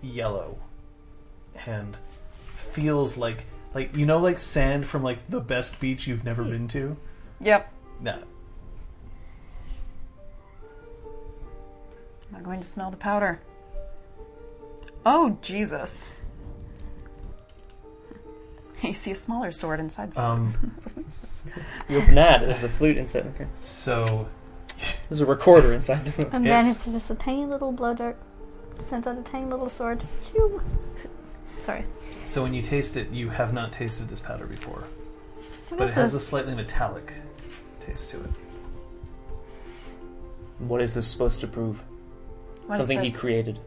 Speaker 1: yellow and feels like like you know like sand from like the best beach you've never been to?
Speaker 8: Yep.
Speaker 1: No.
Speaker 8: I'm not going to smell the powder. Oh, Jesus. You see a smaller sword inside the
Speaker 1: Um,
Speaker 3: You open that, there's a flute inside. Okay.
Speaker 1: so
Speaker 3: There's a recorder inside the flute.
Speaker 6: And then
Speaker 1: It's-
Speaker 6: it's just a tiny little blow dart. Sends out a tiny little sword. Phew. Sorry.
Speaker 1: so when you taste it, you have not tasted this powder before,
Speaker 6: What
Speaker 1: but
Speaker 6: is
Speaker 1: it has a
Speaker 6: this?
Speaker 1: slightly metallic taste to it.
Speaker 3: What is this supposed to prove?
Speaker 8: What is
Speaker 3: Something he
Speaker 8: this?
Speaker 3: created.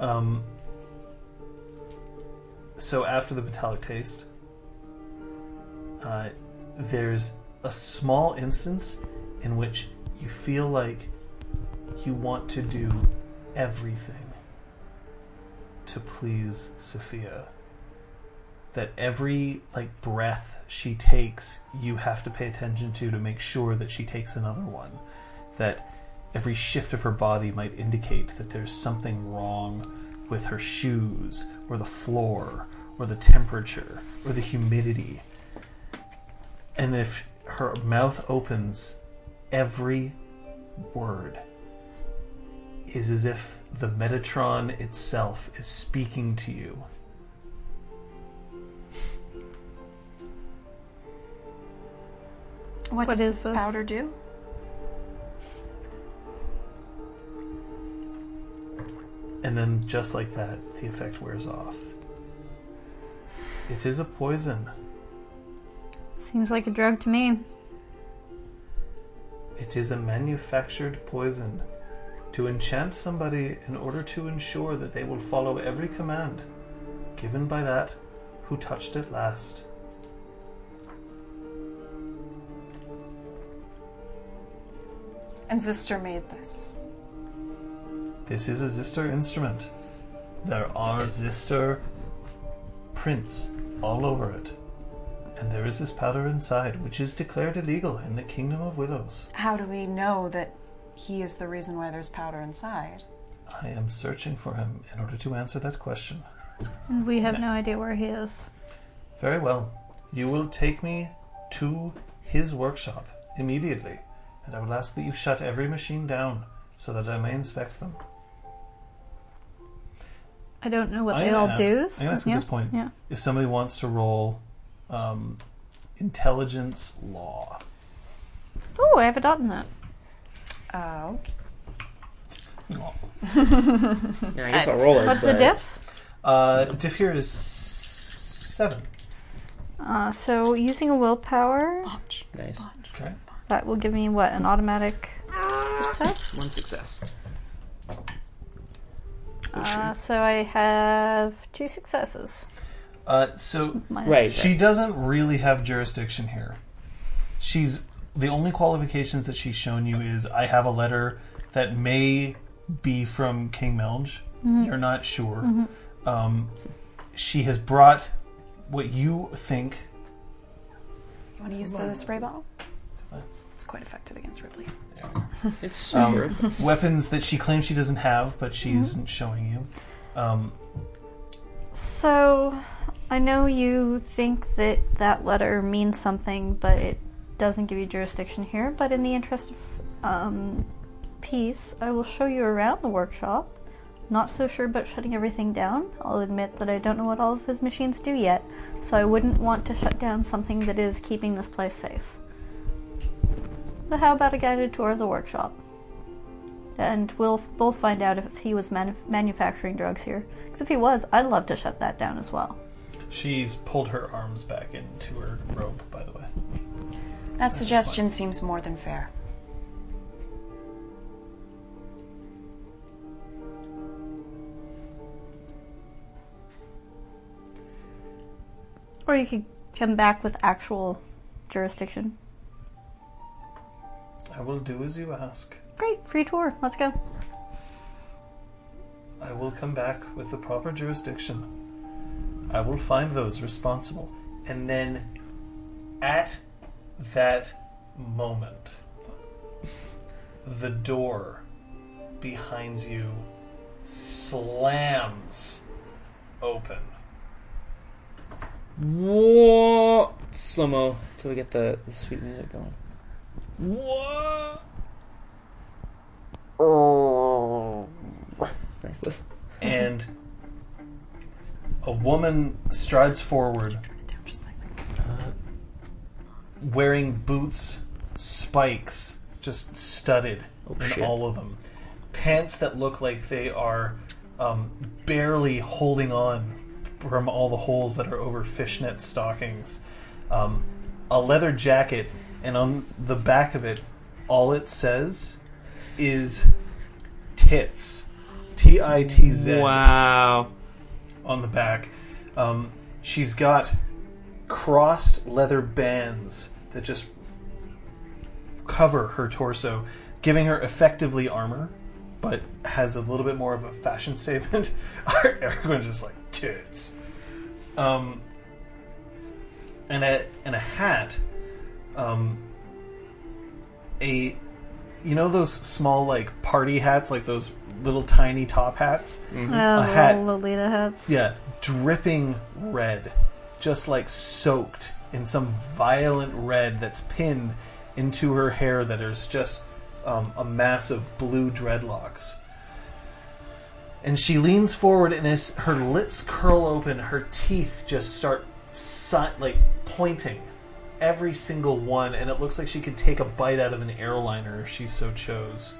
Speaker 1: Um, so after the metallic taste, uh, there's a small instance in which you feel like you want to do everything to please Sophia. That every like breath she takes, you have to pay attention to to make sure that she takes another one. That Every shift of her body might indicate that there's something wrong with her shoes, or the floor, or the temperature, or the humidity. And if her mouth opens, every word is as if the Metatron itself is speaking to you.
Speaker 2: What,
Speaker 6: What
Speaker 2: does
Speaker 6: is
Speaker 2: this,
Speaker 6: this?
Speaker 2: powder do?
Speaker 1: And then, just like that, the effect wears off. It is a poison.
Speaker 6: Seems like a drug to me.
Speaker 1: It is a manufactured poison to enchant somebody in order to ensure that they will follow every command given by that who touched it last.
Speaker 8: And Zister made this.
Speaker 1: This is a Zister instrument. There are Zister prints all over it. And there is this powder inside, which is declared illegal in the Kingdom of Willows.
Speaker 8: How do we know that he is the reason why there's powder inside?
Speaker 1: I am searching for him in order to answer that question.
Speaker 6: And we have no idea where he is.
Speaker 1: Very well. You will take me to his workshop immediately, and I will ask that you shut every machine down so that I may inspect them.
Speaker 6: I don't know what
Speaker 1: I'm
Speaker 6: they
Speaker 1: gonna
Speaker 6: all
Speaker 1: ask-
Speaker 6: do.
Speaker 1: I'm
Speaker 6: so-
Speaker 1: gonna ask
Speaker 6: yeah.
Speaker 1: at this point
Speaker 6: Yeah.
Speaker 1: if somebody wants to roll um, intelligence law.
Speaker 6: Oh, I have a dot in that.
Speaker 8: Oh,
Speaker 3: Yeah, I guess I'll roll it.
Speaker 6: What's the
Speaker 3: but-
Speaker 6: diff?
Speaker 1: Uh, diff here is seven.
Speaker 6: Uh, so using a willpower,
Speaker 3: Nice.
Speaker 1: Okay.
Speaker 6: that will give me what an automatic success.
Speaker 3: One success.
Speaker 6: Uh, so I have two successes.
Speaker 1: Uh, so
Speaker 6: Minus-
Speaker 3: Right.
Speaker 1: She doesn't really have jurisdiction here. She's the only qualifications that she's shown you is I have a letter that may be from King Melge.
Speaker 6: Mm-hmm.
Speaker 1: You're not sure. Um, she has brought what you think.
Speaker 8: you want to use the spray bottle? It's quite effective against Ripley.
Speaker 3: It's super.
Speaker 1: Um, weapons that she claims she doesn't have, but she isn't showing you. Um,
Speaker 6: So I know you think that that letter means something, but it doesn't give you jurisdiction here. But in the interest of um, peace, I will show you around the workshop. Not so sure about shutting everything down. I'll admit that I don't know what all of his machines do yet, so I wouldn't want to shut down something that is keeping this place safe. But how about a guided tour of the workshop? and we'll both find out if he was manu- manufacturing drugs here. Because if he was, I'd love to shut that down as well.
Speaker 1: she's pulled her arms back into her robe, by the way.
Speaker 8: That suggestion seems more than fair.
Speaker 6: Or you could come back with actual jurisdiction.
Speaker 1: I will do as you ask.
Speaker 6: Great, free tour. Let's go.
Speaker 1: I will come back with the proper jurisdiction. I will find those responsible. And then at that moment, the door behind you slams open.
Speaker 3: What slow mo till we get the, the sweet music going. What? Oh, nice listen.
Speaker 1: And A woman strides forward, uh, wearing boots, spikes, just studded in
Speaker 3: shit.
Speaker 1: all of them, pants that look like they are um, barely holding on from all the holes that are over fishnet stockings, um, a leather jacket, and on the back of it, all it says is tits. T I T Z
Speaker 9: Wow.
Speaker 1: on the back. Um, she's got crossed leather bands that just cover her torso, giving her effectively armor, but has a little bit more of a fashion statement. Everyone's just like tits. Um, and a and a hat. Um, a you know those small like party hats, like those little tiny top hats.
Speaker 6: Oh,
Speaker 1: A hat.
Speaker 6: little Lolita hats.
Speaker 1: Yeah, dripping red, just like soaked in some violent red that's pinned into her hair that is just um, a mass of blue dreadlocks. And she leans forward, and as her lips curl open, her teeth just start si- like pointing, every single one, and it looks like she could take a bite out of an airliner if she so chose.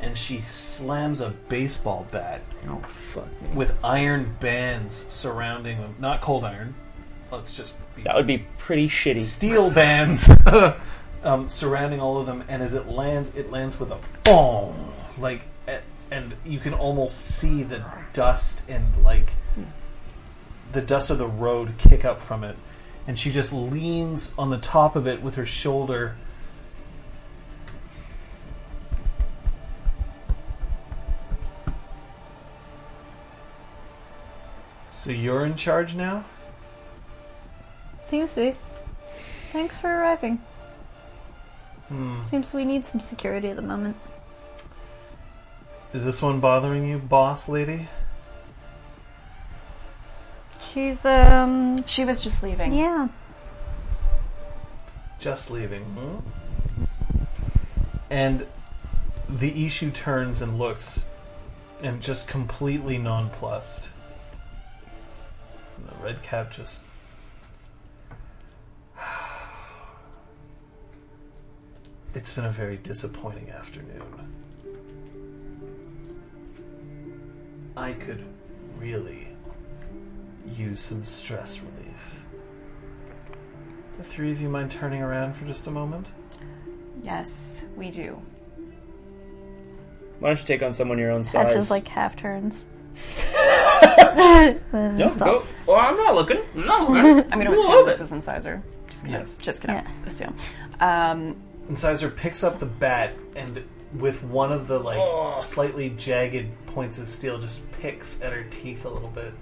Speaker 1: And she slams a baseball bat
Speaker 3: Oh fuck.
Speaker 1: with iron bands surrounding them. Not cold iron. Let's just be
Speaker 3: That would be pretty shitty.
Speaker 1: steel bands um, surrounding all of them. And as it lands, it lands with a boom, like, a- and you can almost see the dust and like the dust of the road kick up from it. And she just leans on the top of it with her shoulder. So you're in charge now?
Speaker 6: Seems to be. Thanks for arriving.
Speaker 1: Hmm.
Speaker 6: Seems we need some security at the moment.
Speaker 1: Is this one bothering you, boss lady?
Speaker 6: She's, um.
Speaker 8: She was just leaving.
Speaker 6: Yeah.
Speaker 1: Just leaving. Hmm? And the issue turns and looks and just completely nonplussed. And the red cap just. It's been a very disappointing afternoon. I could really use some stress relief. The three of you mind turning around for just a moment?
Speaker 8: Yes, we do.
Speaker 3: Why don't you take on someone your own
Speaker 6: That
Speaker 3: size?
Speaker 6: just like half turns.
Speaker 3: no, go.
Speaker 6: stops.
Speaker 3: Well, I'm not looking. I'm not looking.
Speaker 8: I'm going to assume this is incisor. Just gonna,
Speaker 1: Yes.
Speaker 8: just gonna assume. Um,
Speaker 1: Incisor picks up the bat and with one of the like slightly jagged points of steel just picks at her teeth a little bit.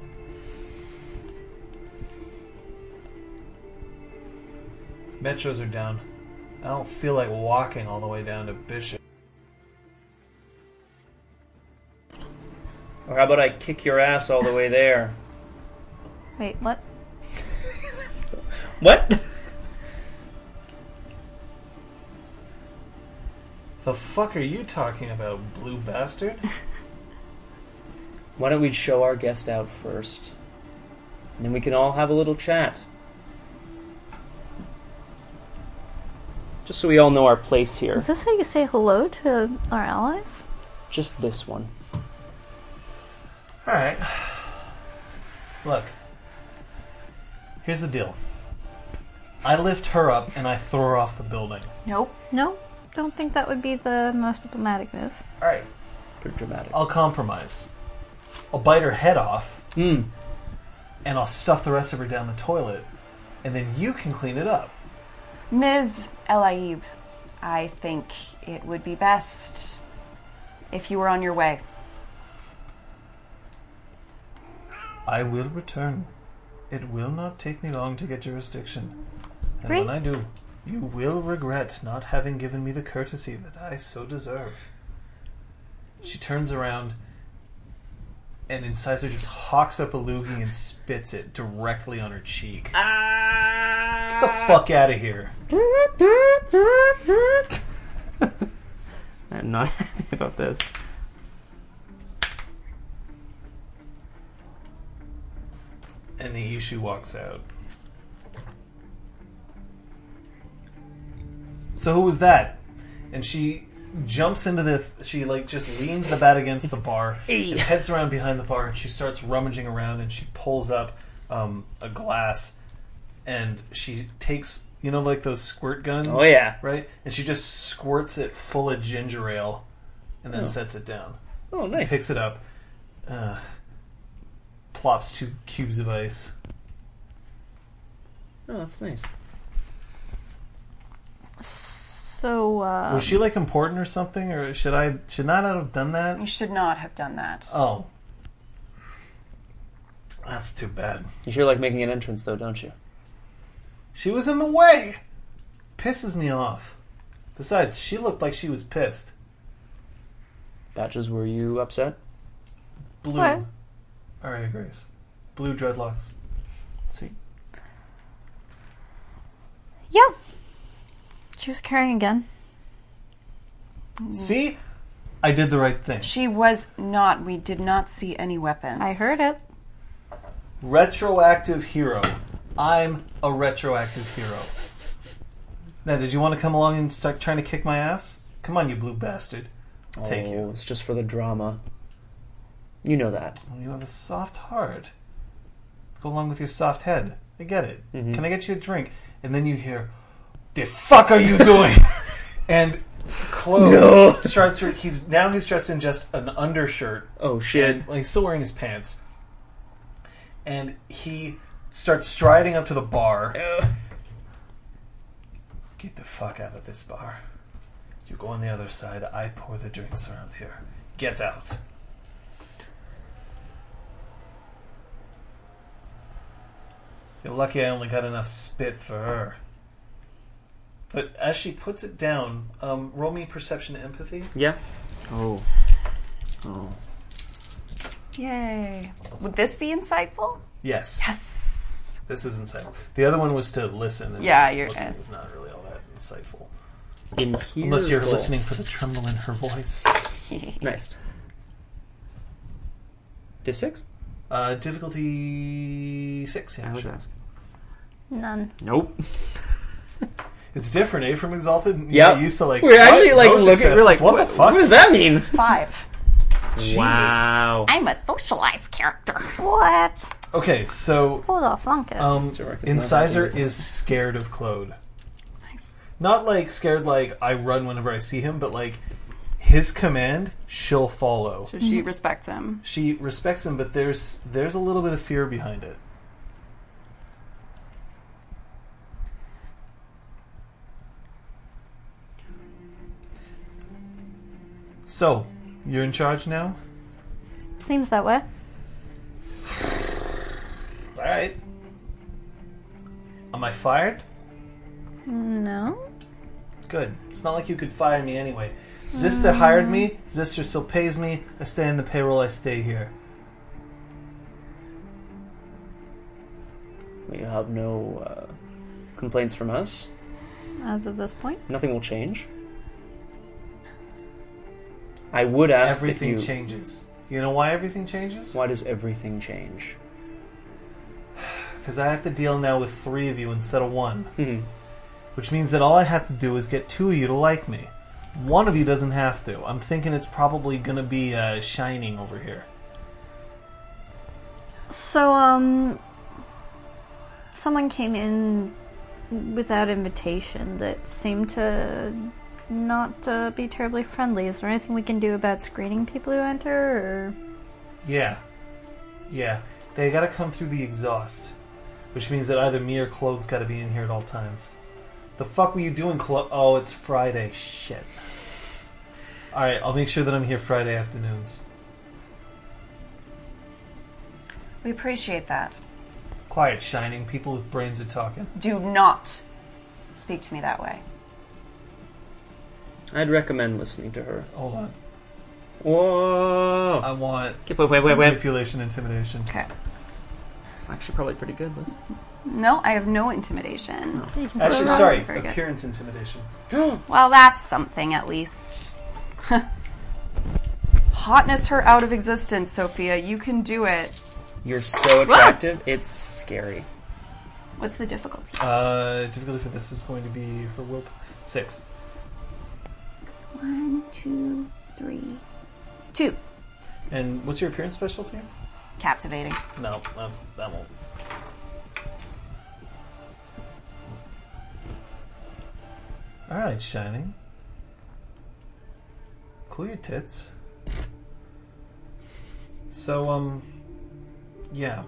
Speaker 1: Metros are down. I don't feel like walking all the way down to Bishop.
Speaker 3: Or how about I kick your ass all the way there?
Speaker 6: Wait, what?
Speaker 3: What?
Speaker 1: The fuck are you talking about, blue bastard?
Speaker 3: Why don't we show our guest out first? And then we can all have a little chat. Just so we all know our place here.
Speaker 6: Is this how you say hello to our allies?
Speaker 3: Just this one.
Speaker 1: Alright. Look. Here's the deal. I lift her up and I throw her off the building.
Speaker 2: Nope.
Speaker 6: No, don't think that would be the most diplomatic move.
Speaker 1: Alright.
Speaker 3: Pretty dramatic.
Speaker 1: I'll compromise. I'll bite her head off
Speaker 3: Hmm.
Speaker 1: and I'll stuff the rest of her down the toilet, and then you can clean it up.
Speaker 8: Ms. Elaib, I think it would be best if you were on your way.
Speaker 1: I will return. It will not take me long to get jurisdiction. And
Speaker 6: Great.
Speaker 1: when I do, you will regret not having given me the courtesy that I so deserve. She turns around, and Incisor just hawks up a loogie and spits it directly on her cheek. Get the fuck out of here.
Speaker 9: I'm not happy about this.
Speaker 1: and the Ishu walks out. So who was that? And she jumps into the. She like just leans the bat against the bar and heads around behind the bar and she starts rummaging around and she pulls up um, a glass and she takes you know like those squirt guns.
Speaker 3: Oh, yeah.
Speaker 1: right. And she just squirts it full of ginger ale and then
Speaker 3: Oh.
Speaker 1: sets it down.
Speaker 3: Oh, nice.
Speaker 1: Picks it up, uh, plops two cubes of ice.
Speaker 3: Oh, that's nice.
Speaker 6: So, uh.
Speaker 1: Was she like important or something, or should I should not have done that?
Speaker 8: You should not have done that.
Speaker 1: Oh. That's too bad.
Speaker 3: You sure like making an entrance, though, don't you?
Speaker 1: She was in the way! Pisses me off. Besides, she looked like she was pissed.
Speaker 3: Patches, were you upset?
Speaker 1: Blue.
Speaker 6: What?
Speaker 1: Aria Grace. Blue dreadlocks.
Speaker 3: Sweet.
Speaker 6: Yeah. She was carrying a gun.
Speaker 1: See? I did the right thing.
Speaker 8: She was not. We did not see any weapons.
Speaker 6: I heard it.
Speaker 1: Retroactive hero. I'm a retroactive hero. Now, did you want to come along and start trying to kick my ass? Come on, you blue bastard. I'll take
Speaker 3: oh,
Speaker 1: you.
Speaker 3: It's just for the drama. You know that.
Speaker 1: You have a soft heart. Go along with your soft head. I get it. Can I get you a drink? And then you hear, "The fuck are you doing?" and Chloe
Speaker 3: No.
Speaker 1: starts. to- He's now he's dressed in just an undershirt.
Speaker 3: Oh shit.
Speaker 1: Well, he's still wearing his pants, and he starts striding up to the bar. Get the fuck out of this bar. You go on the other side. I pour the drinks around here. Get out. You're lucky I only got enough spit for her. But as she puts it down, um, roll me perception and empathy.
Speaker 3: Yeah. Oh. Oh.
Speaker 8: Yay.
Speaker 2: Would this be insightful?
Speaker 1: Yes. Yes. This is insightful. The other one was to listen. And
Speaker 2: Yeah, you're-
Speaker 1: Listening was not really all that insightful.
Speaker 3: In here.
Speaker 1: Unless you're listening for the tremble in her voice.
Speaker 3: Nice. Div six.
Speaker 1: Uh, difficulty six. Yeah, sure.
Speaker 6: None.
Speaker 9: Nope.
Speaker 1: It's different, eh? From Exalted, you
Speaker 3: Yep.
Speaker 1: get used to like
Speaker 3: We're actually
Speaker 1: what?
Speaker 3: like
Speaker 1: No
Speaker 3: looking. We're
Speaker 1: successes.
Speaker 3: like,
Speaker 1: what, the fuck?
Speaker 3: What does that mean?
Speaker 8: Five.
Speaker 1: Jesus.
Speaker 9: Wow.
Speaker 2: I'm a socialite character.
Speaker 6: What?
Speaker 1: Okay, so
Speaker 6: Hold off, funk it.
Speaker 1: um,
Speaker 3: Sure, I can
Speaker 1: Incisor
Speaker 3: imagine.
Speaker 1: is scared of Claude. Not like scared, like I run whenever I see him, but like his command, she'll follow.
Speaker 2: So she respects him.
Speaker 1: she respects him, but there's there's a little bit of fear behind it. So, you're in charge now.
Speaker 6: Seems that way.
Speaker 1: All right. Am I fired?
Speaker 6: No.
Speaker 1: Good. It's not like you could fire me anyway.
Speaker 3: Hmm.
Speaker 1: Zista hired me. Zista still pays me. I stay in the payroll. I stay here.
Speaker 3: We have no uh, complaints from us.
Speaker 6: As of this point.
Speaker 3: Nothing will change. I would ask if
Speaker 1: everything
Speaker 3: you-
Speaker 1: changes. You know why everything changes?
Speaker 3: Why does everything change?
Speaker 1: Because I have to deal now with three of you instead of one.
Speaker 3: Hmm.
Speaker 1: Which means that all I have to do is get two of you to like me. One of you doesn't have to. I'm thinking it's probably going to be uh, Shining over here.
Speaker 6: So, um. Someone came in without invitation that seemed to not uh, be terribly friendly. Is there anything we can do about screening people who enter? Or...
Speaker 1: Yeah. Yeah. They got to come through the exhaust. Which means that either me or Claude's got to be in here at all times. The fuck were you doing, Claude? Oh, it's Friday. Shit. Alright, I'll make sure that I'm here Friday afternoons.
Speaker 8: We appreciate that.
Speaker 1: Quiet, Shining. People with brains are talking.
Speaker 8: Do not speak to me that way.
Speaker 3: I'd recommend listening to her.
Speaker 1: Hold on.
Speaker 9: Whoa.
Speaker 1: I want
Speaker 9: Okay, wait, wait, wait, wait.
Speaker 1: manipulation, intimidation.
Speaker 8: Okay.
Speaker 9: It's actually probably pretty good, Liz.
Speaker 2: No, I have no intimidation.
Speaker 1: Actually,
Speaker 2: not
Speaker 1: sorry,
Speaker 2: very good.
Speaker 1: appearance intimidation.
Speaker 2: Well, that's something at least.
Speaker 8: Hotness her out of existence, Sophia. You can do it.
Speaker 3: You're so attractive. It's scary.
Speaker 2: What's the difficulty?
Speaker 1: Uh, difficulty for this is going to be her will. Six.
Speaker 2: One, two, three, two.
Speaker 1: And what's your appearance specialty?
Speaker 8: Captivating.
Speaker 1: No, that's that won't. All right, shining. Cool your tits. So um, yeah,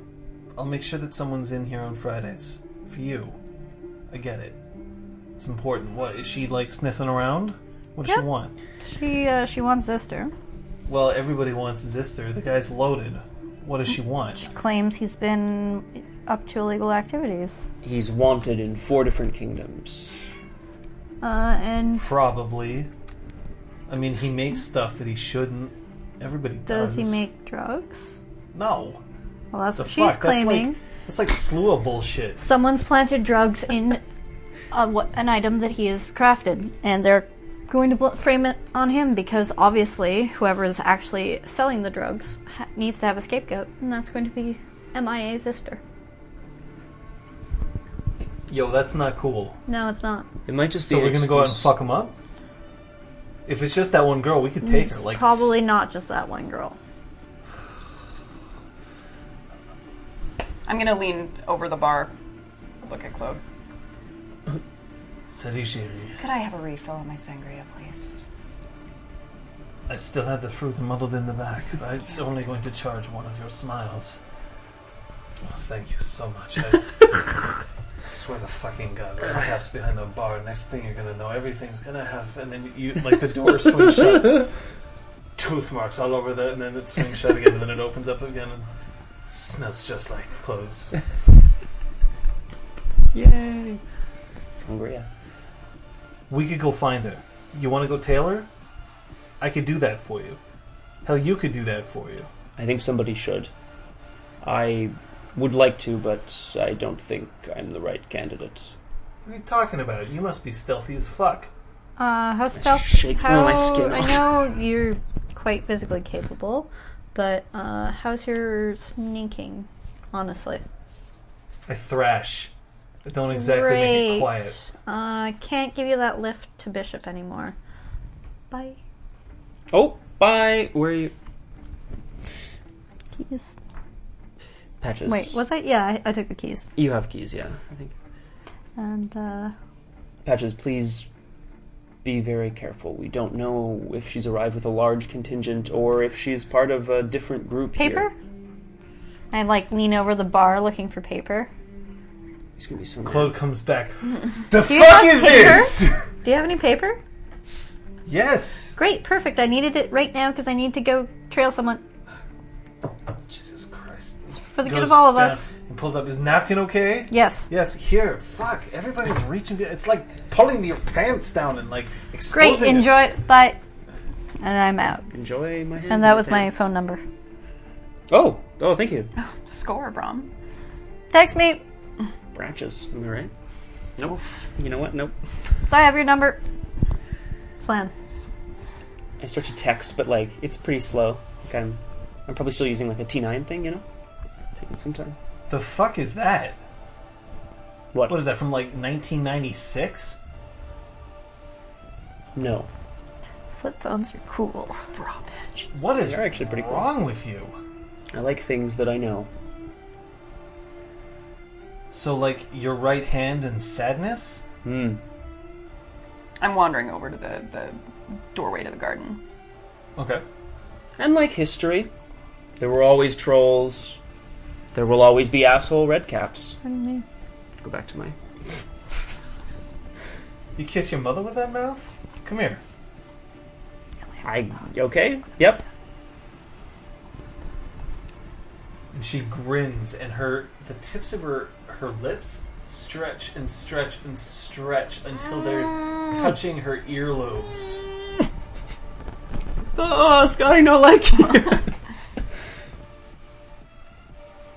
Speaker 1: I'll make sure that someone's in here on Fridays for you. I get it. It's important. What is she like sniffing around? What does
Speaker 6: Yep.
Speaker 1: she want?
Speaker 6: She uh, she wants Zister.
Speaker 1: Well, everybody wants Zister. The guy's loaded. What does she want?
Speaker 6: Claims he's been up to illegal activities.
Speaker 3: He's wanted in four different kingdoms.
Speaker 6: Uh, and
Speaker 1: Probably. I mean, he makes stuff that he shouldn't. Everybody
Speaker 6: does
Speaker 1: does.
Speaker 6: he make drugs?
Speaker 1: No.
Speaker 6: Well, that's
Speaker 1: The
Speaker 6: what she's
Speaker 1: fuck?
Speaker 6: claiming.
Speaker 1: That's like, that's like slew of bullshit.
Speaker 6: Someone's planted drugs in a, what, an item that he has crafted, and they're going to bl- frame it on him because obviously whoever is actually selling the drugs ha- needs to have a scapegoat, and that's going to be MIA Zister.
Speaker 1: Yo, that's not cool.
Speaker 6: No, it's not.
Speaker 3: It might just
Speaker 1: So
Speaker 3: be.
Speaker 1: we're
Speaker 3: an
Speaker 1: gonna go out and
Speaker 3: excuse.
Speaker 1: fuck him up. If it's just that one girl, we could take her.
Speaker 6: It's
Speaker 1: Like
Speaker 6: probably not just that one girl.
Speaker 8: I'm gonna lean over the bar, look at Claude.
Speaker 1: Sarishiri.
Speaker 8: Could I have a refill on my sangria, please?
Speaker 1: I still have the fruit muddled in the back. but It's only going to charge one of your smiles. Yes, thank you so much. I, I swear to fucking God, we're perhaps behind the bar. Next thing you're gonna know, everything's gonna have, and then you like the door swings shut, tooth marks all over the, and then it swings shut again, and then it opens up again. And smells just like clothes.
Speaker 3: Yay! Sangria.
Speaker 1: We could go find her. You want to go Taylor? I could do that for you. Hell, you could do that for you.
Speaker 3: I think somebody should. I would like to, but I don't think I'm the right candidate.
Speaker 1: What are you talking about? You must be stealthy as fuck.
Speaker 6: Uh, how stealth?
Speaker 3: shake some of my
Speaker 6: how-
Speaker 3: skin
Speaker 6: I know you're quite physically capable, but uh, how's your sneaking? Honestly,
Speaker 1: I thrash. I don't exactly make it quiet.
Speaker 6: Uh, can't give you that lift to Bishop anymore. Bye.
Speaker 3: Oh, bye. Where are you?
Speaker 6: Keys.
Speaker 3: Patches.
Speaker 6: Wait, was I? Yeah, I, I took the keys.
Speaker 3: You have keys, yeah. I think.
Speaker 6: And uh,
Speaker 3: Patches, please be very careful. We don't know if she's arrived with a large contingent or if she's part of a different group
Speaker 6: paper.
Speaker 3: here.
Speaker 6: I like lean over the bar looking for paper.
Speaker 3: He's gonna be so mad.
Speaker 1: Claude comes back. The
Speaker 6: you
Speaker 1: fuck
Speaker 6: not
Speaker 1: is
Speaker 6: hear?
Speaker 1: this?
Speaker 6: Do you have any paper?
Speaker 1: yes.
Speaker 6: Great, perfect. I needed it right now because I need to go trail someone
Speaker 1: Jesus Christ.
Speaker 6: for the good of all of us.
Speaker 1: He pulls up. Is napkin okay?
Speaker 6: Yes.
Speaker 1: Yes. Here. Fuck. Everybody's reaching. It's like pulling your pants down and like exposing.
Speaker 6: Great.
Speaker 1: us.
Speaker 6: Enjoy. Bye. And I'm out.
Speaker 3: Enjoy my hands
Speaker 6: And that
Speaker 3: and
Speaker 6: was my
Speaker 3: pants.
Speaker 6: phone number.
Speaker 3: Oh, oh, thank you.
Speaker 2: Score, Brom.
Speaker 6: Text me.
Speaker 3: Branches. Am I right? Nope. You know what? Nope.
Speaker 6: So I have your number. Slam.
Speaker 3: I start to text, but like it's pretty slow. Like I'm, I'm probably still using like a T9 thing, you know, taking some time.
Speaker 1: The fuck is that?
Speaker 3: What?
Speaker 1: What is that from like 1996?
Speaker 3: No.
Speaker 6: Flip phones are cool.
Speaker 1: What is
Speaker 3: They're actually pretty cool.
Speaker 1: wrong with you?
Speaker 3: I like things that I know.
Speaker 1: So, like, your right hand in sadness?
Speaker 3: Hmm.
Speaker 8: I'm wandering over to the, the doorway to the garden.
Speaker 1: Okay.
Speaker 3: And like history, there were always trolls. There will always be asshole redcaps. Go back to my.
Speaker 1: You kiss your mother with that mouth? Come here.
Speaker 3: I okay. Yep.
Speaker 1: And she grins, and her the tips of her her lips stretch and stretch and stretch until they're touching her earlobes.
Speaker 3: Oh, Scotty, no like.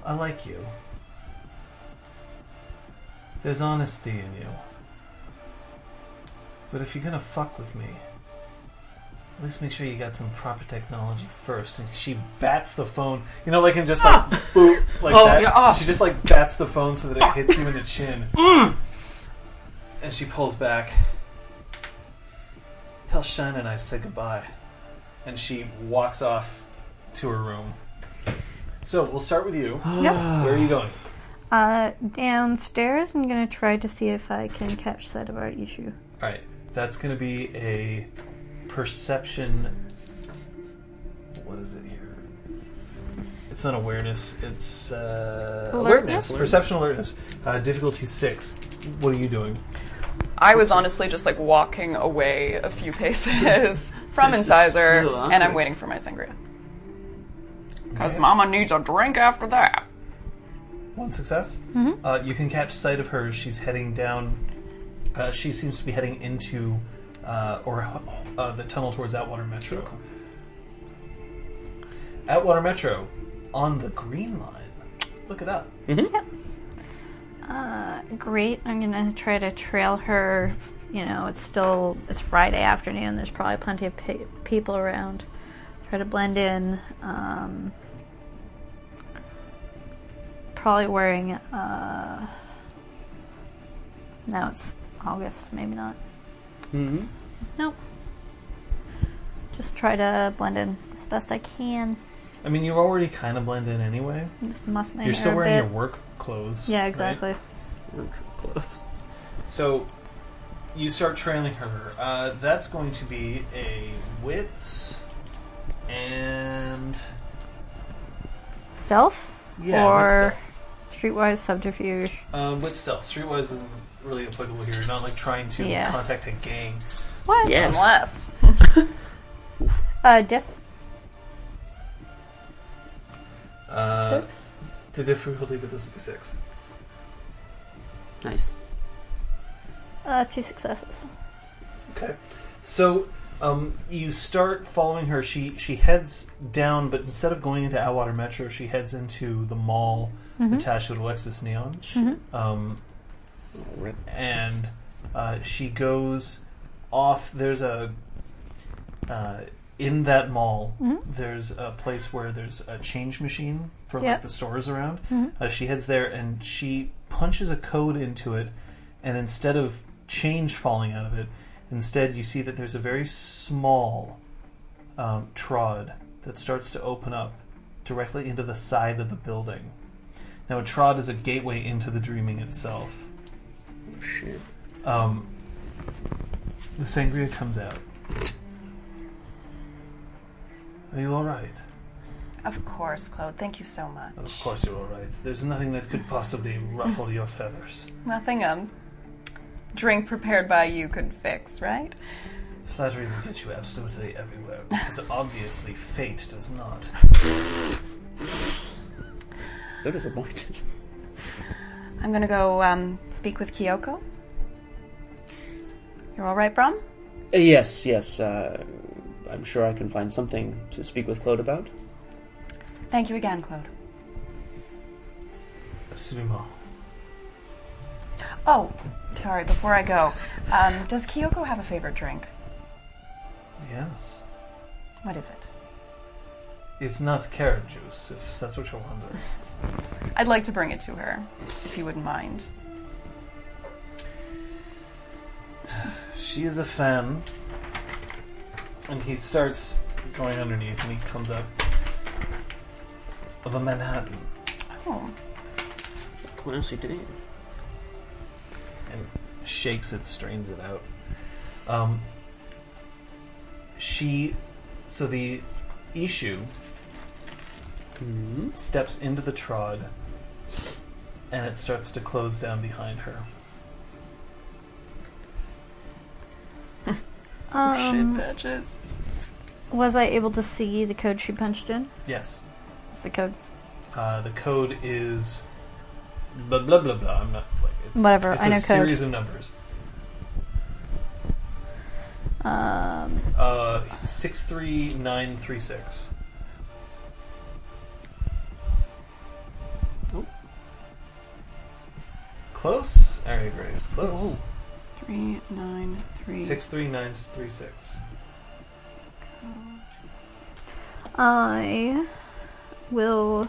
Speaker 1: I like you. There's honesty in you. But if you're gonna fuck with me, At least make sure you got some proper technology first. And she bats the phone, you know, like and just like boop, like
Speaker 9: Oh,
Speaker 1: that.
Speaker 9: yeah, ah.
Speaker 1: She just like bats the phone so that it hits you in the chin.
Speaker 9: Mm.
Speaker 1: And she pulls back. Tell Shine and I said goodbye. And she walks off to her room. So we'll start with you.
Speaker 6: Yep.
Speaker 1: Where are you going?
Speaker 6: Uh, downstairs, I'm gonna try to see if I can catch sight of our issue.
Speaker 1: All right, that's going to be a perception. What is it here? It's not awareness. It's uh,
Speaker 6: Alertness?
Speaker 1: Perception alertness. Uh, difficulty six. What are you doing?
Speaker 2: I was honestly just like walking away a few paces from
Speaker 9: This is
Speaker 2: Incisor,
Speaker 9: so
Speaker 2: and I'm
Speaker 9: awkward.
Speaker 2: waiting for my sangria. Because Mama needs a drink after that.
Speaker 1: One success. Uh, you can catch sight of her. She's heading down. Uh, she seems to be heading into uh, or uh, the tunnel towards Atwater Metro. Atwater Metro on the Green Line. Look it up.
Speaker 6: Uh, great. I'm gonna try to trail her. You know, it's still it's Friday afternoon. There's probably plenty of pe- people around. Try to blend in. Um, probably wearing. Uh, now it's August. Maybe not.
Speaker 3: Hmm.
Speaker 9: Mm-hmm.
Speaker 6: Nope. Just try to blend in as best I can.
Speaker 1: I mean, you already kind of blend in anyway.
Speaker 6: Just muss my
Speaker 1: You're
Speaker 6: hair
Speaker 1: still
Speaker 6: a
Speaker 1: wearing
Speaker 6: bit.
Speaker 1: your work clothes.
Speaker 6: Yeah,
Speaker 1: right?
Speaker 6: exactly.
Speaker 9: Close.
Speaker 1: So you start trailing her. Uh, that's going to be a wits and
Speaker 6: Stealth
Speaker 1: yeah,
Speaker 6: Or-
Speaker 1: wits stealth.
Speaker 6: streetwise subterfuge.
Speaker 1: Um, wits stealth. Streetwise isn't really applicable here. You're not like trying to
Speaker 6: Yeah.
Speaker 1: contact a gang.
Speaker 6: What?
Speaker 9: Yes.
Speaker 2: Unless.
Speaker 6: Uh, diff.
Speaker 1: Uh,
Speaker 6: Six?
Speaker 1: the difficulty with this would be six.
Speaker 9: Nice.
Speaker 6: Uh, two successes.
Speaker 1: Okay. So um, you start following her. She she heads down, but instead of going into Atwater Metro, she heads into the mall
Speaker 6: Mm-hmm,
Speaker 1: attached to Alexis Neon. Um,
Speaker 9: Rip.
Speaker 1: and uh, she goes off. There's a uh, in that mall.
Speaker 6: mm-hmm.
Speaker 1: There's a place where there's a change machine for like
Speaker 6: Yep.
Speaker 1: the stores around. Uh, she heads there and she punches a code into it, and instead of change falling out of it, instead you see that there's a very small um, trod that starts to open up directly into the side of the building. Now, a trod is a gateway into the dreaming itself.
Speaker 9: Shit.
Speaker 1: Um, the sangria comes out. Are you all right?
Speaker 8: Of course, Claude. Thank you so much.
Speaker 1: Of course you're all right. There's nothing that could possibly ruffle your feathers.
Speaker 8: Nothing um drink prepared by you could fix, right?
Speaker 1: Flattery will get you absolutely everywhere, because obviously fate does not.
Speaker 9: So disappointed.
Speaker 8: I'm gonna go um, speak with Kyoko. You're all right, Brom?
Speaker 9: Uh, yes, yes. Uh, I'm sure I can find something to speak with Claude about.
Speaker 8: Thank you again, Claude.
Speaker 1: Absolument.
Speaker 8: Oh, sorry. Before I go, um, does Kyoko have a favorite drink?
Speaker 1: Yes.
Speaker 8: What is it?
Speaker 1: It's not carrot juice, if that's what you're wondering.
Speaker 8: I'd like to bring it to her, if you wouldn't mind.
Speaker 1: She is a fan. And he starts going underneath and he comes up of a Manhattan.
Speaker 8: Oh,
Speaker 9: Classy day.
Speaker 1: and shakes it, strains it out. Um, she, so the Ishu
Speaker 9: Mm-hmm.
Speaker 1: steps into the trod, and it starts to close down behind her.
Speaker 2: oh
Speaker 6: Um,
Speaker 8: shit, bitches.
Speaker 6: was I able to see the code she punched in?
Speaker 1: Yes,
Speaker 6: It's the code.
Speaker 1: uh, the code is blah blah blah blah. I'm not like it's,
Speaker 6: Whatever,
Speaker 1: It's
Speaker 6: I
Speaker 1: a
Speaker 6: know code.
Speaker 1: series of numbers.
Speaker 6: Um,
Speaker 1: Uh, six three nine three six.
Speaker 9: Oh.
Speaker 1: Close, Ari Grace.
Speaker 6: Oh,
Speaker 1: Close.
Speaker 2: Three, nine, three.
Speaker 1: Six three nine three six.
Speaker 6: I will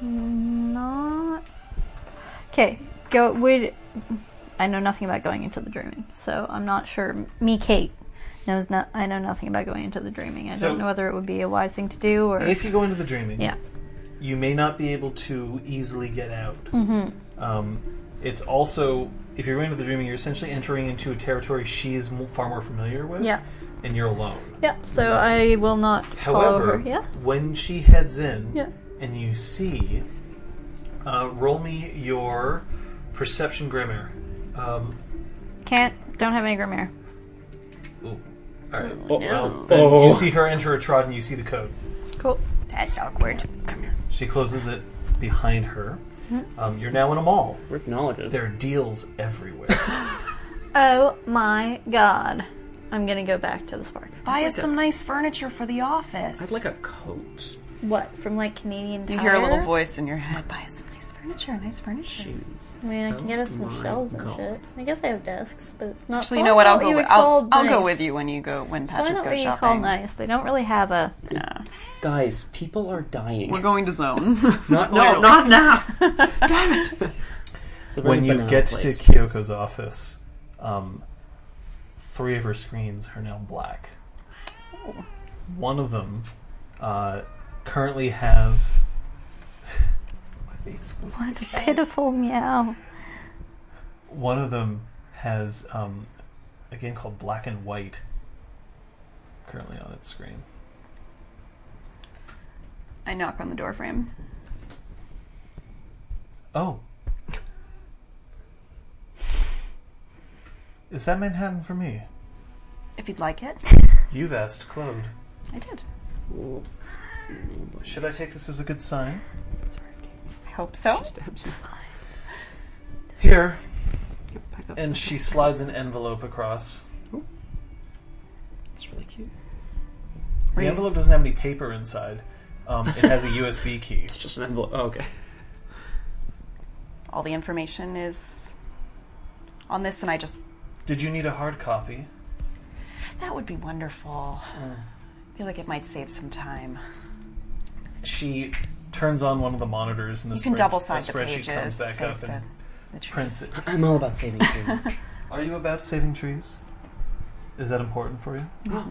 Speaker 6: not. Okay, go. Would I know nothing about going into the dreaming, so I'm not sure. Me, Kate knows. No, I know nothing about going into the dreaming. I
Speaker 1: So-
Speaker 6: don't know whether it would be a wise thing to do or
Speaker 1: If you go into the dreaming,
Speaker 6: yeah.
Speaker 1: you may not be able to easily get out.
Speaker 6: Mm-hmm.
Speaker 1: Um, it's also if you're going to the dreaming, you're essentially entering into a territory she is mo- far more familiar with,
Speaker 6: Yeah.
Speaker 1: and you're alone.
Speaker 6: Yeah, so I will not follow
Speaker 1: However,
Speaker 6: her. Yeah.
Speaker 1: when she heads in,
Speaker 6: Yeah.
Speaker 1: and you see, uh, roll me your perception grammar. Um,
Speaker 6: Can't. Don't have any grammar.
Speaker 1: ooh. All right.
Speaker 6: no.
Speaker 1: Well, then
Speaker 10: Oh.
Speaker 1: you see her enter a trot, and you see the code.
Speaker 6: Cool.
Speaker 2: That's awkward. Come here.
Speaker 1: She closes it behind her.
Speaker 6: Mm-hmm.
Speaker 1: Um, you're now in a mall.
Speaker 3: We're acknowledges.
Speaker 1: There are deals everywhere.
Speaker 6: Oh my god. I'm gonna go back to the spark.
Speaker 2: Buy us some nice furniture for the office.
Speaker 3: I'd like a coat.
Speaker 6: What? From like Canadian
Speaker 2: You
Speaker 6: Tire?
Speaker 2: hear a little voice in your head. Buy us some nice furniture. Nice furniture.
Speaker 3: Jeez.
Speaker 6: I mean, I can get us some
Speaker 3: Oh my
Speaker 6: shelves and
Speaker 3: God.
Speaker 6: shit. I guess they have desks, but it's not.
Speaker 2: Actually,
Speaker 6: I
Speaker 2: you
Speaker 6: don't
Speaker 2: know what? I'll
Speaker 6: what
Speaker 2: go.
Speaker 6: you
Speaker 2: With,
Speaker 6: would
Speaker 2: I'll,
Speaker 6: call
Speaker 2: I'll go
Speaker 6: nice.
Speaker 2: with you when you go when
Speaker 6: Why
Speaker 2: Patches
Speaker 6: not
Speaker 2: go
Speaker 6: what you call
Speaker 2: shopping.
Speaker 6: nice? They don't really have a.
Speaker 3: Guys, people are dying.
Speaker 2: We're going to zone.
Speaker 3: not no, not now. Damn it.
Speaker 1: when you get to Kyoko's office, um, three of her screens are now black. One of them uh, currently has. Let me explain.
Speaker 6: What a pitiful meow.
Speaker 1: One of them has um, a game called Black and White currently on its screen.
Speaker 11: I knock on the door frame.
Speaker 1: Oh. Is that Manhattan for me?
Speaker 2: if you'd like it,
Speaker 1: You've asked Claude.
Speaker 2: I did.
Speaker 1: Should I take this as a good sign?
Speaker 2: I hope so.
Speaker 1: Here. And she slides an envelope across.
Speaker 3: It's really cute.
Speaker 1: The envelope doesn't have any paper inside. Um, it has a USB key.
Speaker 3: It's just an envelope. Oh, okay.
Speaker 2: All the information is on this, and I just
Speaker 1: Did you need a hard copy?
Speaker 2: that would be wonderful. I feel like it might save some time.
Speaker 1: She turns on one of the monitors, and the
Speaker 2: You can
Speaker 1: spread-
Speaker 2: double side the
Speaker 1: spreadsheet
Speaker 2: pages.
Speaker 1: comes back
Speaker 2: save
Speaker 1: up
Speaker 2: the,
Speaker 1: and
Speaker 2: the tree.
Speaker 1: prints it.
Speaker 3: I'm all about saving things.
Speaker 1: Are you about saving trees? Is that important for you?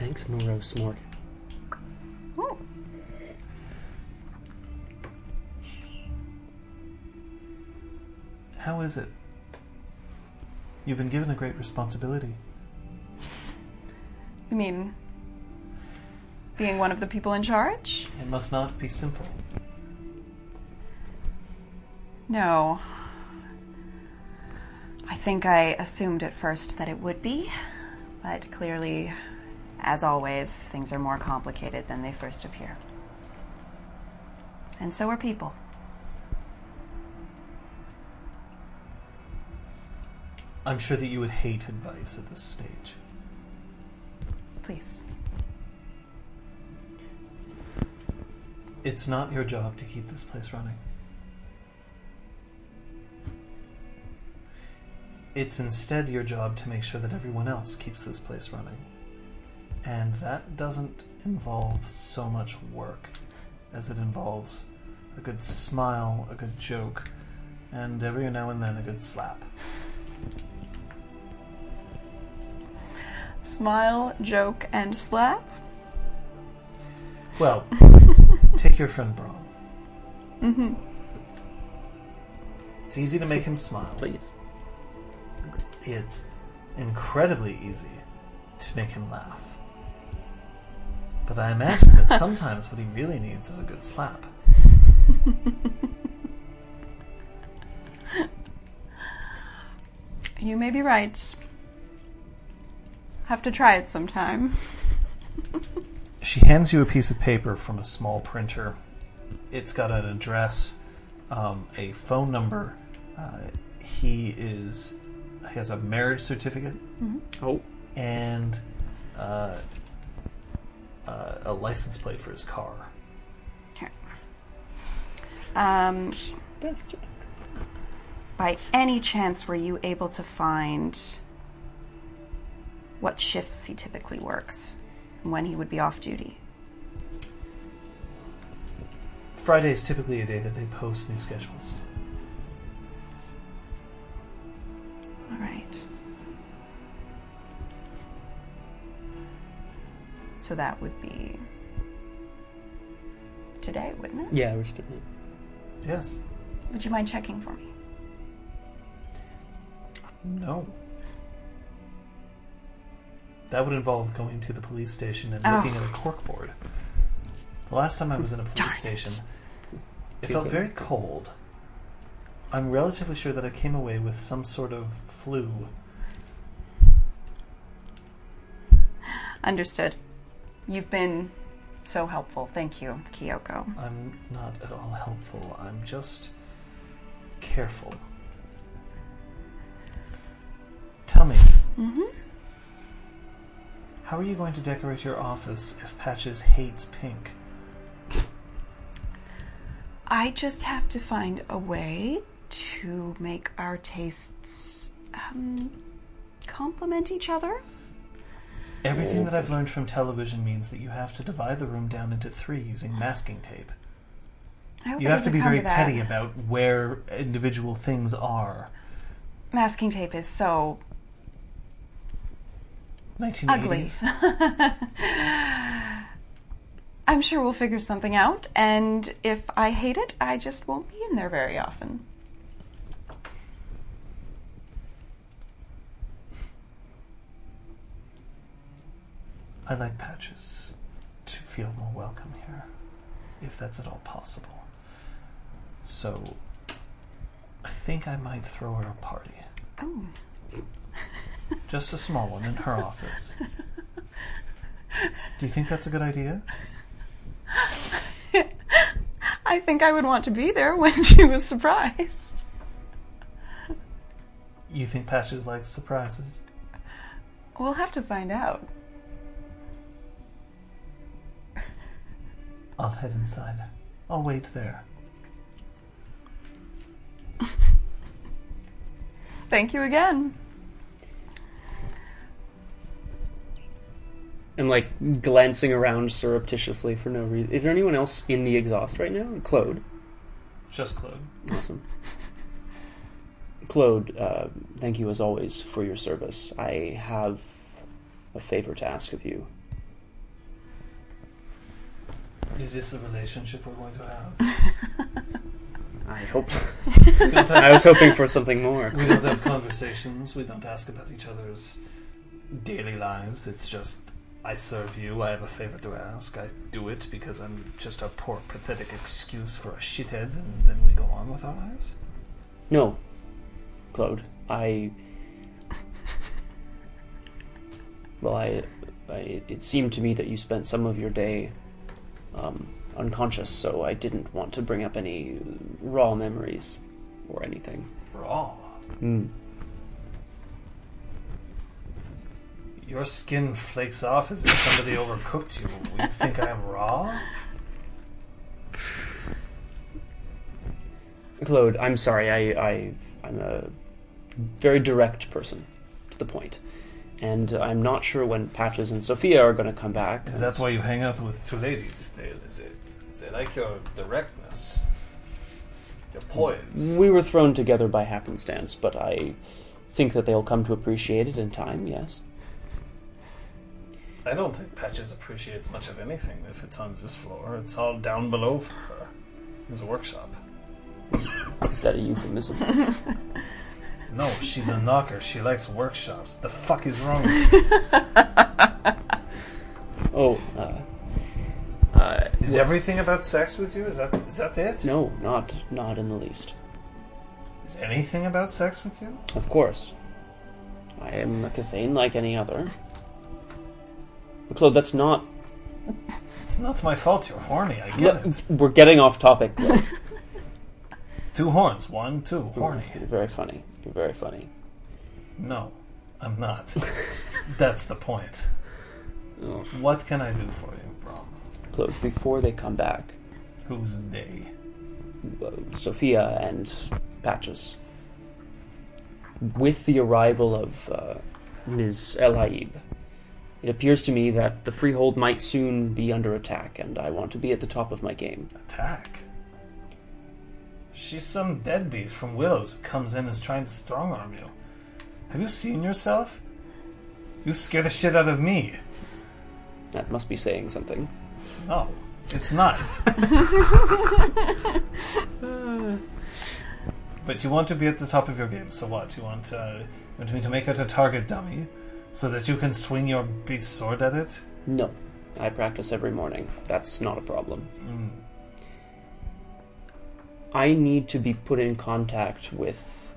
Speaker 3: Thanks, morose Morg.
Speaker 1: How is it? You've been given a great responsibility.
Speaker 2: You mean being one of the people in charge?
Speaker 1: It must not be simple.
Speaker 2: No. I think I assumed at first that it would be, but clearly, as always, things are more complicated than they first appear. And so are people.
Speaker 1: I'm sure that you would hate advice at this stage.
Speaker 2: Please.
Speaker 1: It's not your job to keep this place running. It's instead your job to make sure that everyone else keeps this place running. And that doesn't involve so much work as it involves a good smile, a good joke, and every now and then a good slap.
Speaker 2: Smile, joke, and slap.
Speaker 1: Well, take your friend Braun. Mm-hmm. It's easy to make him smile.
Speaker 3: Please.
Speaker 1: it's incredibly easy to make him laugh. But I imagine that sometimes what he really needs is a good slap.
Speaker 2: You may be right. Have to try it sometime.
Speaker 1: She hands you a piece of paper from a small printer. It's got an address, um, a phone number. Uh, he is he has a marriage certificate
Speaker 3: Oh,
Speaker 1: and uh, uh, a license plate for his car.
Speaker 2: Um, by any chance, were you able to find what shifts he typically works and when he would be off duty?
Speaker 1: Friday is typically a day that they post new schedules.
Speaker 2: All right. So that would be today, wouldn't it?
Speaker 3: Yeah, we're still.
Speaker 1: Yes.
Speaker 2: Would you mind checking for me?
Speaker 1: No. That would involve going to the police station and
Speaker 2: Oh.
Speaker 1: looking at a corkboard. The last time I was in a police
Speaker 2: Darn it.
Speaker 1: station, it felt very cold. I'm relatively sure that I came away with some sort of flu.
Speaker 12: Understood.
Speaker 2: You've been so helpful. Thank you, Kyoko.
Speaker 1: I'm not at all helpful. I'm just careful. Tell me. How are you going to decorate your office if Patches hates pink?
Speaker 2: I just have to find a way to make our tastes um, complement each other.
Speaker 1: Everything that I've learned from television means that you have to divide the room down into three using masking tape.
Speaker 2: I hope
Speaker 1: You
Speaker 2: it
Speaker 1: have to
Speaker 2: doesn't
Speaker 1: be
Speaker 2: come
Speaker 1: very
Speaker 2: that.
Speaker 1: petty about where individual things are.
Speaker 2: Masking tape is so
Speaker 1: 1980s.
Speaker 2: ugly. I'm sure we'll figure something out, and if I hate it, I just won't be in there very often.
Speaker 1: I like Patches to feel more welcome here, if that's at all possible. So, I think I might throw her a party.
Speaker 2: Oh,
Speaker 1: Just a small one in her office. Do you think that's a good idea?
Speaker 2: I think I would want to be there when she was surprised.
Speaker 1: You think Patches likes surprises?
Speaker 2: We'll have to find out.
Speaker 1: I'll head inside. I'll wait there.
Speaker 2: Thank you again.
Speaker 3: I'm like glancing around surreptitiously for no reason. Is there anyone else in the exhaust right now? Claude.
Speaker 1: Just Claude.
Speaker 3: Awesome. Claude, uh, thank you as always for your service. I have a favor to ask of you.
Speaker 1: Is this the relationship we're going to have?
Speaker 3: I hope.
Speaker 1: We don't
Speaker 3: I
Speaker 1: have,
Speaker 3: was hoping for something more.
Speaker 1: we don't have conversations. We don't ask about each other's daily lives. It's just, I serve you. I have a favor to ask. I do it because I'm just a poor, pathetic excuse for a shithead, and then we go on with our lives.
Speaker 3: No, Claude. I. Well, I, I. It seemed to me that you spent some of your day um, unconscious, so I didn't want to bring up any raw memories or anything.
Speaker 1: Raw.
Speaker 3: Hmm.
Speaker 1: Your skin flakes off as if somebody overcooked you. You think I am raw?
Speaker 3: Claude, I'm sorry. I, I, I'm a very direct person, to the point, and I'm not sure when Patches and Sophia are going to come back.
Speaker 1: Is that why you hang out with two ladies? They, they, they like your directness, your poise.
Speaker 3: We were thrown together by happenstance, but I think that they'll come to appreciate it in time, yes.
Speaker 1: I don't think Patches appreciates much of anything if it's on this floor. It's all down below for her. It's a workshop.
Speaker 3: Is that a euphemism?
Speaker 1: No, she's a knocker. She likes workshops. The fuck is wrong with you?
Speaker 3: oh, uh, uh,
Speaker 1: Is everything about sex with you? Is that is that it?
Speaker 3: no, not not in the least.
Speaker 1: Is anything about sex with you?
Speaker 3: Of course, I am a Cathane like any other. But Claude, that's not.
Speaker 1: It's not my fault you're horny, I get
Speaker 3: Le-
Speaker 1: it.
Speaker 3: we're getting off topic. Claude.
Speaker 1: Two horns, one, two, horny.
Speaker 3: You're very funny. You're very funny.
Speaker 1: No, I'm not. That's the point.
Speaker 3: Oh.
Speaker 1: What can I do for you, Brom?
Speaker 3: Claude, before they come back,
Speaker 1: Who's they?
Speaker 3: uh, Sophia and Patches. With the arrival of uh, Ms. Elaib, it appears to me that the Freehold might soon be under attack, and I want to be at the top of my game.
Speaker 1: Attack. She's some deadbeat from Willows who comes in and is trying to strong arm you. Have you seen yourself? You scare the shit out of me.
Speaker 3: That must be saying something.
Speaker 1: No, it's not. but you want to be at the top of your game, so what? You want, uh, you want me to make out a target dummy so that you can swing your big sword at it?
Speaker 3: No, I practice every morning. That's not a problem.
Speaker 1: Hmm,
Speaker 3: I need to be put in contact with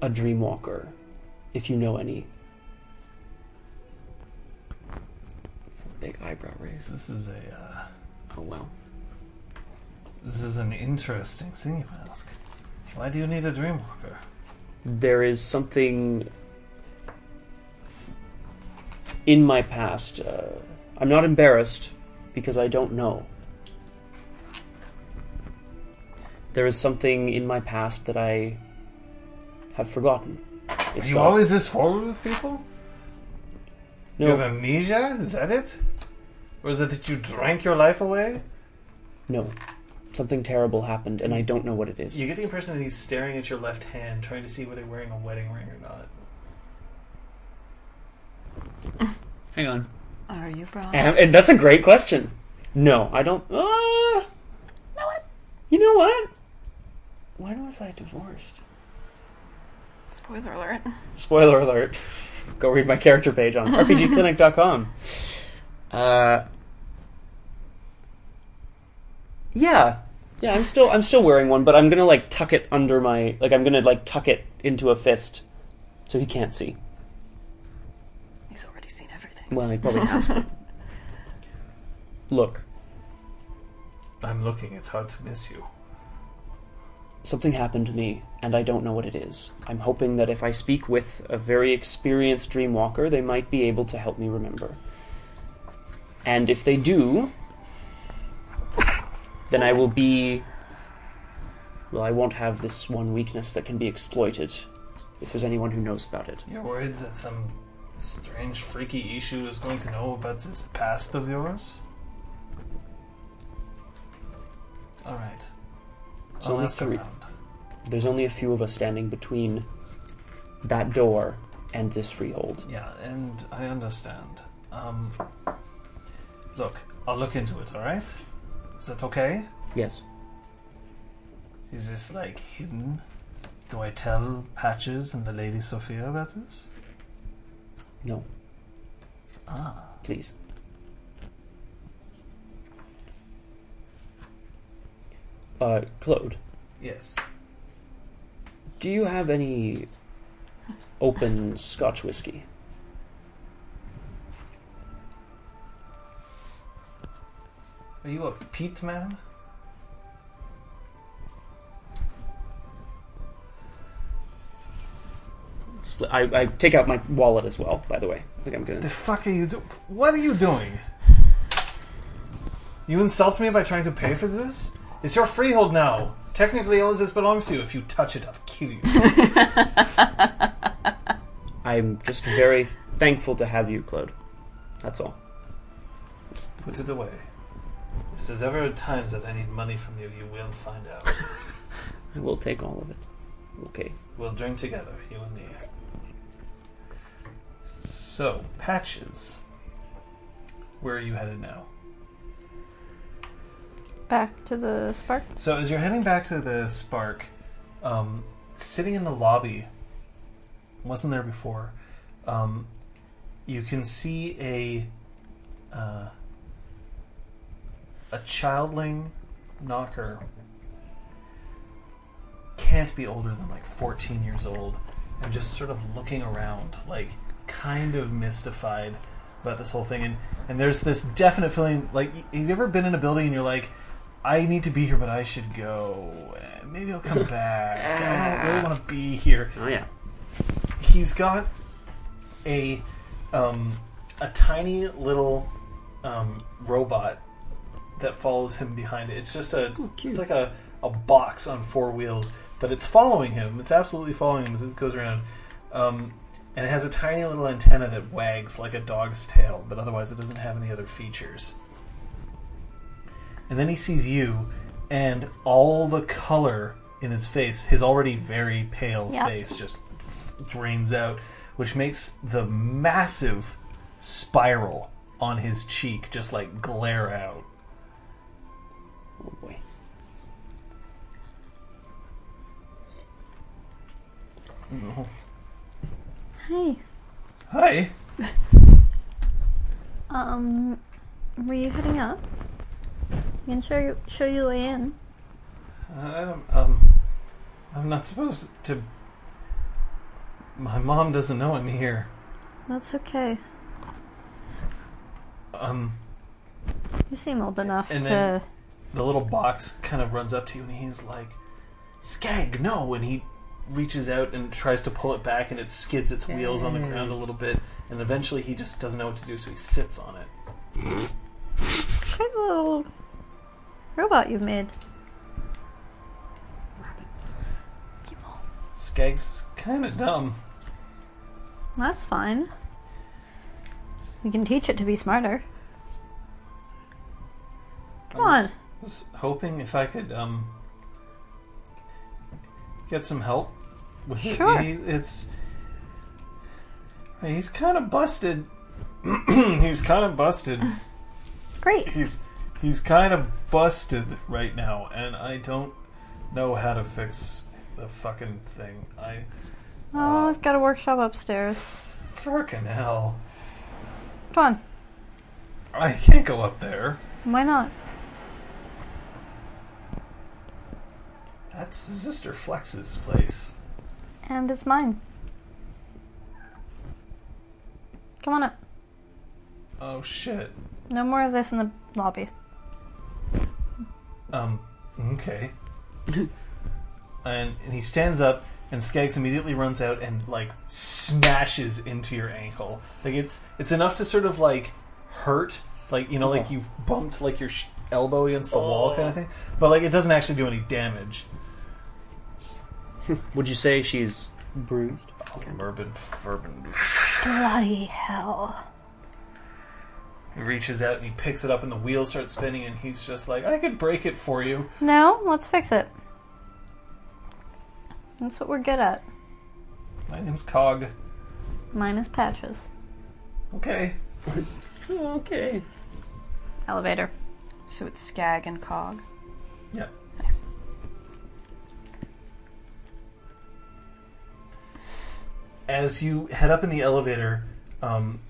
Speaker 3: a dreamwalker, if you know any. It's a big eyebrow raise.
Speaker 1: This is a uh,
Speaker 3: Oh well.
Speaker 1: this is an interesting thing you ask. Why do you need a dreamwalker?
Speaker 3: there is something in my past. Uh, I'm not embarrassed because I don't know. There is something in my past that I have forgotten. It's
Speaker 1: Are you
Speaker 3: gone.
Speaker 1: always this forward with people?
Speaker 3: no,
Speaker 1: You have amnesia? Is that it? Or is it that you drank your life away?
Speaker 3: no. Something terrible happened, and I don't know what it is.
Speaker 1: You get the impression that he's staring at your left hand, trying to see whether you're wearing a wedding ring or not.
Speaker 3: Hang on.
Speaker 2: Are you brought?
Speaker 3: Am- and that's a great question. No, I don't. Uh,
Speaker 2: No, what?
Speaker 3: you know what? When was I divorced?
Speaker 13: Spoiler alert.
Speaker 3: Spoiler alert. Go read my character page on rpgclinic.com. Uh, yeah, yeah. I'm still I'm still wearing one, but I'm gonna like tuck it under my like I'm gonna like tuck it into a fist, so he can't see.
Speaker 2: He's already seen everything.
Speaker 3: Well, he probably has. but- Look,
Speaker 1: I'm looking, it's hard to miss you.
Speaker 3: something happened to me, and I don't know what it is. I'm hoping that if I speak with a very experienced dreamwalker, they might be able to help me remember. And if they do, then I will be. Well, I won't have this one weakness that can be exploited if there's anyone who knows about it.
Speaker 1: You're worried that some strange, freaky issue is going to know about this past of yours? Alright.
Speaker 3: So
Speaker 1: I'll
Speaker 3: let's
Speaker 1: ask
Speaker 3: do it.
Speaker 1: around.
Speaker 3: There's only a few of us standing between that door and this freehold.
Speaker 1: Yeah, and I understand. Um, look, I'll look into it, alright? Is that okay?
Speaker 3: Yes.
Speaker 1: Is this like hidden? Do I tell Patches and the Lady Sophia about this?
Speaker 3: No.
Speaker 1: Ah.
Speaker 3: Please. Uh, Claude,
Speaker 1: Yes.
Speaker 3: do you have any open Scotch whiskey?
Speaker 1: Are you a peat man?
Speaker 3: Sli- I, I take out my wallet as well. By the way, I think I'm
Speaker 1: The
Speaker 3: gonna.
Speaker 1: fuck are you do- What are you doing? You insult me by trying to pay for this? It's your freehold now. Technically, all of this belongs to you. If you touch it, I'll kill you.
Speaker 3: I'm just very thankful to have you, Claude. That's all.
Speaker 1: Put it away. If there's ever times that I need money from you, you will find out.
Speaker 3: I will take all of it. Okay.
Speaker 1: We'll drink together, you and me. So, Patches. Where are you headed now?
Speaker 6: Back to the spark.
Speaker 1: So as you're heading back to the Spark, um, sitting in the lobby, wasn't there before. Um, you can see a uh, a childling knocker. Can't be older than like 14 years old, and just sort of looking around, like kind of mystified about this whole thing. And and there's this definite feeling like y- have you ever been in a building and you're like, I need to be here, but I should go. Eh, Maybe I'll come back. I don't really want to be here.
Speaker 3: Oh yeah.
Speaker 1: He's got a um, a tiny little um, robot that follows him behind it. It's just a it's like a, a box on four wheels, but it's following him. It's absolutely following him as it goes around. Um, and it has a tiny little antenna that wags like a dog's tail, but otherwise it doesn't have any other features. And then he sees you, and all the color in his face, his already very pale
Speaker 4: Yep.
Speaker 1: face, just drains out, which makes the massive spiral on his cheek just like glare out.
Speaker 9: Oh boy.
Speaker 6: Hey,
Speaker 1: Hi.
Speaker 6: um, were you heading up? I can show you, show you the way in.
Speaker 1: Um, um, I'm not supposed to. My mom doesn't know I'm here.
Speaker 6: That's okay.
Speaker 1: Um,
Speaker 6: You seem old enough
Speaker 1: And
Speaker 6: to.
Speaker 1: then- the little box kind of runs up to you and he's like, Skag, no! And he reaches out and tries to pull it back and it skids its wheels on the ground a little bit. And eventually he just doesn't know what to do, so he sits on it.
Speaker 6: It's quite a little robot you've made.
Speaker 1: Skag's kind of dumb.
Speaker 6: That's fine. We can teach it to be smarter. Come
Speaker 1: I
Speaker 6: on.
Speaker 1: was, was hoping if I could, um, get some help with it.
Speaker 6: Sure.
Speaker 1: He- it's. He's kind of busted. he's kind of busted.
Speaker 6: Great.
Speaker 1: he's he's kind of busted right now, and I don't know how to fix the fucking thing. I Uh,
Speaker 6: Oh, I've got a workshop upstairs.
Speaker 1: frickin' hell,
Speaker 6: Come on.
Speaker 1: I can't go up there.
Speaker 6: Why not?
Speaker 1: That's Sister Flex's place.
Speaker 6: And it's mine. Come on up.
Speaker 1: Oh shit.
Speaker 6: No more of this in the lobby.
Speaker 1: Um, okay. and, and he stands up, and Skaggs immediately runs out and like smashes into your ankle. Like it's it's enough to sort of like hurt, like you know, like you've bumped like your sh- elbow against the wall kind of thing. But like it doesn't actually do any damage.
Speaker 9: Would you say she's bruised?
Speaker 1: Mervin Furbin
Speaker 6: Bloody hell.
Speaker 1: he reaches out and he picks it up, and the wheels start spinning, and he's just like, "I could break it for you."
Speaker 6: No, let's fix it. That's what we're good at.
Speaker 1: My name's Cog.
Speaker 6: Mine is patches.
Speaker 1: Okay.
Speaker 3: Oh,
Speaker 9: Okay.
Speaker 6: Elevator.
Speaker 8: So it's Skag and Cog.
Speaker 1: Yeah. As you head up in the elevator, um,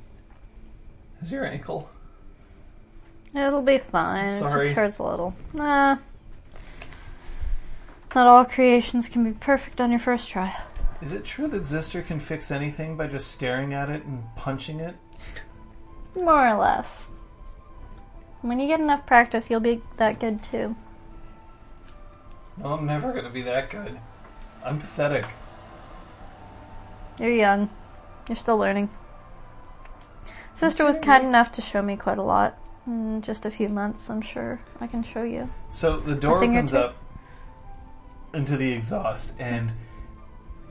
Speaker 1: is your ankle?
Speaker 6: It'll be fine. It
Speaker 1: Sorry.
Speaker 6: just hurts a little. Nah. Not all creations can be perfect on your first try.
Speaker 1: Is it true that Zister can fix anything by just staring at it and punching it?
Speaker 6: More or less. When you get enough practice, you'll be that good too.
Speaker 1: No, I'm never gonna be that good. I'm pathetic.
Speaker 6: You're young. You're still learning. Sister was kind enough to show me quite a lot. In just a few months, I'm sure I can show you.
Speaker 1: So the door
Speaker 6: finger
Speaker 1: opens
Speaker 6: tip?
Speaker 1: up into the exhaust, and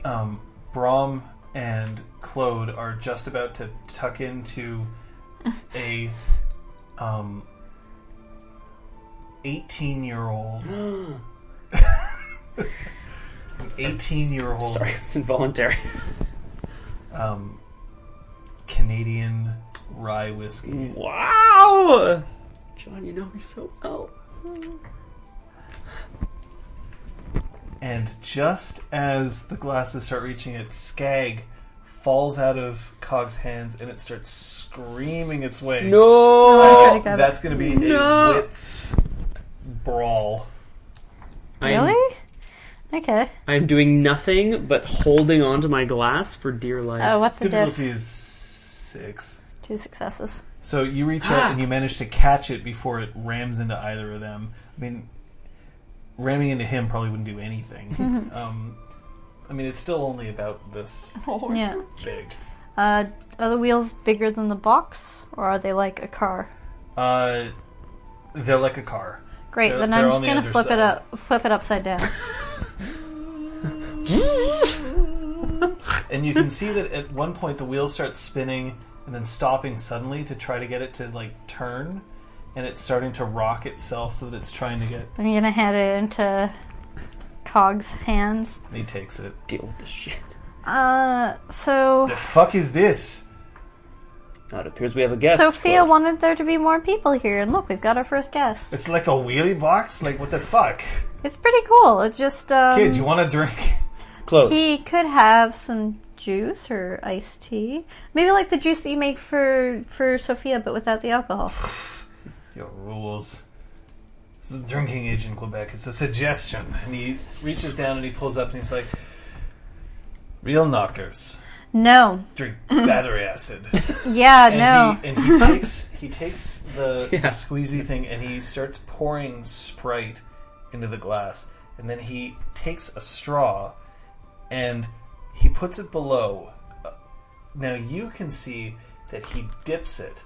Speaker 1: um, Brom and Claude are just about to tuck into a um, 18 year old. 18 year old
Speaker 9: Sorry, it's involuntary.
Speaker 1: um, Canadian rye whiskey.
Speaker 9: wow! John, you know me so well.
Speaker 1: And just as the glasses start reaching it, Skag falls out of Cog's hands and it starts screaming its way.
Speaker 9: No!
Speaker 6: Try to grab it.
Speaker 1: That's going to be
Speaker 9: No.
Speaker 1: a wits brawl.
Speaker 9: I'm,
Speaker 6: Really? Okay.
Speaker 9: I'm doing nothing but holding onto my glass for dear life.
Speaker 6: Oh, what's the diff?
Speaker 1: Difficulty is six.
Speaker 6: Two successes.
Speaker 1: So you reach out
Speaker 6: Ah.
Speaker 1: and you manage to catch it before it rams into either of them. I mean, ramming into him probably wouldn't do anything.
Speaker 6: Mhm.
Speaker 1: um, I mean, it's still only about this
Speaker 6: Yeah.
Speaker 1: big.
Speaker 6: Uh, are the wheels bigger than the box, or are they like a car?
Speaker 1: Uh, they're like a car.
Speaker 6: Great.
Speaker 1: They're-
Speaker 6: then
Speaker 1: they're
Speaker 6: I'm
Speaker 1: on
Speaker 6: just
Speaker 1: the
Speaker 6: gonna flip it
Speaker 1: underside.
Speaker 6: up, flip it upside down.
Speaker 1: and you can see that at one point the wheels start spinning and then stopping suddenly to try to get it to like turn and it's starting to rock itself so that it's trying to get.
Speaker 6: I'm gonna hand it into Cog's hands.
Speaker 1: He takes it.
Speaker 3: Deal with this shit.
Speaker 6: Uh, so
Speaker 1: The fuck is this?
Speaker 3: Now it appears we have a guest.
Speaker 6: Sophia
Speaker 3: for-
Speaker 6: wanted there to be more people here, and look, we've got our first guest.
Speaker 1: It's like a wheelie box. Like what the fuck?
Speaker 6: It's pretty cool. It's just um,
Speaker 1: Kid, you want a drink?
Speaker 3: Close.
Speaker 6: he could have some juice or iced tea, maybe like the juice that you make for for Sophia, but without the alcohol.
Speaker 1: Your rules. It's a drinking age in Quebec. It's a suggestion. And he reaches down and he pulls up and he's like, "Real knockers
Speaker 6: No,
Speaker 1: drink battery acid."
Speaker 6: yeah,
Speaker 1: and
Speaker 6: no.
Speaker 1: he and he takes he takes the, the squeezy thing and he starts pouring Sprite into the glass, and then he takes a straw and he puts it below. Uh, Now you can see that he dips it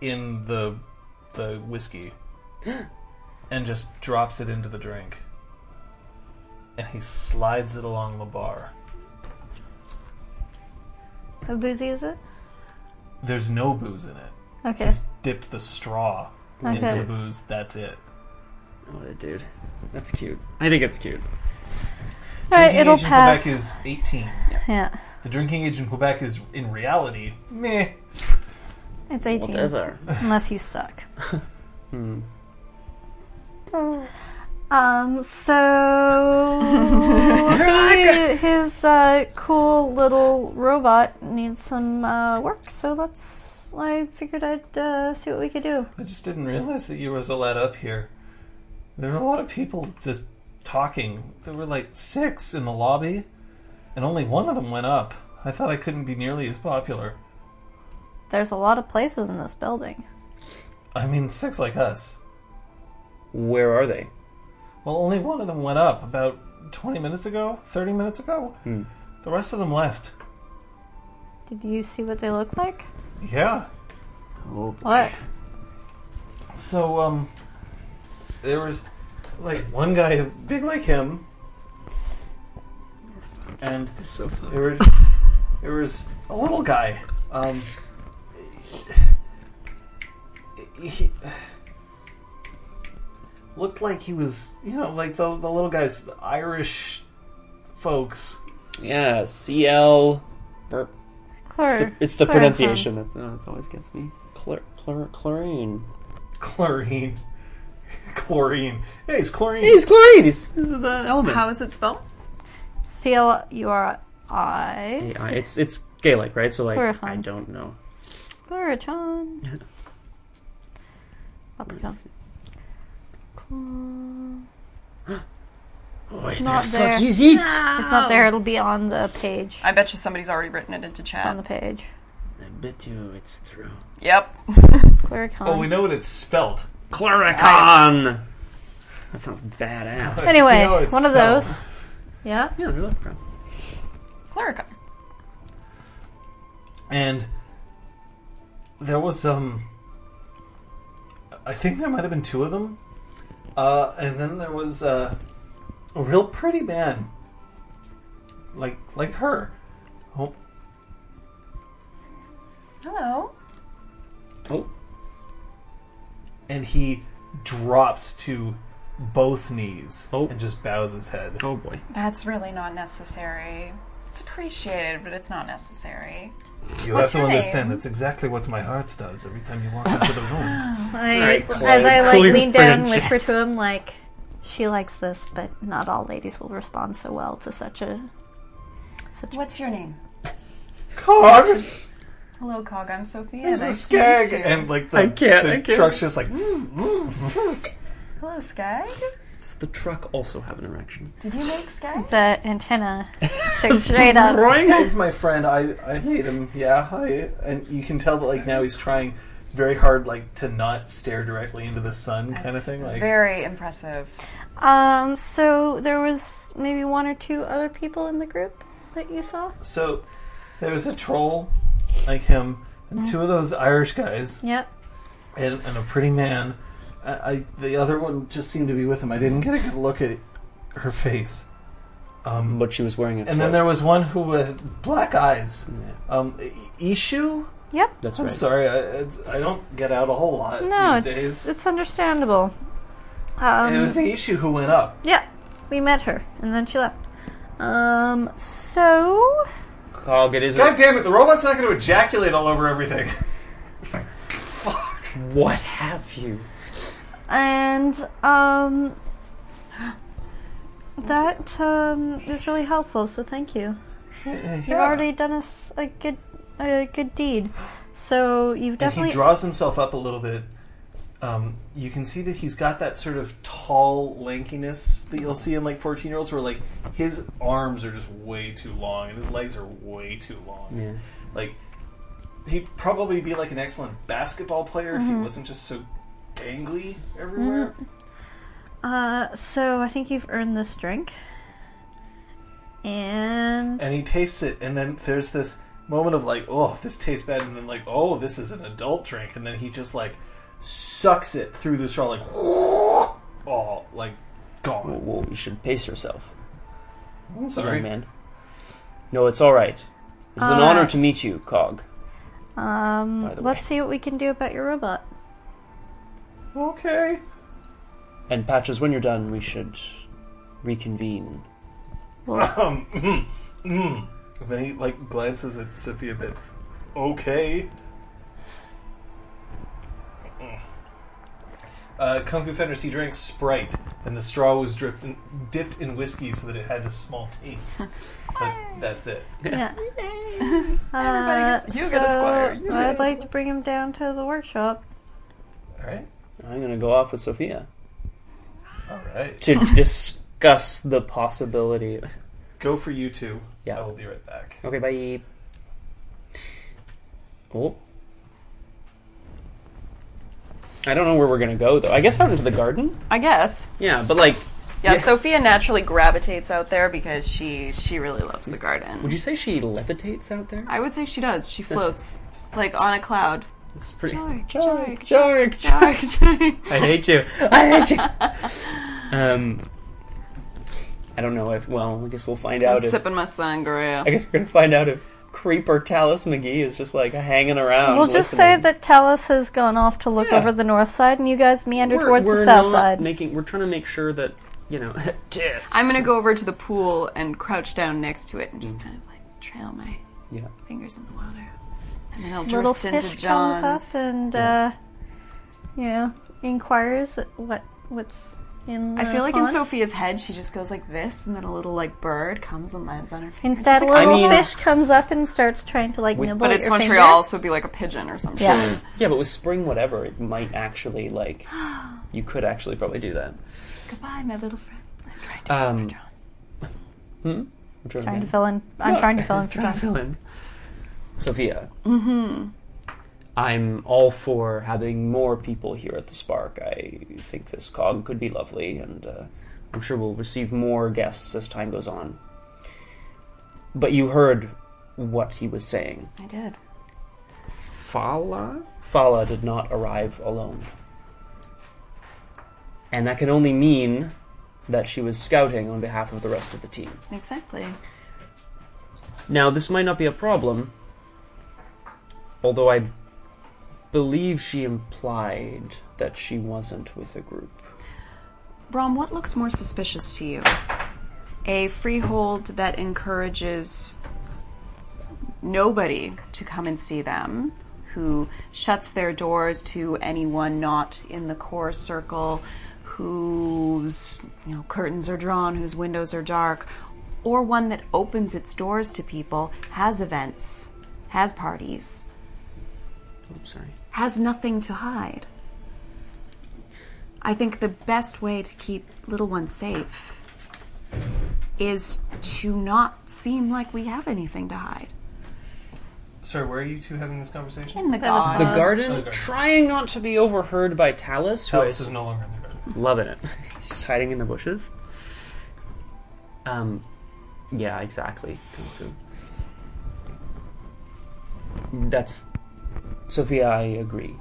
Speaker 1: in the the whiskey and just drops it into the drink. And he slides it along the bar.
Speaker 6: How boozy is it?
Speaker 1: There's no booze in it.
Speaker 6: Okay.
Speaker 1: He's dipped the straw into
Speaker 6: Okay.
Speaker 1: the booze. That's it.
Speaker 3: What a Oh, dude. That's cute. I think it's cute.
Speaker 6: All right,
Speaker 1: drinking
Speaker 6: it'll
Speaker 1: age
Speaker 6: pass.
Speaker 1: in Quebec is 18.
Speaker 6: yeah,
Speaker 1: The drinking age in Quebec is, in reality, meh.
Speaker 6: it's 18.
Speaker 3: Whatever. Hmm.
Speaker 6: Unless you suck. Um, so he, his uh, cool little robot needs some uh, work, so let's. I figured I'd uh, see what we could do.
Speaker 1: I just didn't realize that you were so let up here. There were a lot of people just talking. There were like six in the lobby, and only one of them went up. I thought I couldn't be nearly as popular.
Speaker 6: There's a lot of places in this building.
Speaker 1: I mean, six like us.
Speaker 3: Where are they?
Speaker 1: Well, only one of them went up about 20 minutes ago, 30 minutes ago. The rest of them left.
Speaker 6: Did you see what they look like?
Speaker 1: Yeah.
Speaker 3: Oh,
Speaker 6: What?
Speaker 1: So, um, there was like one guy big like him, and
Speaker 3: so fun.
Speaker 1: there was there was a little guy. Um, he looked like he was, you know, like the the little guys, the Irish folks.
Speaker 3: Yeah, CL. Burp.
Speaker 6: Claire.
Speaker 3: It's the, it's the
Speaker 6: Claire
Speaker 3: pronunciation that oh, it's always gets me. Chlor, chlor, chlorine.
Speaker 1: Chlorine, chlorine. Hey, it's chlorine.
Speaker 3: He's chlorine! He's, this is the element.
Speaker 14: How is it spelled?
Speaker 6: C L U R I.
Speaker 3: Yeah, it's it's Gaelic, right? So, like,
Speaker 6: Chlorine.
Speaker 3: I don't know.
Speaker 6: Glorichan. Leprechaun.
Speaker 3: oh,
Speaker 6: It's not there. Ah. It's
Speaker 3: He's it!
Speaker 6: not there. It'll be on the page.
Speaker 2: I bet you somebody's already written it into
Speaker 6: on
Speaker 2: chat.
Speaker 6: the page.
Speaker 3: I bet you it's true.
Speaker 2: Yep.
Speaker 6: Gloricon.
Speaker 1: Oh, we know what it's spelled.
Speaker 3: Chloricon! That sounds badass.
Speaker 6: Anyway,
Speaker 1: You know it's
Speaker 6: one of
Speaker 1: spelled.
Speaker 6: those. Yeah.
Speaker 3: Yeah, they're leprechauns.
Speaker 2: Clerica.
Speaker 1: and there was um i think there might have been two of them uh, and then there was uh, a real pretty man like like her oh
Speaker 2: Hello.
Speaker 3: Oh,
Speaker 1: and he drops to both knees
Speaker 3: Oh.
Speaker 1: and just bows his head
Speaker 3: oh boy.
Speaker 2: That's really not necessary. It's appreciated, but it's not necessary.
Speaker 1: you have
Speaker 2: What's
Speaker 1: to
Speaker 2: your
Speaker 1: understand
Speaker 2: name?
Speaker 1: that's exactly what my heart does every time you walk into the room
Speaker 6: I,
Speaker 3: Alright,
Speaker 6: as I like
Speaker 3: Claire
Speaker 6: lean down and
Speaker 3: Frances.
Speaker 6: whisper to him, like, she likes this, but not all ladies will respond so well to such a.
Speaker 2: What's your name?
Speaker 1: Cog,
Speaker 2: Hello, Cog. I'm Sophia.
Speaker 1: this
Speaker 2: nice
Speaker 1: is
Speaker 2: to meet
Speaker 1: Skag,
Speaker 2: you.
Speaker 1: and like the,
Speaker 3: I can't,
Speaker 1: the
Speaker 3: I can't. Mm.
Speaker 1: truck's just like, and
Speaker 2: Hello, Skag.
Speaker 3: Does the truck also have an erection?
Speaker 2: Did you make Skag?
Speaker 6: The antenna sticks straight up.
Speaker 1: Skag's my friend. I, I made him. Yeah, I, and you can tell that like now he's trying very hard like to not stare directly into the sun kind of thing. Like
Speaker 2: Very impressive.
Speaker 6: Um, so there was maybe one or two other people in the group that you saw?
Speaker 1: so, there was a troll like him and
Speaker 6: Mm.
Speaker 1: two of those Irish guys
Speaker 6: Yep.
Speaker 1: and, and a pretty man. I, I the other one just seemed to be with him. I didn't get a good look at her face. Um,
Speaker 3: But she was wearing a
Speaker 1: and then
Speaker 3: cloak.
Speaker 1: there was one who had black eyes. Um, I- Ishu
Speaker 6: Yep.
Speaker 3: That's
Speaker 1: I'm
Speaker 3: right.
Speaker 1: sorry, I, it's, I don't get out a whole lot
Speaker 6: No,
Speaker 1: these
Speaker 6: it's
Speaker 1: days.
Speaker 6: it's understandable.
Speaker 1: and it
Speaker 6: Um,
Speaker 1: was the issue who went up.
Speaker 6: yeah, we met her and then she left. Um, so
Speaker 15: Cog, it is.
Speaker 1: God damn it, the robot's not going to ejaculate all over everything.
Speaker 15: What have you?
Speaker 6: and um, that um is really helpful. So thank you. You've already done us a good a good deed. So you've
Speaker 1: And
Speaker 6: definitely
Speaker 1: he draws himself up a little bit. Um, you can see that he's got that sort of tall lankiness that you'll see in like 14 year olds where like his arms are just way too long and his legs are way too long.
Speaker 3: Yeah.
Speaker 1: Like, he'd probably be like an excellent basketball player if
Speaker 6: Mm-hmm.
Speaker 1: he wasn't just so gangly everywhere.
Speaker 6: Uh, so I think you've earned this drink.
Speaker 3: Eh,
Speaker 6: And
Speaker 1: and he tastes it, and then there's this moment of like, oh, this tastes bad, and then like, oh, this is an adult drink, and then he just like sucks it through the straw, like, oh, like
Speaker 3: Whoa,
Speaker 1: gone.
Speaker 3: whoa, Oh, you should pace yourself,
Speaker 1: I'm
Speaker 3: young
Speaker 1: sorry,
Speaker 3: man. No, it's all right. It's an honor to meet you, Cog. By
Speaker 6: um,
Speaker 3: the
Speaker 6: let's
Speaker 3: way.
Speaker 6: see what we can do about your robot.
Speaker 1: Okay,
Speaker 3: And Patches, when you're done, we should reconvene.
Speaker 1: um, mm, mm. And then he like glances at Sophia a bit. Okay. Mm. Uh, Kung Fu Fenders, he drank Sprite, and the straw was dripped in, dipped in whiskey so that it had a small taste. but that's it.
Speaker 6: Yeah. Uh,
Speaker 2: Everybody gets- you get a squire, you get
Speaker 6: I'd
Speaker 2: a
Speaker 6: like to bring him down to the workshop.
Speaker 1: All right.
Speaker 3: I'm gonna go off with Sophia
Speaker 1: All right.
Speaker 3: to discuss the possibility.
Speaker 1: Go for you two.
Speaker 3: Yeah.
Speaker 1: I will be right back.
Speaker 3: Okay, bye. Oh. I don't know where we're gonna go though. I guess out into the garden.
Speaker 2: I guess.
Speaker 3: Yeah, but like,
Speaker 2: Yeah,
Speaker 3: Yeah.
Speaker 2: Sophia naturally gravitates out there because she she really loves the garden.
Speaker 3: would you say she levitates out there?
Speaker 2: I would say she does. She floats like on a cloud.
Speaker 3: It's pretty.
Speaker 2: Jark, jark,
Speaker 3: Jark,
Speaker 2: Jark, jark.
Speaker 3: I hate you. I hate you. um, I don't know if. Well, I guess we'll find out. If,
Speaker 2: Sipping my sangria.
Speaker 3: I guess we're gonna find out if Creeper Talus McGee is just like hanging around.
Speaker 6: we'll just say
Speaker 3: listening.
Speaker 6: that Talus has gone off to look
Speaker 3: Yeah.
Speaker 6: over the north side, and you guys meander
Speaker 3: we're,
Speaker 6: towards
Speaker 3: we're
Speaker 6: the
Speaker 3: not
Speaker 6: south side.
Speaker 3: Making. We're trying to make sure that you know. tits.
Speaker 2: I'm gonna go over to the pool and crouch down next to it and just kind of like trail my
Speaker 3: Yeah.
Speaker 2: fingers in the water, and then I'll drift
Speaker 6: Little
Speaker 2: into
Speaker 6: fish
Speaker 2: John's.
Speaker 6: comes up and uh, you know inquires what what's in. The
Speaker 2: I feel like
Speaker 6: pond.
Speaker 2: in Sophia's head, she just goes like this, and then a little like bird comes and lands on her face.
Speaker 6: Instead, a
Speaker 2: It's like,
Speaker 6: little
Speaker 3: I mean-
Speaker 6: fish comes up and starts trying to like
Speaker 3: With-
Speaker 6: nibble
Speaker 2: but
Speaker 6: at
Speaker 2: it's
Speaker 6: your finger.
Speaker 2: Montreal, so it'd be like a pigeon or something.
Speaker 6: Yeah.
Speaker 3: Yeah, but with spring, whatever, it might actually like. You could actually probably do that.
Speaker 2: Goodbye, my little friend. I'm trying to
Speaker 3: Um,
Speaker 2: John.
Speaker 3: Hmm? I'm trying,
Speaker 6: Trying to fill in. I'm trying to fill in for
Speaker 3: Trying to
Speaker 6: John.
Speaker 3: fill in. Sophia. Mm-hmm. I'm all for having more people here at the Spark. I think this cog could be lovely, and uh, I'm sure we'll receive more guests as time goes on. But you heard what he was saying.
Speaker 2: I did.
Speaker 3: Fala? Fala did not arrive alone. And that can only mean that she was scouting on behalf of the rest of the team.
Speaker 2: Exactly.
Speaker 3: Now, this might not be a problem, although I believe she implied that she wasn't with a group.
Speaker 2: Brom, what looks more suspicious to you? A freehold that encourages nobody to come and see them, who shuts their doors to anyone not in the core circle, whose you know, curtains are drawn, whose windows are dark, or one that opens its doors to people, has events, has parties,
Speaker 3: I'm sorry.
Speaker 2: has nothing to hide. I think the best way to keep little ones safe is to not seem like we have anything to hide.
Speaker 1: Sorry, where are you two having this conversation?
Speaker 2: In the garden.
Speaker 3: The garden,
Speaker 1: okay.
Speaker 3: trying not to be overheard by Talus, who
Speaker 1: Alice
Speaker 3: is
Speaker 1: is no longer in the garden.
Speaker 3: loving it. He's just hiding in the bushes. Um, yeah, exactly. Kung Fu. That's Sophia. I agree,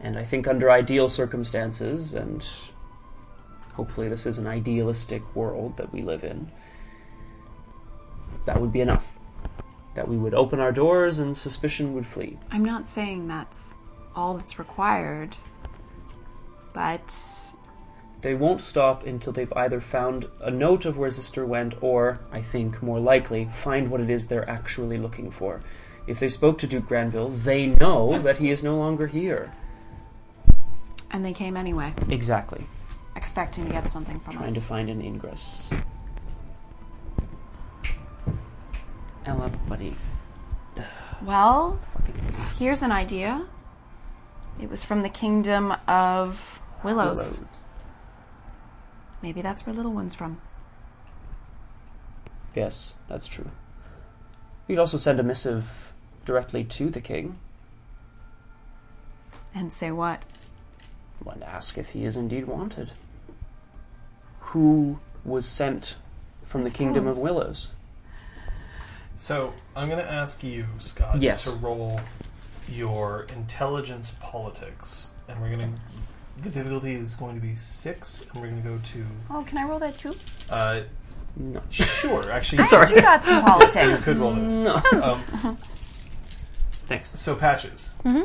Speaker 3: and I think under ideal circumstances, and hopefully this is an idealistic world that we live in, that would be enough. that we would open our doors and suspicion would flee.
Speaker 2: I'm not saying that's all that's required, but
Speaker 3: They won't stop until they've either found a note of where Zister went or, I think more likely, find what it is they're actually looking for. If they spoke to Duke Granville, they know that he is no longer here.
Speaker 2: and they came anyway,
Speaker 3: Exactly.
Speaker 2: expecting to get something from
Speaker 3: Trying
Speaker 2: us.
Speaker 3: to find an ingress. Ella, buddy.
Speaker 2: Well, here's an idea. It was from the kingdom of Willows.
Speaker 3: Willows.
Speaker 2: Maybe that's where Little One's from.
Speaker 3: Yes, that's true. We could also send a missive directly to the king
Speaker 2: And say what?
Speaker 3: and ask if he is indeed wanted. Who was sent from
Speaker 2: I
Speaker 3: the kingdom of
Speaker 2: suppose.
Speaker 3: willows?
Speaker 1: So I'm going to ask you, Scott,
Speaker 3: Yes.
Speaker 1: to roll your intelligence politics, and we're going to. The difficulty is going to be six, and we're going to go to.
Speaker 16: Oh, can I roll that too?
Speaker 1: Uh,
Speaker 3: No.
Speaker 1: sure, actually,
Speaker 16: Two dots in
Speaker 1: you
Speaker 16: politics.
Speaker 1: could roll
Speaker 6: Mm.
Speaker 1: this.
Speaker 3: No.
Speaker 1: Um,
Speaker 3: Thanks.
Speaker 1: So patches. Mm-hmm.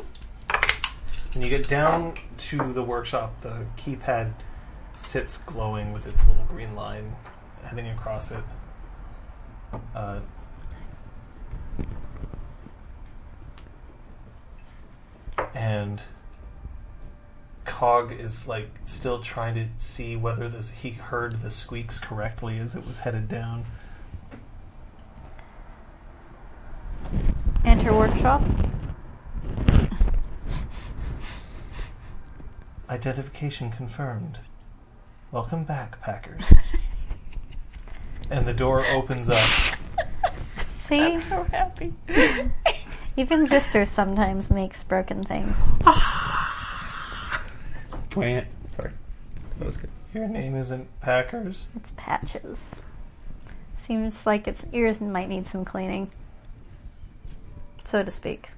Speaker 1: When you get down to the workshop, the keypad sits glowing with its little green line heading across it. Uh, and Cog is like still trying to see whether this, he heard the squeaks correctly as it was headed down.
Speaker 6: Enter workshop.
Speaker 1: Identification confirmed. Welcome back, Packers. and the door opens up.
Speaker 6: See,
Speaker 16: so happy.
Speaker 6: even Zister sometimes makes broken things.
Speaker 3: Wait. Sorry. That was good.
Speaker 1: Your name isn't Packers.
Speaker 6: It's patches. Seems like its ears might need some cleaning, so to speak.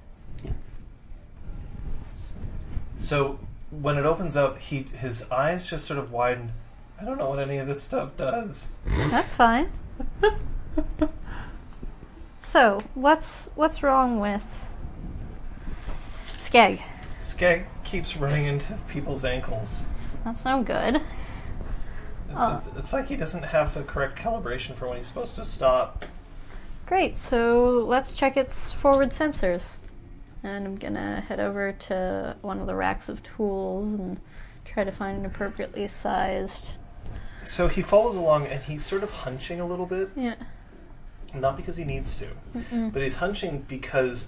Speaker 1: So when it opens up, he his eyes just sort of widen. I don't know what any of this stuff does.
Speaker 6: That's fine. so, what's what's wrong with Skeg?
Speaker 1: Skeg keeps running into people's ankles.
Speaker 6: That's no good.
Speaker 1: It- It's, it's like he doesn't have the correct calibration for when he's supposed to stop.
Speaker 6: Great. So let's check its forward sensors, and I'm gonna head over to one of the racks of tools and try to find an appropriately sized.
Speaker 1: So he follows along and he's sort of hunching a little bit.
Speaker 6: Yeah.
Speaker 1: Not because he needs to, but he's hunching because.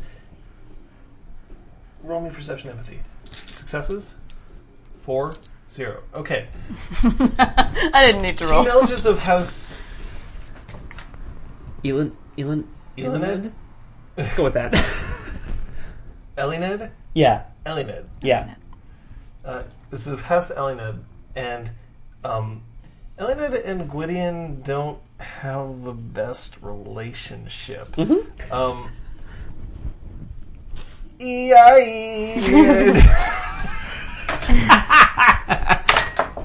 Speaker 1: Roll me perception empathy. Successes? Four, zero. Okay.
Speaker 2: I didn't need to roll.
Speaker 1: Melges of House
Speaker 3: Elin. Elin.
Speaker 1: Elined?
Speaker 3: Let's go with that.
Speaker 1: Elined?
Speaker 3: yeah.
Speaker 1: Elined.
Speaker 3: Yeah.
Speaker 1: Uh, this is House Elined, and um, Elined and Gwydion don't have the best relationship.
Speaker 3: Mm-hmm.
Speaker 1: Um, E E-I-E-D.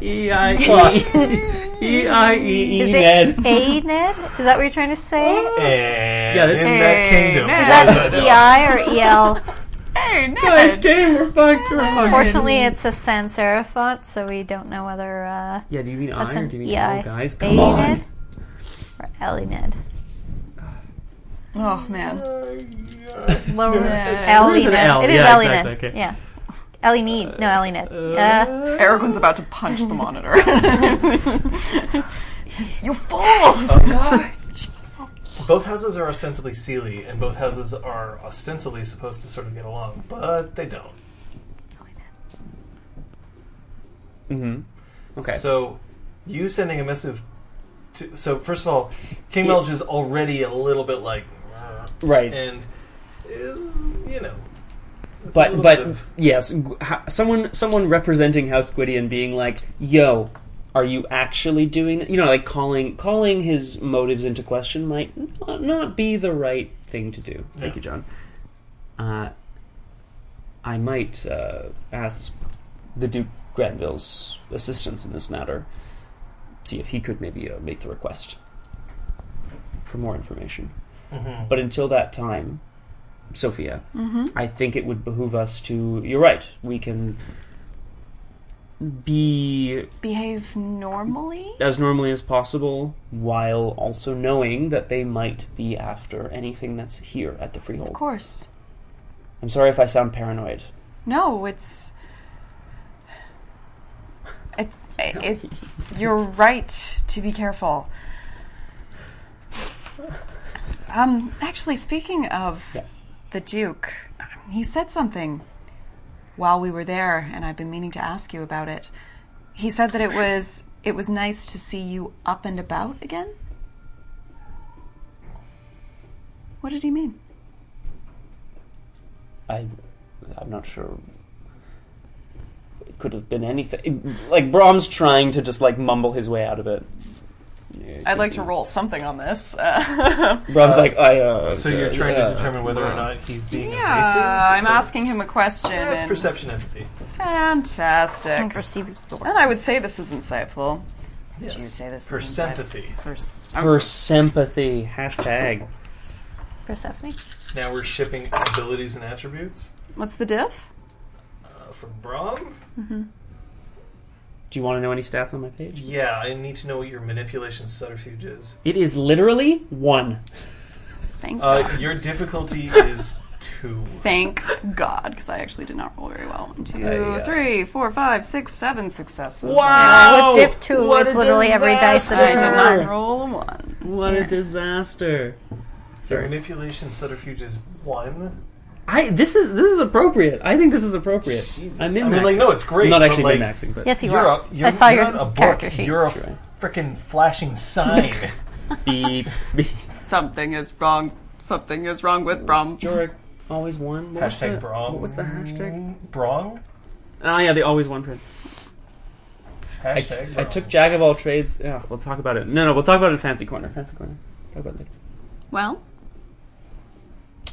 Speaker 3: E I E. E I E E. Oh.
Speaker 6: Is
Speaker 3: Ned.
Speaker 6: it A Ned? Is that what you're trying to say? Is
Speaker 1: yeah,
Speaker 3: that's-
Speaker 1: in that kingdom.
Speaker 6: that E I or E L?
Speaker 2: Hey,
Speaker 3: Nice
Speaker 2: Ned!
Speaker 3: game. We're fucked. We're fucked.
Speaker 6: Fortunately, it's a sans serif font, so we don't know whether uh,
Speaker 3: Yeah. Do you mean
Speaker 1: E
Speaker 6: that's
Speaker 3: I or
Speaker 6: an
Speaker 3: do you mean
Speaker 6: EI.
Speaker 3: oh, guys?
Speaker 6: A
Speaker 3: Come on.
Speaker 6: Ned or E Ellie Ned.
Speaker 2: Oh, man.
Speaker 6: Lower
Speaker 2: Yeah.
Speaker 6: Ellie
Speaker 3: It is an
Speaker 6: Ned.
Speaker 3: L.
Speaker 6: E It is
Speaker 3: Yeah,
Speaker 6: Ellie
Speaker 3: exactly,
Speaker 6: Ned.
Speaker 3: okay.
Speaker 6: Yeah. E Ellie Need. No, Ellie Ned. Uh,
Speaker 2: Aragorn's about to punch the monitor. you fools!
Speaker 3: Uh.
Speaker 1: Both houses are ostensibly Sealy, and both houses are ostensibly supposed to sort of get along, but they don't.
Speaker 3: Mm-hmm. Okay.
Speaker 1: So, you sending a missive to. So, first of all, King Melch is already a little bit like. "Rrr,"
Speaker 3: right.
Speaker 1: And is, you know. it's a
Speaker 3: But
Speaker 1: little
Speaker 3: but
Speaker 1: bit of-
Speaker 3: yes, g- ha- someone someone representing House Gwydion being like, "Yo, are you actually doing?" That? You know, like calling calling his motives into question might not, not be the right thing to do. Thank
Speaker 1: Yeah.
Speaker 3: you, John. Uh, I might uh, ask the Duke Granville's assistance in this matter. See if he could maybe uh, make the request for more information.
Speaker 1: Mhm.
Speaker 3: But until that time, Sophia,
Speaker 2: Mm-hmm.
Speaker 3: I think it would behoove us to. You're right. We can be
Speaker 2: Behave normally?
Speaker 3: as normally as possible while also knowing that they might be after anything that's here at the
Speaker 2: Of
Speaker 3: freehold.
Speaker 2: course.
Speaker 3: I'm sorry if I sound paranoid.
Speaker 2: No, it's.
Speaker 8: It, you're right to be careful.
Speaker 2: Um, actually, speaking of
Speaker 3: Yeah.
Speaker 2: the Duke, he said something while we were there, and I've been meaning to ask you about it. He said that it was it was nice to see you up and about again. What did he mean?
Speaker 3: I, I'm not sure. It could have been anything. Like Brahm's trying to just like mumble his way out of it. It
Speaker 8: I'd
Speaker 3: could
Speaker 8: like to
Speaker 3: be-
Speaker 8: roll something on this. Uh,
Speaker 3: Brahm's like I. Uh,
Speaker 1: So you're
Speaker 3: uh,
Speaker 1: trying
Speaker 3: yeah.
Speaker 1: to determine whether or not he's being
Speaker 8: yeah,
Speaker 1: evasive?
Speaker 8: I'm asking him a question.
Speaker 1: That's
Speaker 8: and-
Speaker 1: perception empathy.
Speaker 8: Fantastic.
Speaker 6: And perceived the
Speaker 8: And I would say this is insightful.
Speaker 1: Yes.
Speaker 8: Would you say this is
Speaker 1: Persempathy.
Speaker 8: insightful? Pers-
Speaker 2: um,
Speaker 3: For sympathy hashtag.
Speaker 6: Persephone.
Speaker 1: Now we're shipping abilities and attributes
Speaker 2: What's the diff?
Speaker 1: uh, from Brahm.
Speaker 3: Do you want to know any stats on my page?
Speaker 1: Yeah, I need to know what your manipulation subterfuge is.
Speaker 3: It is literally one.
Speaker 2: Thank
Speaker 1: Uh,
Speaker 2: God.
Speaker 1: your difficulty is two.
Speaker 2: Thank God, because I actually did not roll very well. One, two,
Speaker 3: I, uh,
Speaker 2: three, four, five, six, seven successes.
Speaker 6: Yeah, with diff two,
Speaker 3: What
Speaker 6: it's
Speaker 3: a
Speaker 6: literally every dice
Speaker 2: I did
Speaker 6: that is
Speaker 2: not roll a one.
Speaker 3: What a disaster!
Speaker 1: Your
Speaker 3: Sorry.
Speaker 1: manipulation subterfuge is one.
Speaker 3: I this is this is appropriate. I think this is appropriate. I'm
Speaker 1: I mean, like, no, it's great.
Speaker 3: not
Speaker 1: but,
Speaker 3: actually
Speaker 1: like,
Speaker 3: min-maxing, but
Speaker 6: Yes, you
Speaker 1: You're,
Speaker 6: are.
Speaker 1: a, you're,
Speaker 6: I saw your
Speaker 1: you're not a
Speaker 6: character
Speaker 1: book.
Speaker 6: sheet.
Speaker 1: You're a
Speaker 3: That's right.
Speaker 1: freaking flashing sign.
Speaker 3: beep beep.
Speaker 2: Something is wrong. Something is wrong with Brom.
Speaker 3: Jorik always one. What was
Speaker 1: Hashtag
Speaker 3: the-
Speaker 1: Brahm.
Speaker 3: What was the hashtag?
Speaker 1: Brong?
Speaker 3: Oh yeah, the always one print. I,
Speaker 1: Hashtag
Speaker 3: I
Speaker 1: Brong.
Speaker 3: took Jack of all trades. Yeah, we'll talk about it. No, no, we'll talk about it in Fancy Corner. Fancy Corner. Talk about it later.
Speaker 2: Well,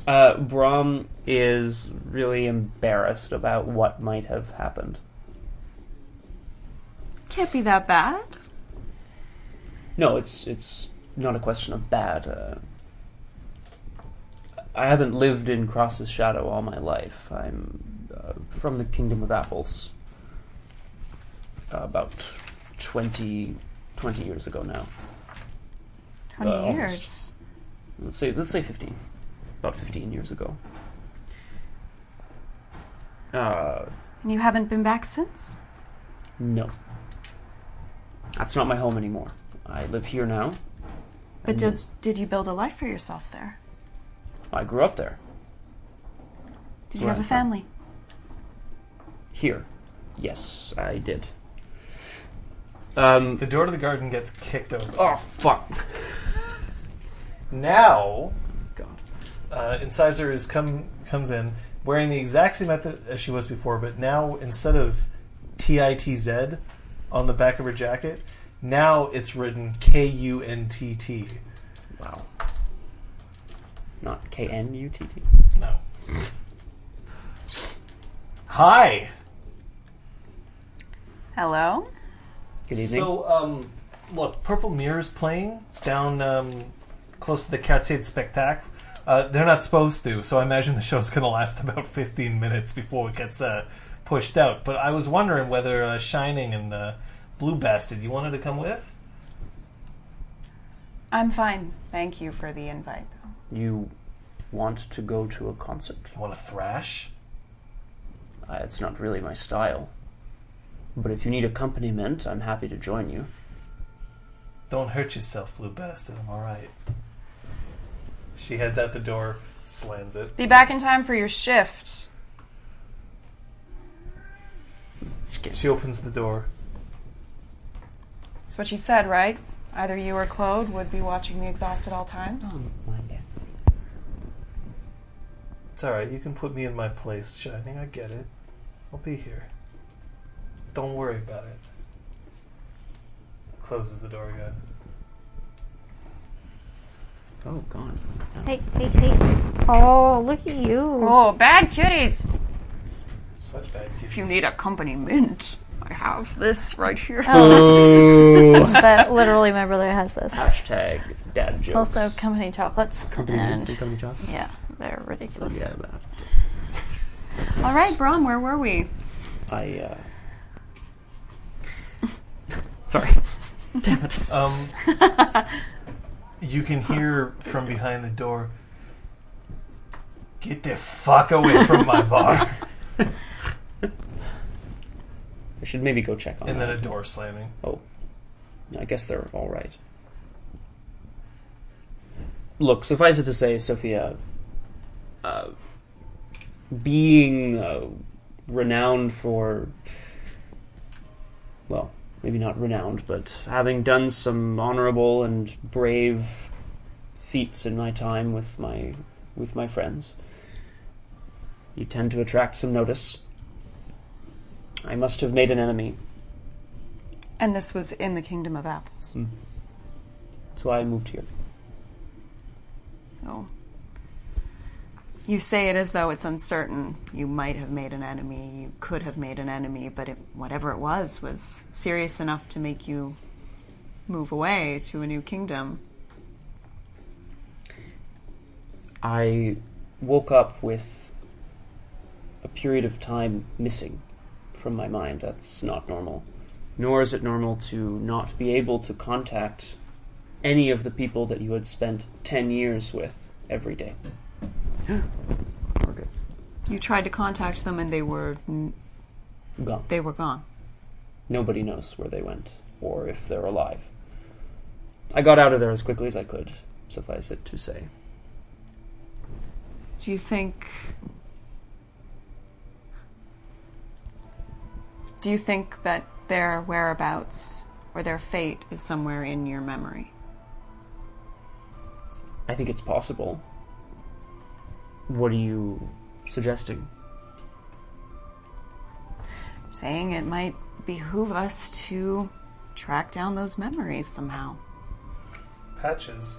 Speaker 3: Uh, Brom is really embarrassed about what might have happened.
Speaker 2: can't be that bad.
Speaker 3: No, it's it's not a question of bad. Uh, I haven't lived in Cross's shadow all my life. I'm uh, from the Kingdom of Apples. about 20, 20 years ago now.
Speaker 2: 20
Speaker 3: Uh,
Speaker 2: years.
Speaker 3: Let's say let's say fifteen. About fifteen years ago. Uh,
Speaker 2: And you haven't been back since?
Speaker 3: no. That's not my home anymore. I live here now.
Speaker 2: But
Speaker 3: And
Speaker 2: did,
Speaker 3: yes,
Speaker 2: did you build a life for yourself there?
Speaker 3: I grew up there.
Speaker 2: Did you
Speaker 3: Right.
Speaker 2: have a family?
Speaker 3: Here. Yes, I did. Um.
Speaker 1: The door to the garden gets kicked open.
Speaker 3: Oh fuck.
Speaker 1: Now,
Speaker 3: God.
Speaker 1: uh, incisor is come comes in wearing the exact same method as she was before, but now instead of T I T Z on the back of her jacket, now it's written K U N T T.
Speaker 3: Wow. Not K N U T T.
Speaker 1: No. Hi.
Speaker 8: Hello?
Speaker 3: Good evening.
Speaker 1: So, um, look, Purple Mirror's playing down um, close to the Cascade Spectacle. Uh, they're not supposed to, so I imagine the show's going to last about 15 minutes before it gets uh, pushed out. But I was wondering whether uh, Shining and uh, Blue Bastard, you wanted to come with?
Speaker 2: I'm fine.
Speaker 8: Thank you for the invite.
Speaker 3: you want to go to a concert?
Speaker 1: You want to thrash?
Speaker 3: Uh, it's not really my style. But if you need accompaniment, I'm happy to join you.
Speaker 1: Don't hurt yourself, Blue Bastard. I'm all right. She heads out the door, slams it.
Speaker 8: Be back in time for your shift.
Speaker 1: She opens the door.
Speaker 8: That's what you said, right? Either you or Claude would be watching the exhaust at all times.
Speaker 2: Oh,
Speaker 1: It's all right. You can put me in my place, Shining. I get it. I'll be here. Don't worry about it. Closes the door again.
Speaker 3: Oh god.
Speaker 6: Hey, hey, hey. Oh, look at you.
Speaker 8: Oh, bad kitties!
Speaker 1: Such bad
Speaker 2: If you need accompaniment.
Speaker 17: I have this right here.
Speaker 2: Oh,
Speaker 3: Oh.
Speaker 18: but literally, my brother has this.
Speaker 3: Hashtag dad jokes.
Speaker 18: Also, company chocolates.
Speaker 3: company
Speaker 18: and-
Speaker 3: and company chocolate.
Speaker 18: yeah, they're ridiculous.
Speaker 3: Yeah, that.
Speaker 17: All right, Brom, where were we?
Speaker 3: I. Uh,
Speaker 19: Sorry. Damn it.
Speaker 1: Um, you can hear from behind the door. Get the fuck away from my bar!
Speaker 3: I should maybe go check on
Speaker 1: And then
Speaker 3: that.
Speaker 1: a door slamming.
Speaker 3: Oh, I guess they're all right. Look, suffice it to say, Sophia, uh, being uh, renowned for, well, maybe not renowned, but having done some honorable and brave feats in my time with my with my friends, you tend to attract some notice. I must have made an enemy.
Speaker 2: And this was in the Kingdom of Apples.
Speaker 17: Hmm.
Speaker 3: That's why I moved here.
Speaker 2: So Oh. you say it as though it's uncertain. You might have made an enemy, you could have made an enemy, but it, whatever it was was serious enough to make you move away to a new kingdom.
Speaker 3: I woke up with a period of time missing from my mind. That's not normal. Nor is it normal to not be able to contact any of the people that you had spent 10 years with every day. We're good.
Speaker 17: You tried to contact them and they were n-
Speaker 3: Gone.
Speaker 17: they were gone.
Speaker 3: Nobody knows where they went or if they're alive. I got out of there as quickly as I could, suffice it to say.
Speaker 17: Do you think Do you think that their whereabouts or their fate is somewhere in your memory?
Speaker 3: I think it's possible. What are you suggesting?
Speaker 2: Saying it might behoove us to track down those memories somehow.
Speaker 1: Patches.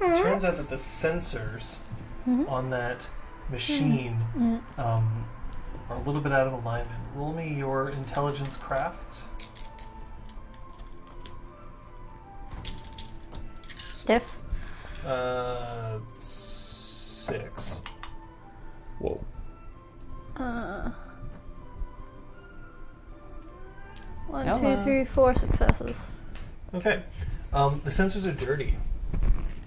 Speaker 1: It turns out that the sensors
Speaker 6: Mm-hmm.
Speaker 1: on that machine um, are a little bit out of alignment. Roll me your intelligence crafts.
Speaker 18: Stiff.
Speaker 1: Uh, six.
Speaker 3: Whoa.
Speaker 6: Uh, one, two,
Speaker 3: Hello.
Speaker 6: three, four successes.
Speaker 1: Okay. Um, the sensors are dirty,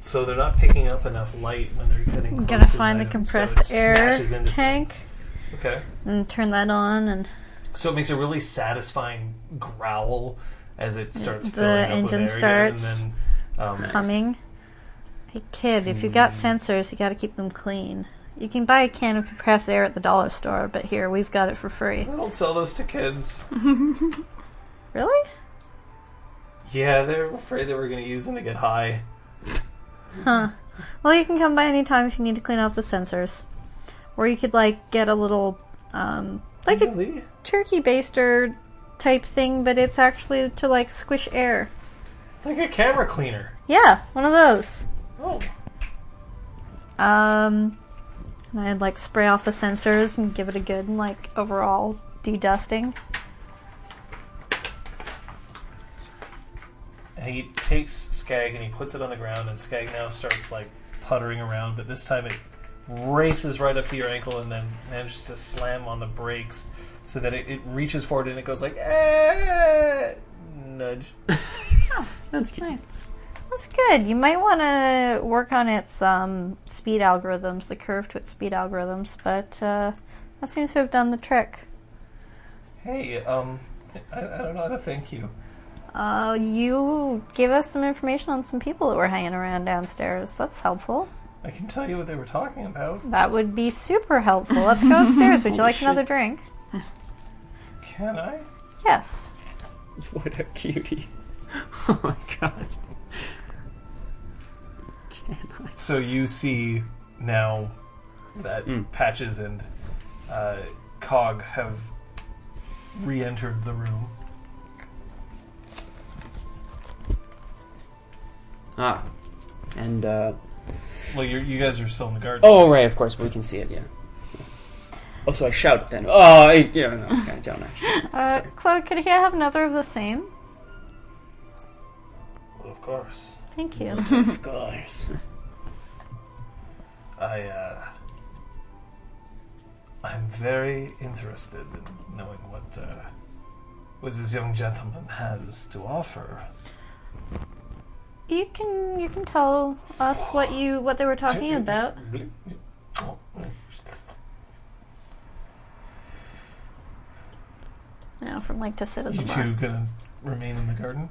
Speaker 1: so they're not picking up enough light when they're getting.
Speaker 6: I'm
Speaker 1: close
Speaker 6: gonna
Speaker 1: to an
Speaker 6: find the
Speaker 1: item,
Speaker 6: compressed
Speaker 1: so it
Speaker 6: air
Speaker 1: smashes into
Speaker 6: tank
Speaker 1: things. Okay.
Speaker 6: and turn that on, and
Speaker 1: So it makes a really satisfying growl as it starts.
Speaker 6: The
Speaker 1: filling up with
Speaker 6: engine
Speaker 1: air again,
Speaker 6: starts
Speaker 1: and then, um,
Speaker 6: humming. Hey kid, if you got
Speaker 18: Hmm.
Speaker 6: sensors, you got to keep them clean. You can buy a can of compressed air at the dollar store, but here we've got it for free.
Speaker 1: I don't sell those to kids.
Speaker 6: Really?
Speaker 1: Yeah, they're afraid that we're going to use them to get high.
Speaker 6: Well, you can come by anytime if you need to clean out the sensors, or you could like get a little, um, like a
Speaker 1: Really?
Speaker 6: turkey baster type thing, but it's actually to like squish air.
Speaker 1: Like a camera cleaner.
Speaker 6: Yeah, one of those.
Speaker 1: Oh.
Speaker 6: Um, and I'd like spray off the sensors and give it a good like overall de-dusting.
Speaker 1: And he takes Skag and he puts it on the ground, and Skag now starts like puttering around, but this time it races right up to your ankle and then manages to slam on the brakes so that it, it reaches forward and it goes like, eh, nudge.
Speaker 3: That's cute.
Speaker 6: That's good. You might want to work on its um, speed algorithms, the curve to its speed algorithms, but uh, that seems to have done the trick.
Speaker 1: Hey, um, I, I don't know how to thank you.
Speaker 6: Uh, you give us some information on some people that were hanging around downstairs. That's helpful.
Speaker 1: I can tell you what they were talking about.
Speaker 6: That would be super helpful. Let's go upstairs. Would you like another drink?
Speaker 1: Can I?
Speaker 6: Yes.
Speaker 3: What a cutie. Oh my god. Can I?
Speaker 1: So you see now that
Speaker 3: Mm.
Speaker 1: Patches and uh, Cog have re entered the room.
Speaker 3: Ah. And, uh.
Speaker 1: Well, you're, you guys are still in the garden.
Speaker 3: Oh, right, of course, but we can see it, yeah. Oh, so I shout then. Oh, I, yeah, no, okay, I don't actually.
Speaker 6: Uh, Claude, could I have another of the same?
Speaker 1: Of course.
Speaker 6: Thank you.
Speaker 3: of course.
Speaker 1: I, uh. I'm very interested in knowing what, uh. What this young gentleman has to offer.
Speaker 6: You can you can tell us what you what they were talking about. Now, from like to sit at the
Speaker 1: You
Speaker 6: bar.
Speaker 1: two gonna remain in the garden?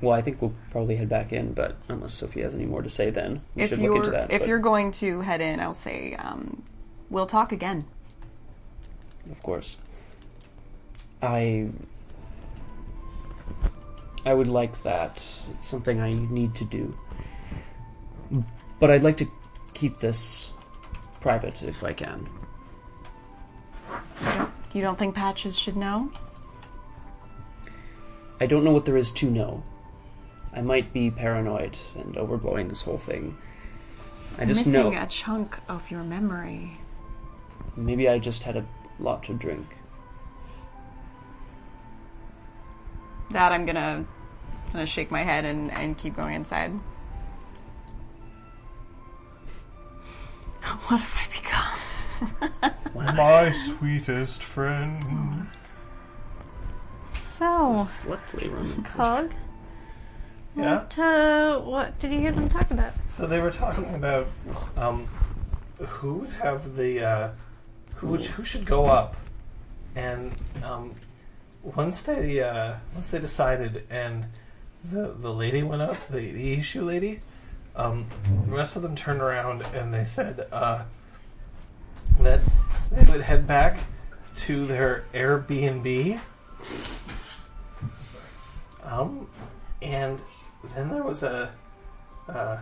Speaker 3: Well, I think we'll probably head back in, but unless Sophie has any more to say, then we
Speaker 2: if
Speaker 3: should look
Speaker 2: you're
Speaker 3: into that.
Speaker 2: if
Speaker 3: but
Speaker 2: you're going to head in, I'll say um, we'll talk again.
Speaker 3: of course, I I would like that. It's something I need to do, but I'd like to keep this private if I can.
Speaker 2: You don't think Patches should know?
Speaker 3: I don't know what there is to know. I might be paranoid and overblowing this whole thing. I just
Speaker 2: Missing
Speaker 3: know.
Speaker 2: a chunk of your memory.
Speaker 3: Maybe I just had a lot to drink.
Speaker 2: That I'm gonna gonna shake my head and, and keep going inside. What have I become?
Speaker 1: My sweetest friend.
Speaker 6: So,
Speaker 3: Slightly room.
Speaker 6: Cog,
Speaker 1: Yeah?
Speaker 6: what, uh, what did you hear them talk about?
Speaker 1: So they were talking about um, who would have the uh, who would, who should go up, and um, once they uh, once they decided, and the the lady went up, the, the issue lady, um, the rest of them turned around and they said uh, that they would head back to their Airbnb. Um, and then there was a uh,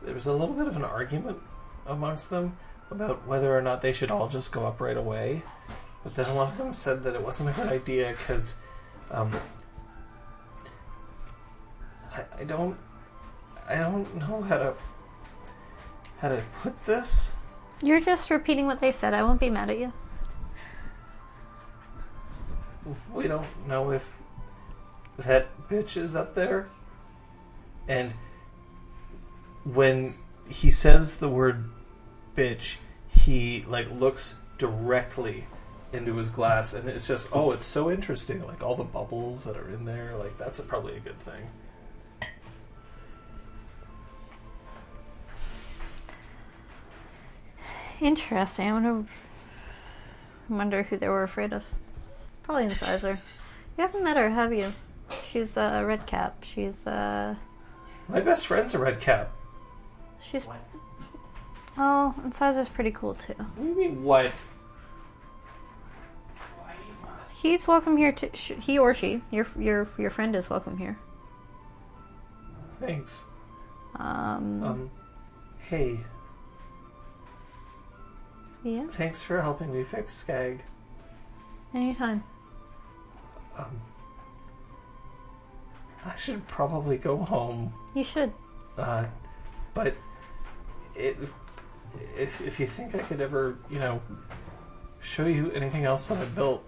Speaker 1: there was a little bit of an argument amongst them about whether or not they should all just go up right away. But then one of them said that it wasn't a good idea because um, I, I don't I don't know how to how to put this.
Speaker 6: You're just repeating what they said. I won't be mad at you.
Speaker 1: We don't know if that bitch is up there. And when he says the word bitch, he like looks directly into his glass and it's just oh it's so interesting like all the bubbles that are in there like that's a, probably a good thing
Speaker 6: Interesting. I wonder, wonder who they were afraid of. Probably Incisor. You haven't met her, have you? She's a uh, red cap. She's uh,
Speaker 1: my best friend's a red cap
Speaker 6: she's. Oh, Incisor's pretty cool too.
Speaker 1: what do you mean what
Speaker 6: He's welcome here too. Sh- He or she, your your your friend is welcome here.
Speaker 1: thanks
Speaker 6: Um,
Speaker 1: um hey
Speaker 6: yeah.
Speaker 1: thanks for helping me fix skag
Speaker 6: Anytime.
Speaker 1: um i should probably go home
Speaker 6: You should.
Speaker 1: Uh, but if, if if you think I could ever, you know, show you anything else that I built,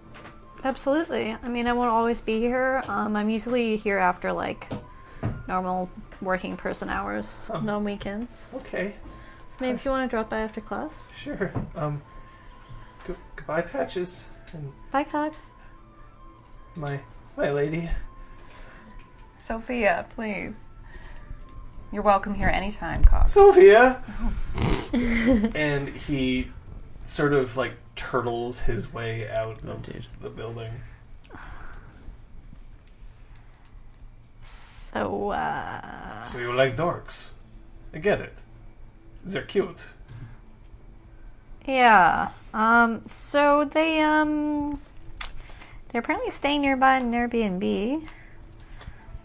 Speaker 6: Absolutely. I mean, I won't always be here. Um, I'm usually here after like normal working person hours
Speaker 1: Huh.
Speaker 6: on weekends.
Speaker 1: okay,
Speaker 6: So maybe if you want to drop by after class.
Speaker 1: sure. Um, go- goodbye, patches, and
Speaker 6: Bye, Cog.
Speaker 1: my my lady.
Speaker 8: Sophia, please. You're welcome here anytime, Cox.
Speaker 1: Sophia. and he sort of like turtles his way out of
Speaker 3: dude.
Speaker 1: the building.
Speaker 6: So, uh,
Speaker 1: So you like dorks? I get it. They're cute.
Speaker 6: yeah. Um, so they, um, they're apparently staying nearby in an Airbnb.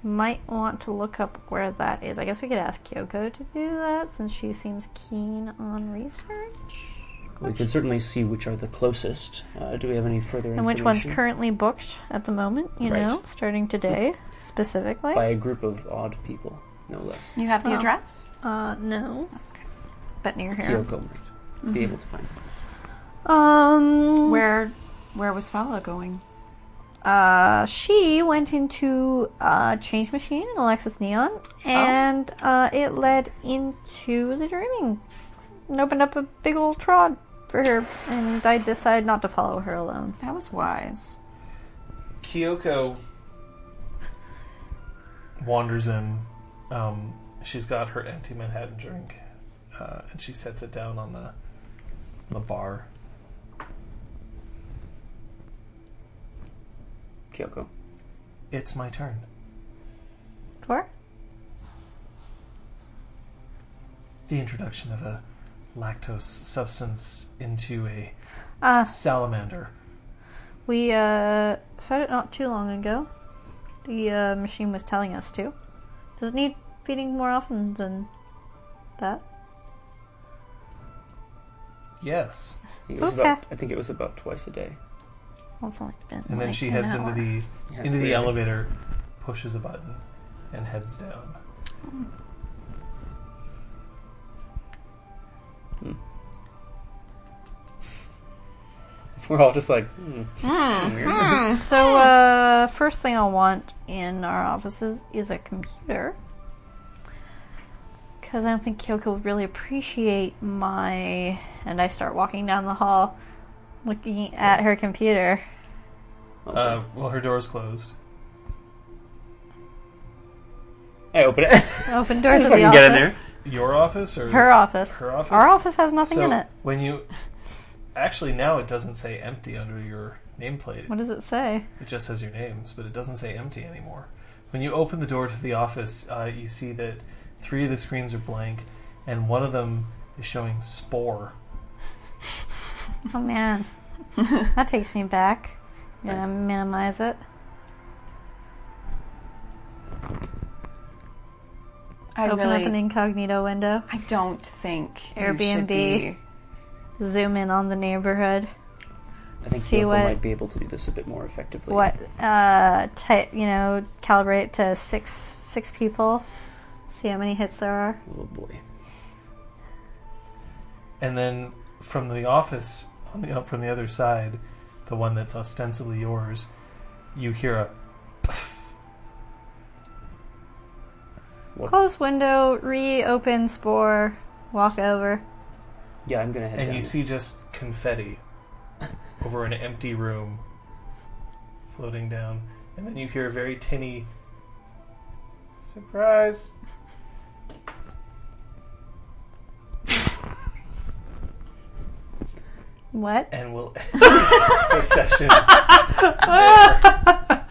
Speaker 6: Might want to look up where that is. I guess we could ask Kyoko to do that since she seems keen on research.
Speaker 3: We can certainly see which are the closest. Uh, do we have any further
Speaker 6: And which one's
Speaker 3: information?
Speaker 6: currently booked at the moment, you
Speaker 3: Right.
Speaker 6: know, starting today specifically?
Speaker 3: by a group of odd people, no less.
Speaker 2: You have the
Speaker 6: Oh.
Speaker 2: address?
Speaker 6: Uh, no. But near here. Mm-hmm.
Speaker 3: Kyoko might be able to find. mm.
Speaker 6: Um,
Speaker 8: Where where was Fala going?
Speaker 6: uh, she went into uh, Change Machine in Alexis Neon,
Speaker 1: Oh.
Speaker 6: and uh, it led into the Dreaming, and opened up a big old trod for her. And I decided not to follow her alone.
Speaker 8: That was wise.
Speaker 1: Kyoko wanders in. Um, she's got her empty Manhattan drink, uh, and she sets it down on the the bar.
Speaker 3: Kyoko.
Speaker 1: It's my turn.
Speaker 6: For
Speaker 1: The introduction of a lactose substance into a
Speaker 6: Ah.
Speaker 1: salamander.
Speaker 6: we uh, fed it not too long ago. The uh, machine was telling us to. Does it need feeding more often than that?
Speaker 1: Yes.
Speaker 3: I think
Speaker 6: Oh
Speaker 3: it was
Speaker 6: Okay.
Speaker 3: about- I think it was about twice a day.
Speaker 6: Well, it's only been
Speaker 1: And then
Speaker 6: like
Speaker 1: she
Speaker 6: an
Speaker 1: heads into
Speaker 6: hour.
Speaker 1: the
Speaker 3: Yeah, it's
Speaker 1: into the
Speaker 3: weird.
Speaker 1: elevator, pushes a button, and heads down.
Speaker 3: We're all just like, hmm.
Speaker 6: So, uh, first thing I'll want in our offices is a computer. Because I don't think Kyoko would really appreciate my. And I start walking down the hall looking at her computer.
Speaker 3: oh.
Speaker 1: Uh, well, her door's closed.
Speaker 3: I open it.
Speaker 6: Open door to the
Speaker 3: Fucking
Speaker 6: office.
Speaker 3: get in there.
Speaker 1: Your office or
Speaker 6: Her office.
Speaker 1: Her office?
Speaker 6: Our office has nothing in it.
Speaker 1: When you actually now it doesn't say empty under your nameplate.
Speaker 6: What does it say?
Speaker 1: It just says your names, but it doesn't say empty anymore. When you open the door to the office, uh, you see that three of the screens are blank, and one of them is showing spore.
Speaker 6: Oh man. that takes me back. I'm gonna minimize it.
Speaker 2: I
Speaker 6: Open
Speaker 2: really,
Speaker 6: up an incognito window.
Speaker 2: I don't think You
Speaker 6: Airbnb.
Speaker 2: should be.
Speaker 6: Zoom in on the neighborhood.
Speaker 3: I think
Speaker 6: See
Speaker 3: Kyoko
Speaker 6: what-
Speaker 3: might be able to do this a bit more effectively.
Speaker 6: what uh ty- you know calibrate to six six people see how many hits there are
Speaker 3: Oh boy.
Speaker 1: And then from the office, on the up from the other side, the one that's ostensibly yours, you hear a
Speaker 6: close window reopen spore walk over
Speaker 3: Yeah, I'm gonna head
Speaker 1: and
Speaker 3: down.
Speaker 1: you see just confetti over an empty room floating down and then you hear a very tinny surprise
Speaker 6: what
Speaker 1: and we'll end the session there.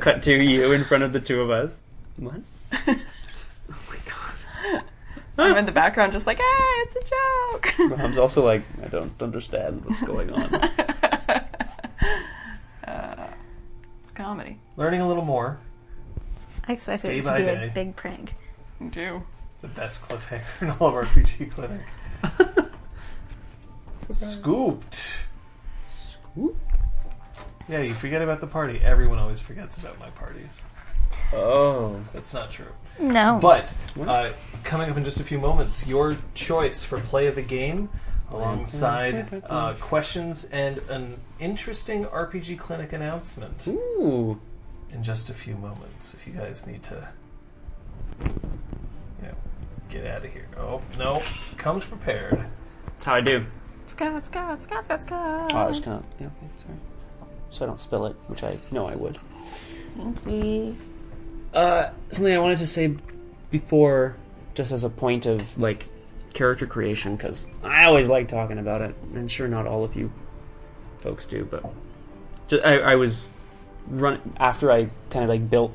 Speaker 3: cut to you in front of the two of us. What?
Speaker 8: I'm in the background just like, hey, it's a joke.
Speaker 3: Raham's also like, I don't understand what's going on.
Speaker 2: Uh,
Speaker 8: It's comedy.
Speaker 1: learning a little more
Speaker 6: i expected
Speaker 1: Day
Speaker 6: it to
Speaker 1: by
Speaker 6: be
Speaker 1: day.
Speaker 6: a big prank
Speaker 8: You do.
Speaker 1: the best cliffhanger in all of RPG clinic scooped yeah you forget about the party everyone always forgets about my parties
Speaker 3: oh.
Speaker 1: that's not true
Speaker 6: no
Speaker 1: But uh, coming up in just a few moments, your choice for play of the game, alongside uh, questions and an interesting RPG Clinic announcement
Speaker 3: Hmm? Ooh.
Speaker 1: in just a few moments. If you guys need to, you know, get out of here. Oh no, comes prepared.
Speaker 3: That's how I do.
Speaker 8: Let's go, let's go, let's go, let's go.
Speaker 3: Oh, I was gonna. Yeah, okay, sorry. So I don't spill it, which I know I would.
Speaker 6: thank you
Speaker 3: Uh, something I wanted to say before, just as a point of like character creation, because I always like talking about it, and sure, not all of you folks do, but ju- I, I was run after I kind of like built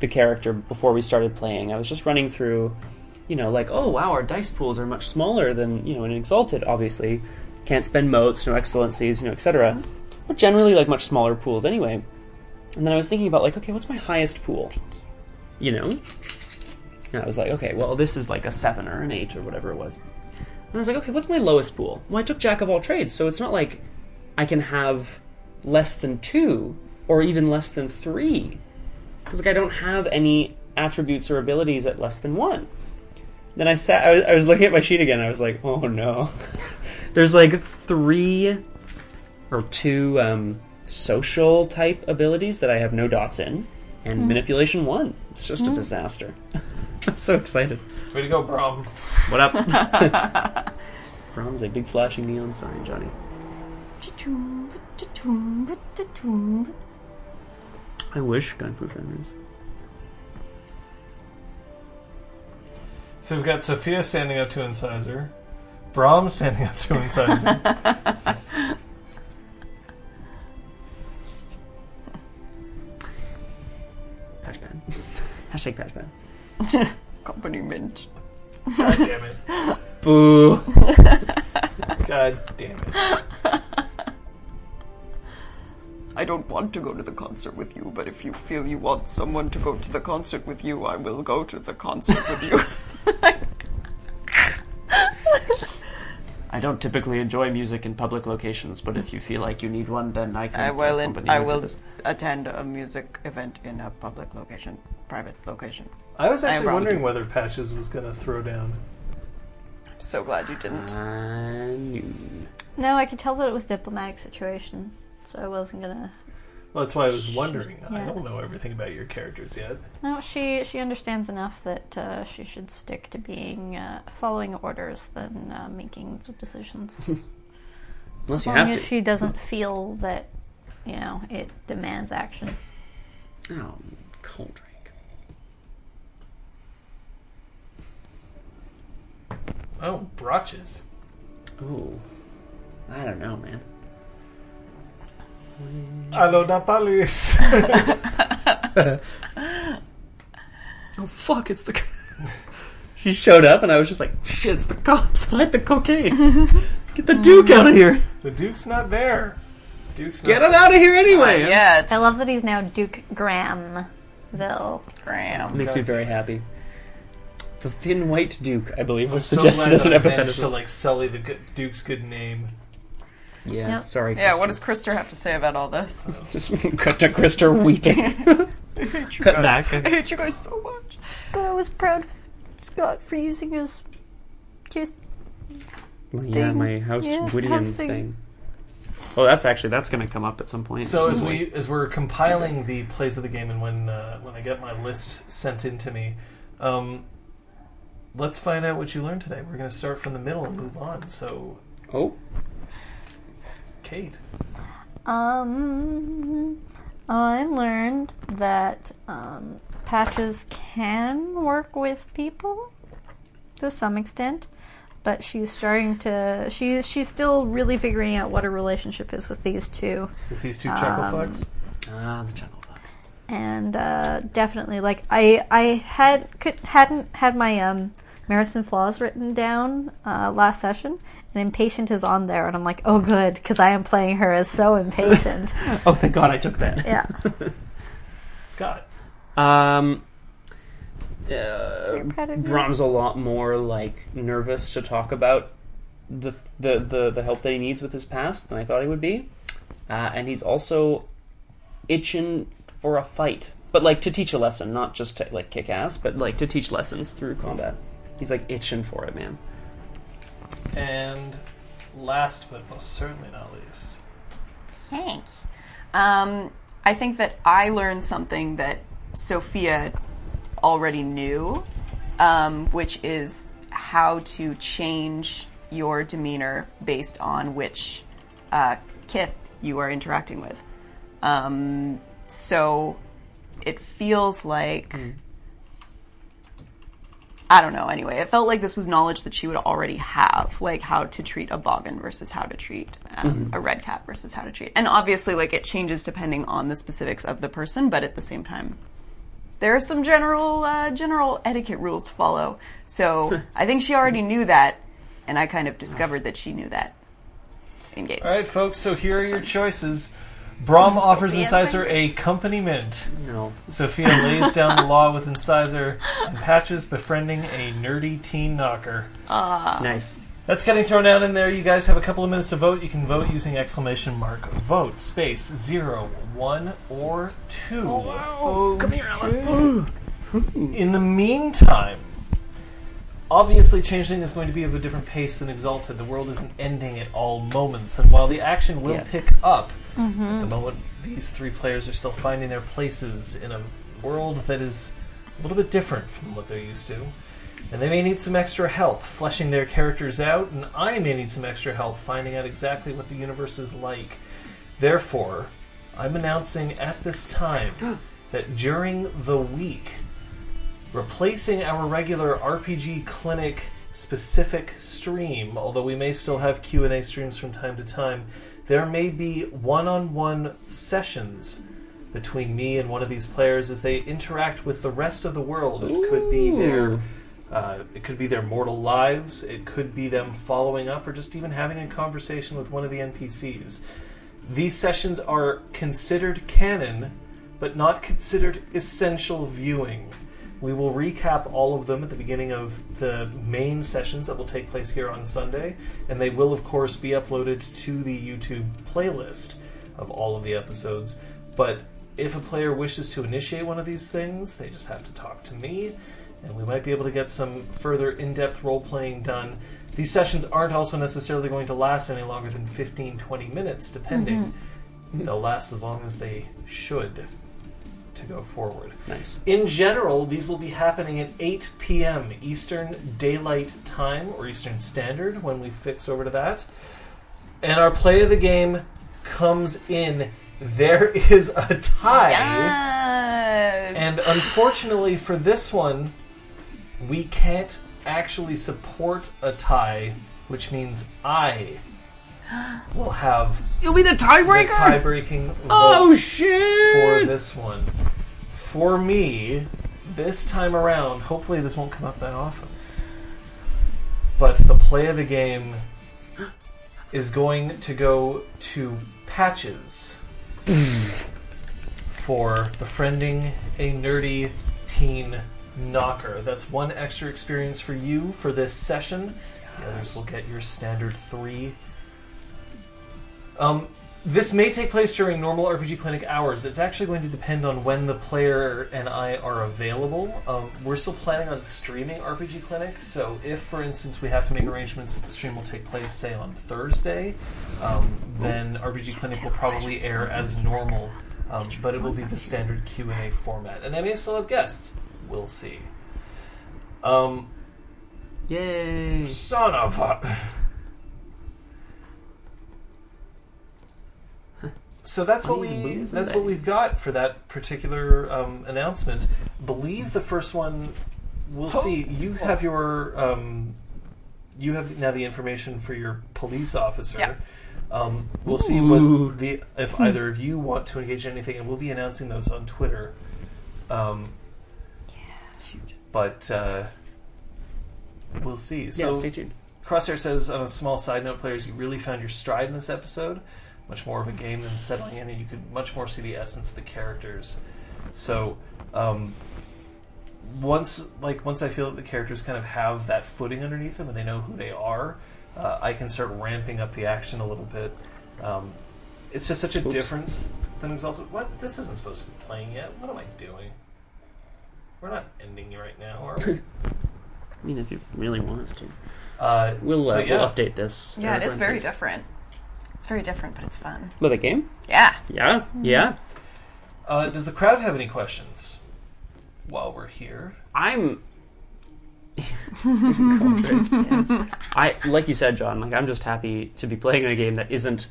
Speaker 3: the character before we started playing. I was just running through, you know, like oh wow, our dice pools are much smaller than you know in Exalted, obviously. Can't spend moats, no excellencies, you know, etc. But generally, like much smaller pools anyway. And then I was thinking about like, okay, what's my highest pool? you know? And I was like, okay, well, this is like a seven or an eight or whatever it was. And I was like, okay, what's my lowest pool? Well, I took Jack of all trades, so it's not like I can have less than two or even less than three. Because, like, I don't have any attributes or abilities at less than one. Then I sat. I was, I was looking at my sheet again. I was like, oh no. There's like three or two um, social type abilities that I have no dots in, and
Speaker 2: Hmm.
Speaker 3: manipulation one. It's just a disaster. I'm so excited.
Speaker 1: Way to go, Brom.
Speaker 3: What up? Brom's a big flashing neon sign, Johnny. I wish Gun Fu Fenris.
Speaker 1: So we've got Sophia standing up to Incisor, Brahm standing up to Incisor.
Speaker 3: Patch Patchpan. Hashtag Patchpan.
Speaker 2: Accompaniment.
Speaker 1: God damn it.
Speaker 3: Boo.
Speaker 1: God damn it.
Speaker 2: I don't want to go to the concert with you, but if you feel you want someone to go to the concert with you, I will go to the concert with you.
Speaker 3: I don't typically enjoy music in public locations, but if you feel like you need one, then I can
Speaker 2: I will.
Speaker 3: accompany
Speaker 2: In, I
Speaker 3: you to
Speaker 2: will
Speaker 3: this.
Speaker 2: attend a music event in a public location, private location.
Speaker 1: I was
Speaker 2: I
Speaker 1: actually
Speaker 2: wronged
Speaker 1: wondering
Speaker 2: you.
Speaker 1: whether Patches was going to throw down.
Speaker 2: I'm so glad you didn't.
Speaker 3: I knew.
Speaker 6: No, I could tell that it was a diplomatic situation, so I wasn't gonna.
Speaker 1: Well, that's why I was wondering. I
Speaker 6: Yeah.
Speaker 1: don't know everything about your characters yet.
Speaker 6: No, she she understands enough that uh, she should stick to being uh, following orders than uh, making the decisions.
Speaker 3: Unless
Speaker 6: as
Speaker 3: you
Speaker 6: long
Speaker 3: have
Speaker 6: as
Speaker 3: to.
Speaker 6: she doesn't feel that you know it demands action.
Speaker 3: Oh, cold drink.
Speaker 1: Oh, brotches.
Speaker 3: Ooh. I don't know, man.
Speaker 1: Hello, Napolis.
Speaker 3: Oh fuck! It's the. she showed up, and I was just like, "Shit! It's the cops! Hide the cocaine! Get the Duke out of here!
Speaker 1: the Duke's not there. Duke's
Speaker 3: Get
Speaker 1: not
Speaker 3: him out of here anyway!"
Speaker 2: Yeah, it's
Speaker 6: I love that he's now Duke Grahamville.
Speaker 3: It
Speaker 2: Graham.
Speaker 3: Makes me very happy. The thin white Duke, I believe, was
Speaker 1: So
Speaker 3: suggested
Speaker 1: glad
Speaker 3: as an
Speaker 1: that I managed
Speaker 3: epithet.
Speaker 1: to like sully the good, Duke's good name.
Speaker 3: Yeah,
Speaker 6: Yep.
Speaker 3: sorry.
Speaker 2: Yeah, what does Krister have to say about all this?
Speaker 3: Just cut to Krister weeping. cut
Speaker 2: I
Speaker 3: back.
Speaker 2: hate you guys so much.
Speaker 6: But I was proud of Scott for using his kiss.
Speaker 3: Yeah, my House
Speaker 6: Yeah,
Speaker 3: Whittian
Speaker 6: house
Speaker 3: thing.
Speaker 6: thing.
Speaker 3: Oh, that's actually that's going to come up at some point.
Speaker 1: So as we as we're compiling the plays of the game, and when uh, when I get my list sent in to me, um, let's find out what you learned today. We're going to start from the middle and move on. So,
Speaker 3: Oh,
Speaker 1: Kate,
Speaker 6: Um, I learned that um, patches can work with people to some extent, but she's starting to. She she's still really figuring out what her relationship is with these two.
Speaker 1: with these two chuckle fucks,
Speaker 3: ah, the chuckle box.
Speaker 6: and uh, definitely like I I had could hadn't had my um, merits and flaws written down uh, last session, and impatient is on there, and I'm like, oh good, because I am playing her as so impatient.
Speaker 3: Oh, thank God, I took that.
Speaker 6: yeah,
Speaker 1: Scott.
Speaker 3: Um,
Speaker 6: proud of you.
Speaker 3: Brahm's a lot more like nervous to talk about the the the, the help that he needs with his past than I thought he would be, uh, and he's also itching for a fight, but like to teach a lesson, not just to like kick ass, but like to teach lessons through combat. He's like itching for it, man.
Speaker 1: And last but most certainly not least,
Speaker 2: Thank. Um, I think that I learned something that Sophia already knew, um, which is how to change your demeanor based on which uh, kith you are interacting with. Um, so it feels like. I don't know. Anyway, it felt like this was knowledge that she would already have, like how to treat a boggin versus how to treat um, a red cap versus how to treat. And obviously, like it changes depending on the specifics of the person, but at the same time, there are some general uh, general etiquette rules to follow. So I think she already knew that, and I kind of discovered that she knew that in game.
Speaker 1: All right, folks. So here are your choices. Brom offers
Speaker 2: Sophia
Speaker 1: Incisor a accompaniment.
Speaker 3: No,
Speaker 1: Sophia lays down the law with Incisor, and Patches befriending a nerdy teen knocker.
Speaker 2: Ah.
Speaker 3: nice.
Speaker 1: That's getting thrown out in there. You guys have a couple of minutes to vote. You can vote using exclamation mark vote space zero one or two. Come here, Alan. In the meantime, Obviously, Changeling is going to be of a different pace than Exalted. The world isn't ending at all moments, and while the action will
Speaker 9: Yeah.
Speaker 1: pick up, at the
Speaker 6: Mm-hmm.
Speaker 1: moment these three players are still finding their places in a world that is a little bit different from what they're used to. And they may need some extra help fleshing their characters out, and I may need some extra help finding out exactly what the universe is like. Therefore, I'm announcing at this time that during the week, replacing our regular RPG clinic specific stream, although we may still have Q&A streams from time to time, there may be one-on-one sessions between me and one of these players as they interact with the rest of the world. It could be their uh, it could be their mortal lives. It could be them following up or just even having a conversation with one of the NPCs. These sessions are considered canon, but not considered essential viewing. We will recap all of them at the beginning of the main sessions that will take place here on Sunday, and they will, of course, be uploaded to the YouTube playlist of all of the episodes. But if a player wishes to initiate one of these things, they just have to talk to me, and we might be able to get some further in depth role playing done. These sessions aren't also necessarily going to last any longer than 15 20 minutes, depending. They'll last as long as they should to go forward.
Speaker 9: Nice.
Speaker 1: In general, these will be happening at 8 p.m. Eastern Daylight Time or Eastern Standard when we fix over to that. And our play of the game comes in. There is a tie.
Speaker 2: Yes.
Speaker 1: And unfortunately for this one, we can't actually support a tie, which means I will have
Speaker 3: You'll be the
Speaker 1: the tie
Speaker 3: tiebreaker.
Speaker 1: breaking vote
Speaker 3: oh
Speaker 1: for
Speaker 3: shit!
Speaker 1: this one. For me, this time around, hopefully this won't come up that often. But the play of the game is going to go to Patches for befriending a nerdy teen knocker. That's one extra experience for you for this session. The others will get your standard three. Um, this may take place during normal RPG Clinic hours. It's actually going to depend on when the player and I are available. Um, we're still planning on streaming RPG Clinic, so if, for instance, we have to make arrangements that the stream will take place, say, on Thursday, um, then RPG Clinic will probably air as normal, um, but it will be the standard Q&A format. And I may still have guests. We'll see. Um,
Speaker 3: Yay!
Speaker 1: son of a... So that's what
Speaker 3: Why you
Speaker 1: we
Speaker 3: lose
Speaker 1: that's
Speaker 3: the
Speaker 1: what we've
Speaker 3: legs?
Speaker 1: got for that particular um, announcement. Believe the first one. We'll see. You have your um, you have now the information for your police officer.
Speaker 2: Yeah.
Speaker 1: Um, we'll see
Speaker 3: Ooh.
Speaker 1: what the if either of you want to engage in anything, and we'll be announcing those on Twitter. Um, but uh, we'll see. So
Speaker 9: yeah, stay tuned.
Speaker 1: Crosshair says, on a small side note, players, you really found your stride in this episode. Much more of a game than settling in, and you could much more see the essence of the characters. So, um, once like once I feel that the characters kind of have that footing underneath them and they know who they are, uh, I can start ramping up the action a little bit. Um, it's just such a
Speaker 9: Oops.
Speaker 1: difference than Exalted. What? This isn't supposed to be playing yet. What am I doing? We're not ending right now, are we?
Speaker 9: I mean, if you really want us to,
Speaker 1: uh,
Speaker 9: we'll, uh,
Speaker 1: But yeah.
Speaker 9: we'll update this.
Speaker 2: Yeah, it
Speaker 9: Eric,
Speaker 2: is
Speaker 9: on
Speaker 2: very
Speaker 9: things.
Speaker 2: different.
Speaker 8: It's very different, but it's fun.
Speaker 9: With a game?
Speaker 2: Yeah.
Speaker 9: Yeah, yeah.
Speaker 1: Uh, does the crowd have any questions while we're here?
Speaker 9: I'm. I like you said, John. Like I'm just happy to be playing a game that isn't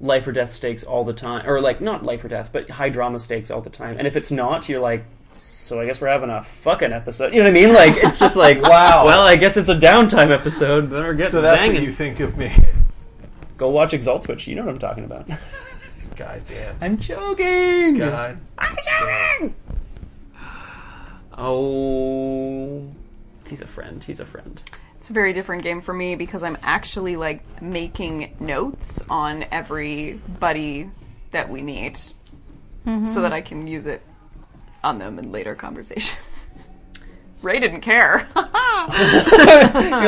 Speaker 9: life or death stakes all the time, or like not life or death, but high drama stakes all the time. And if it's not, you're like, so I guess we're having a fucking episode. You know what I mean? Like it's just like, wow. Well, I guess it's a downtime episode. But we're getting
Speaker 20: So that's
Speaker 9: banging.
Speaker 20: what you think of me.
Speaker 9: Go watch Exalt Twitch. You know what I'm talking about.
Speaker 1: God damn.
Speaker 9: I'm joking.
Speaker 1: God.
Speaker 9: I'm joking. Oh, he's a friend. He's a friend.
Speaker 2: It's a very different game for me because I'm actually like making notes on everybody that we meet
Speaker 6: Mm-hmm.
Speaker 2: so that I can use it on them in later conversations. Ray didn't care.
Speaker 9: You're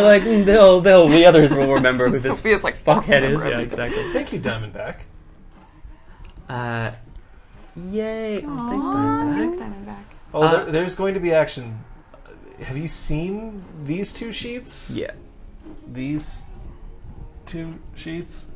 Speaker 9: like, mm, they'll, they'll, the others will remember who this
Speaker 2: Sophia's like,
Speaker 9: fuckhead is.
Speaker 2: remember
Speaker 9: Yeah,
Speaker 2: everything.
Speaker 9: exactly.
Speaker 1: Thank you, Diamondback.
Speaker 9: Uh, yay. Oh, thanks, Diamondback.
Speaker 6: Uh,
Speaker 1: Oh, there, there's going to be action have you seen these two sheets?
Speaker 21: Yeah.
Speaker 1: These two sheets?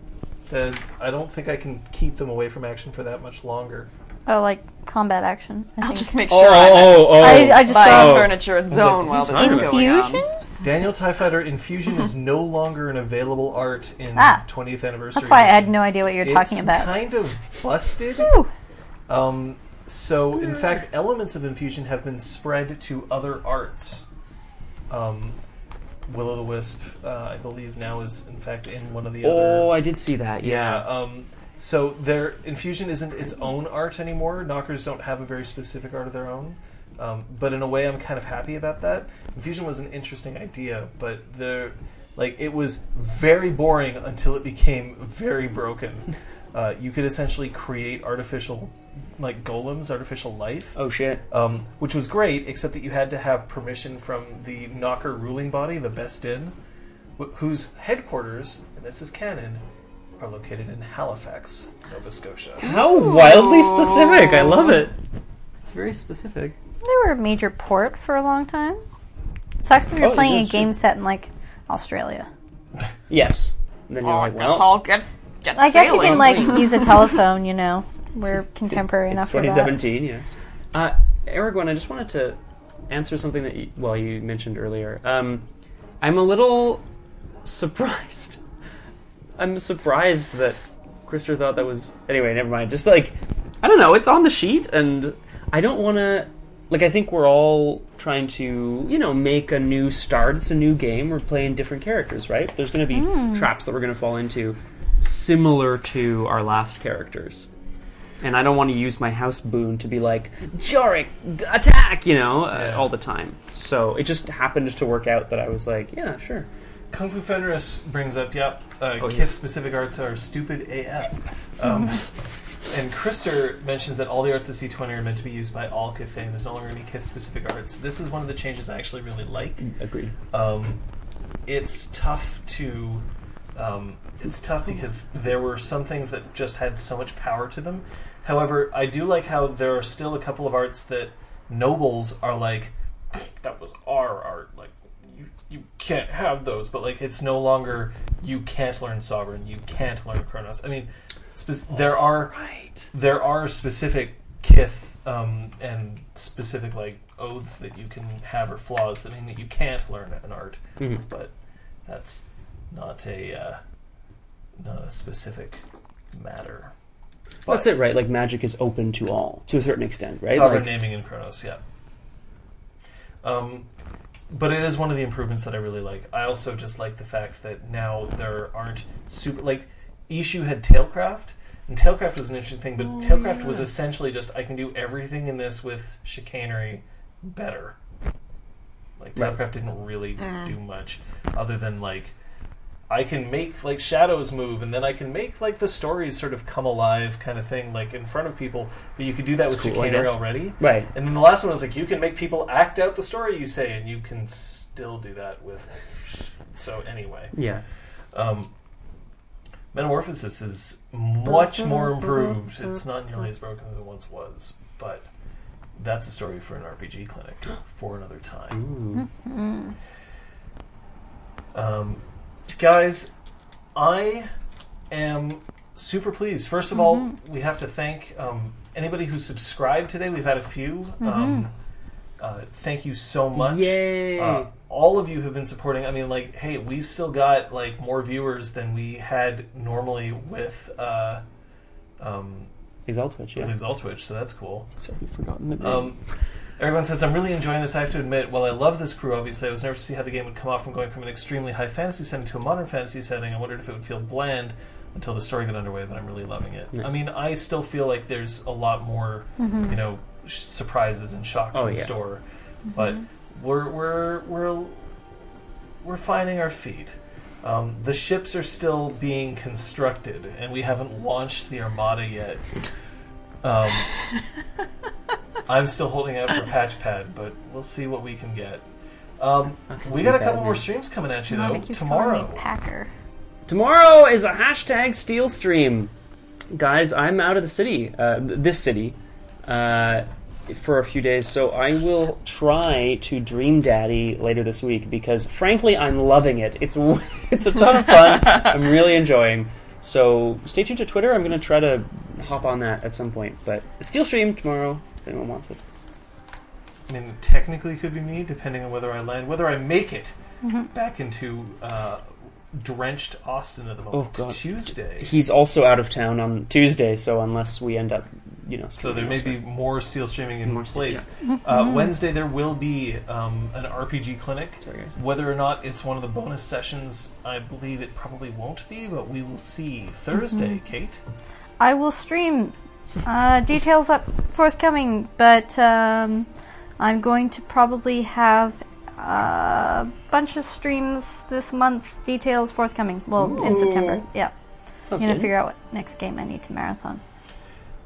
Speaker 1: Uh, I don't think I can keep them away from action for that much longer.
Speaker 6: Oh, like combat action. I
Speaker 2: I'll
Speaker 6: think.
Speaker 2: just make
Speaker 21: Oh,
Speaker 2: sure I'm
Speaker 21: oh, oh.
Speaker 6: I, I just
Speaker 2: buying
Speaker 6: saw
Speaker 2: furniture and zone while this is going on.
Speaker 6: infusion.
Speaker 1: Daniel TIE Fighter Infusion is no longer an available art in
Speaker 6: Ah.
Speaker 1: 20th anniversary.
Speaker 6: That's why I had
Speaker 1: edition.
Speaker 6: no idea what you were
Speaker 1: it's
Speaker 6: talking about.
Speaker 1: kind of busted.
Speaker 6: Whew.
Speaker 1: Um, so, in fact, elements of infusion have been spread to other arts. Um, Will o' the Wisp, uh, I believe, now is in fact in one of the other.
Speaker 3: Oh, I did see that.
Speaker 1: Yeah.
Speaker 3: Yeah.
Speaker 1: Um, so their infusion isn't its own art anymore. Knockers don't have a very specific art of their own. Um, but in a way, I'm kind of happy about that. Infusion was an interesting idea, but the like it was very boring until it became very broken. Uh, you could essentially create artificial, like golems, artificial life,
Speaker 3: Oh shit.
Speaker 1: um, which was great, except that you had to have permission from the Knocker ruling body, the Best In, wh- whose headquarters, and this is canon, are located in Halifax, Nova Scotia.
Speaker 3: How wildly specific! I love it. It's very specific.
Speaker 6: They were a major port for a long time. Sucks if you're
Speaker 3: Oh,
Speaker 6: playing
Speaker 3: yeah,
Speaker 6: a game
Speaker 3: sure.
Speaker 6: set in like Australia.
Speaker 3: Yes. And then you're
Speaker 2: Oh, I
Speaker 3: like,
Speaker 2: guess
Speaker 3: well,
Speaker 2: I'll get, get
Speaker 6: I guess you
Speaker 2: sailing.
Speaker 6: can like use a telephone. You know, we're contemporary
Speaker 3: it's
Speaker 6: enough for that.
Speaker 3: 2017. Yeah. Uh, Erwin, I just wanted to answer something that you, well you mentioned earlier. Um, I'm a little surprised. I'm surprised that Krister thought that was anyway. Never mind. Just like I don't know. It's on the sheet, and I don't want to. Like I think we're all trying to, you know, make a new start. It's a new game. We're playing different characters, right? There's going to be
Speaker 6: Hmm.
Speaker 3: traps that we're going to fall into, similar to our last characters. And I don't want to use my house boon to be like Jorik g- attack, you know, uh, all the time. So it just happened to work out that I was like, yeah, sure.
Speaker 1: Kung Fu Fenris brings up, yep, uh,
Speaker 3: Oh,
Speaker 1: kid
Speaker 3: yeah.
Speaker 1: specific arts are stupid AF. Um, and Krister mentions that all the arts of C20 are meant to be used by all Kithain. There's no longer any kid specific arts. This is one of the changes I actually really like.
Speaker 3: Agreed.
Speaker 1: um, it's tough to um, it's tough because there were some things that just had so much power to them however i do like how there are still a couple of arts that nobles are like that was our art like you, you can't have those but like it's no longer you can't learn sovereign you can't learn chronos i mean spec- there are
Speaker 3: Right.
Speaker 1: there are specific kith um, and specific like oaths that you can have or flaws that mean that you can't learn an art,
Speaker 3: Mhm.
Speaker 1: but that's not a uh, not a specific matter.
Speaker 3: That's it, right? Like magic is open to all to a certain extent, right?
Speaker 1: Sovereign
Speaker 3: Like-
Speaker 1: naming in Kronos, yeah. Um, but it is one of the improvements that I really like. I also just like the fact that now there aren't super like Ishu had Tailcraft, and Tailcraft was an interesting thing, but Tailcraft was essentially just I can do everything in this with chicanery better. Like
Speaker 3: Right.
Speaker 1: Tailcraft didn't really do much other than like I can make like shadows move, and then I can make like the stories sort of come alive, kind of thing, like in front of people. But you could do that
Speaker 3: That's
Speaker 1: with
Speaker 3: cool, I
Speaker 1: chicanery
Speaker 3: guess.
Speaker 1: already.
Speaker 3: right.
Speaker 1: And then the last one was like, you can make people act out the story you say, and you can still do that with. So anyway,
Speaker 3: Yeah.
Speaker 1: um, Metamorphosis is much more improved. It's not nearly as broken as it once was, but that's a story for an RPG clinic for another time. Mm-hmm.
Speaker 3: Ooh.
Speaker 1: Um, guys, I am super pleased. First of all, we have to thank um, anybody who subscribed today. We've had a few. Um, uh, thank you so much.
Speaker 3: Yay.
Speaker 1: Uh, all of you have been supporting. I mean, like, hey, we still got like more viewers than we had normally with uh, um,
Speaker 3: Exalt Twitch,
Speaker 1: with
Speaker 3: yeah.
Speaker 1: Exalt Twitch, so that's cool.
Speaker 3: Sorry, I've forgotten the name.
Speaker 1: Um, everyone says, I'm really enjoying this. I have to admit, while I love this crew, obviously, I was nervous to see how the game would come off from going from an extremely high fantasy setting to a modern fantasy setting. I wondered if it would feel bland until the story got underway, but I'm really loving it.
Speaker 3: Nice.
Speaker 1: I mean, I still feel like there's a lot more, you know, sh- surprises and shocks
Speaker 3: Oh,
Speaker 1: in
Speaker 3: yeah.
Speaker 1: store, but we're we're we're we're finding our feet. Um, the ships are still being constructed, and we haven't launched the armada yet. Um, I'm still holding out for Patch Pad, but we'll see what we can get. Um,
Speaker 3: Fucking
Speaker 1: we got a
Speaker 3: bad
Speaker 1: couple more
Speaker 3: man.
Speaker 1: streams coming at you
Speaker 6: Mom,
Speaker 1: though
Speaker 6: it keeps calling
Speaker 1: tomorrow.
Speaker 6: me Packer.
Speaker 3: Tomorrow is a hashtag steel stream. Guys, I'm out of the city, uh, th- this city. Uh, for a few days, so I will try to dream daddy later this week because, frankly, I'm loving it. It's it's a ton of fun. I'm really enjoying. So stay tuned to Twitter. I'm going to try to hop on that at some point. But still stream tomorrow if anyone wants it.
Speaker 1: I mean, it technically could be me, depending on whether I land, whether I make it
Speaker 3: Mm-hmm.
Speaker 1: back into uh, drenched Austin at the moment.
Speaker 3: Oh, God.
Speaker 1: Tuesday.
Speaker 3: He's also out of town on Tuesday, so unless we end up, you know,
Speaker 1: So there
Speaker 3: streaming
Speaker 1: may be
Speaker 3: elsewhere.
Speaker 1: more steel streaming in
Speaker 3: More Mm-hmm. steel,
Speaker 1: place. Uh, Wednesday there will be um, an RPG clinic.
Speaker 3: Sorry, guys.
Speaker 1: Whether or not it's one of the bonus sessions, I believe it probably won't be, but we will see. Thursday, Kate.
Speaker 6: I will stream. Uh, details up forthcoming, but um, I'm going to probably have a bunch of streams this month. Details forthcoming. Well, in September. Yeah,
Speaker 3: Sounds
Speaker 6: I'm gonna
Speaker 3: good.
Speaker 6: figure out what next game I need to marathon.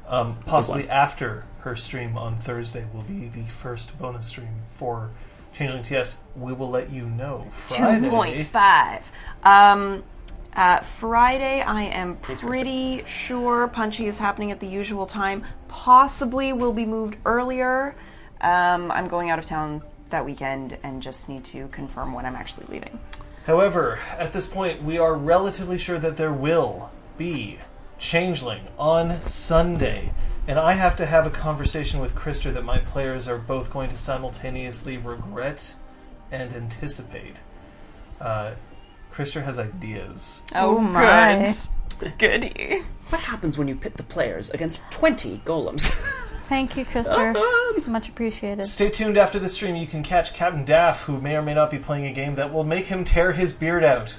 Speaker 1: Um, possibly after her stream on Thursday will be the first bonus stream for Changeling TS. We will let you know Friday.
Speaker 2: 2.5. Um, uh, Friday, I am
Speaker 3: Thursday.
Speaker 2: pretty sure Punchy is happening at the usual time. Possibly will be moved earlier.
Speaker 22: Um, I'm going out of town that weekend and just need to confirm when I'm actually leaving.
Speaker 1: However, at this point, we are relatively sure that there will be Changeling on Sunday. And I have to have a conversation with Krister that my players are both going to simultaneously regret and anticipate. Uh, Krister has ideas.
Speaker 2: Oh,
Speaker 6: my.
Speaker 2: good. Goody.
Speaker 3: What happens when you pit the players against 20 golems?
Speaker 6: Thank you,
Speaker 3: Oh.
Speaker 6: Krister.
Speaker 1: Oh,
Speaker 6: Much appreciated.
Speaker 1: Stay tuned after the stream. You can catch Captain Daff, who may or may not be playing a game that will make him tear his beard out.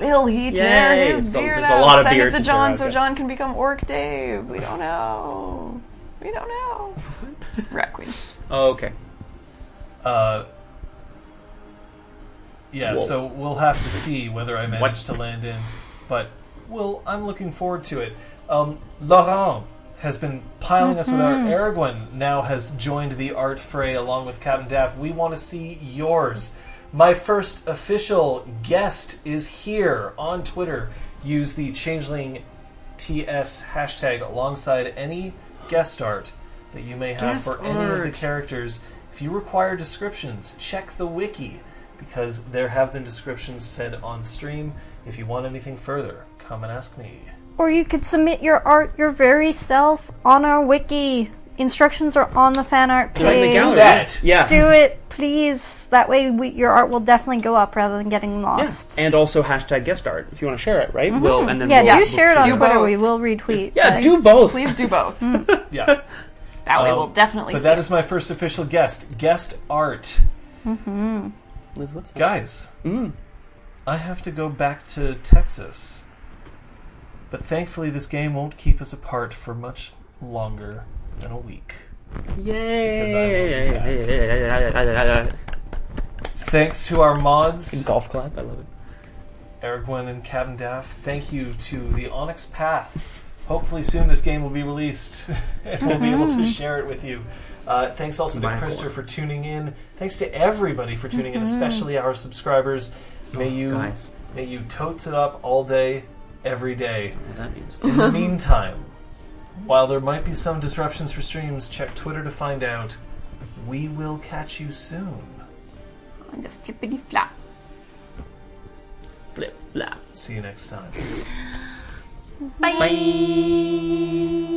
Speaker 22: Will he tear
Speaker 3: Yay.
Speaker 22: his
Speaker 3: It's a-
Speaker 22: beard
Speaker 3: there's a
Speaker 22: out?
Speaker 3: lot of
Speaker 22: Send
Speaker 3: beard
Speaker 22: it to
Speaker 3: to tear
Speaker 22: John
Speaker 3: out,
Speaker 22: so
Speaker 3: yeah.
Speaker 22: John can become Orc Dave. We don't know. We don't know.
Speaker 2: Rat Queens.
Speaker 3: oh, okay.
Speaker 1: Uh, yeah,
Speaker 3: Whoa.
Speaker 1: so we'll have to see whether I manage to land in, but well, I'm looking forward to it. Um, Laurent has been piling us with our Aragorn. Now has joined the art fray along with Captain Daff. We want to see yours. My first official guest is here on Twitter. Use the Changeling TS hashtag alongside any guest art that you may have for any of the characters. If you require descriptions, check the wiki because there have been descriptions said on stream. If you want anything further, come and ask me.
Speaker 6: Or you could submit your art, your very self, on our wiki. Instructions are on the fan art page.
Speaker 3: Join the gallery.
Speaker 1: that.
Speaker 3: Yeah.
Speaker 6: Do it, please. That way, we, your art will definitely go up rather than getting lost. Mm-hmm.
Speaker 3: And also hashtag guest art if you want to share it, right? We'll and then
Speaker 6: Yeah,
Speaker 3: we'll,
Speaker 6: do
Speaker 3: we'll
Speaker 6: share it on
Speaker 3: choose
Speaker 6: Twitter.
Speaker 2: both.
Speaker 6: We will retweet.
Speaker 3: Yeah,
Speaker 6: but-
Speaker 3: do both.
Speaker 2: Please do both.
Speaker 1: Yeah.
Speaker 2: That way
Speaker 1: Um,
Speaker 2: we'll definitely
Speaker 1: But
Speaker 2: see.
Speaker 1: that is my first official guest, guest art.
Speaker 6: Mm-hmm.
Speaker 3: Liz, what's up?
Speaker 1: Guys,
Speaker 3: Mm.
Speaker 1: I have to go back to Texas. But thankfully, this game won't keep us apart for much longer than a week. Because I will be back.
Speaker 3: Yay!
Speaker 1: Thanks to our mods,
Speaker 3: Golf clap, I love it.
Speaker 1: Erwin and Kevin Daff. Thank you to the Onyx Path. Hopefully soon this game will be released and we'll be able to share it with you. Uh, thanks also to
Speaker 3: My
Speaker 1: Krister
Speaker 3: lord.
Speaker 1: for tuning in. Thanks to everybody for tuning in, especially our subscribers. May you
Speaker 3: Oh, Guys,
Speaker 1: may you totes it up all day, every day.
Speaker 3: what that means.
Speaker 1: In the meantime, while there might be some disruptions for streams, check Twitter to find out. We will catch you soon.
Speaker 2: On the flippity flop.
Speaker 3: Flip flap.
Speaker 1: See you next time.
Speaker 3: Bye.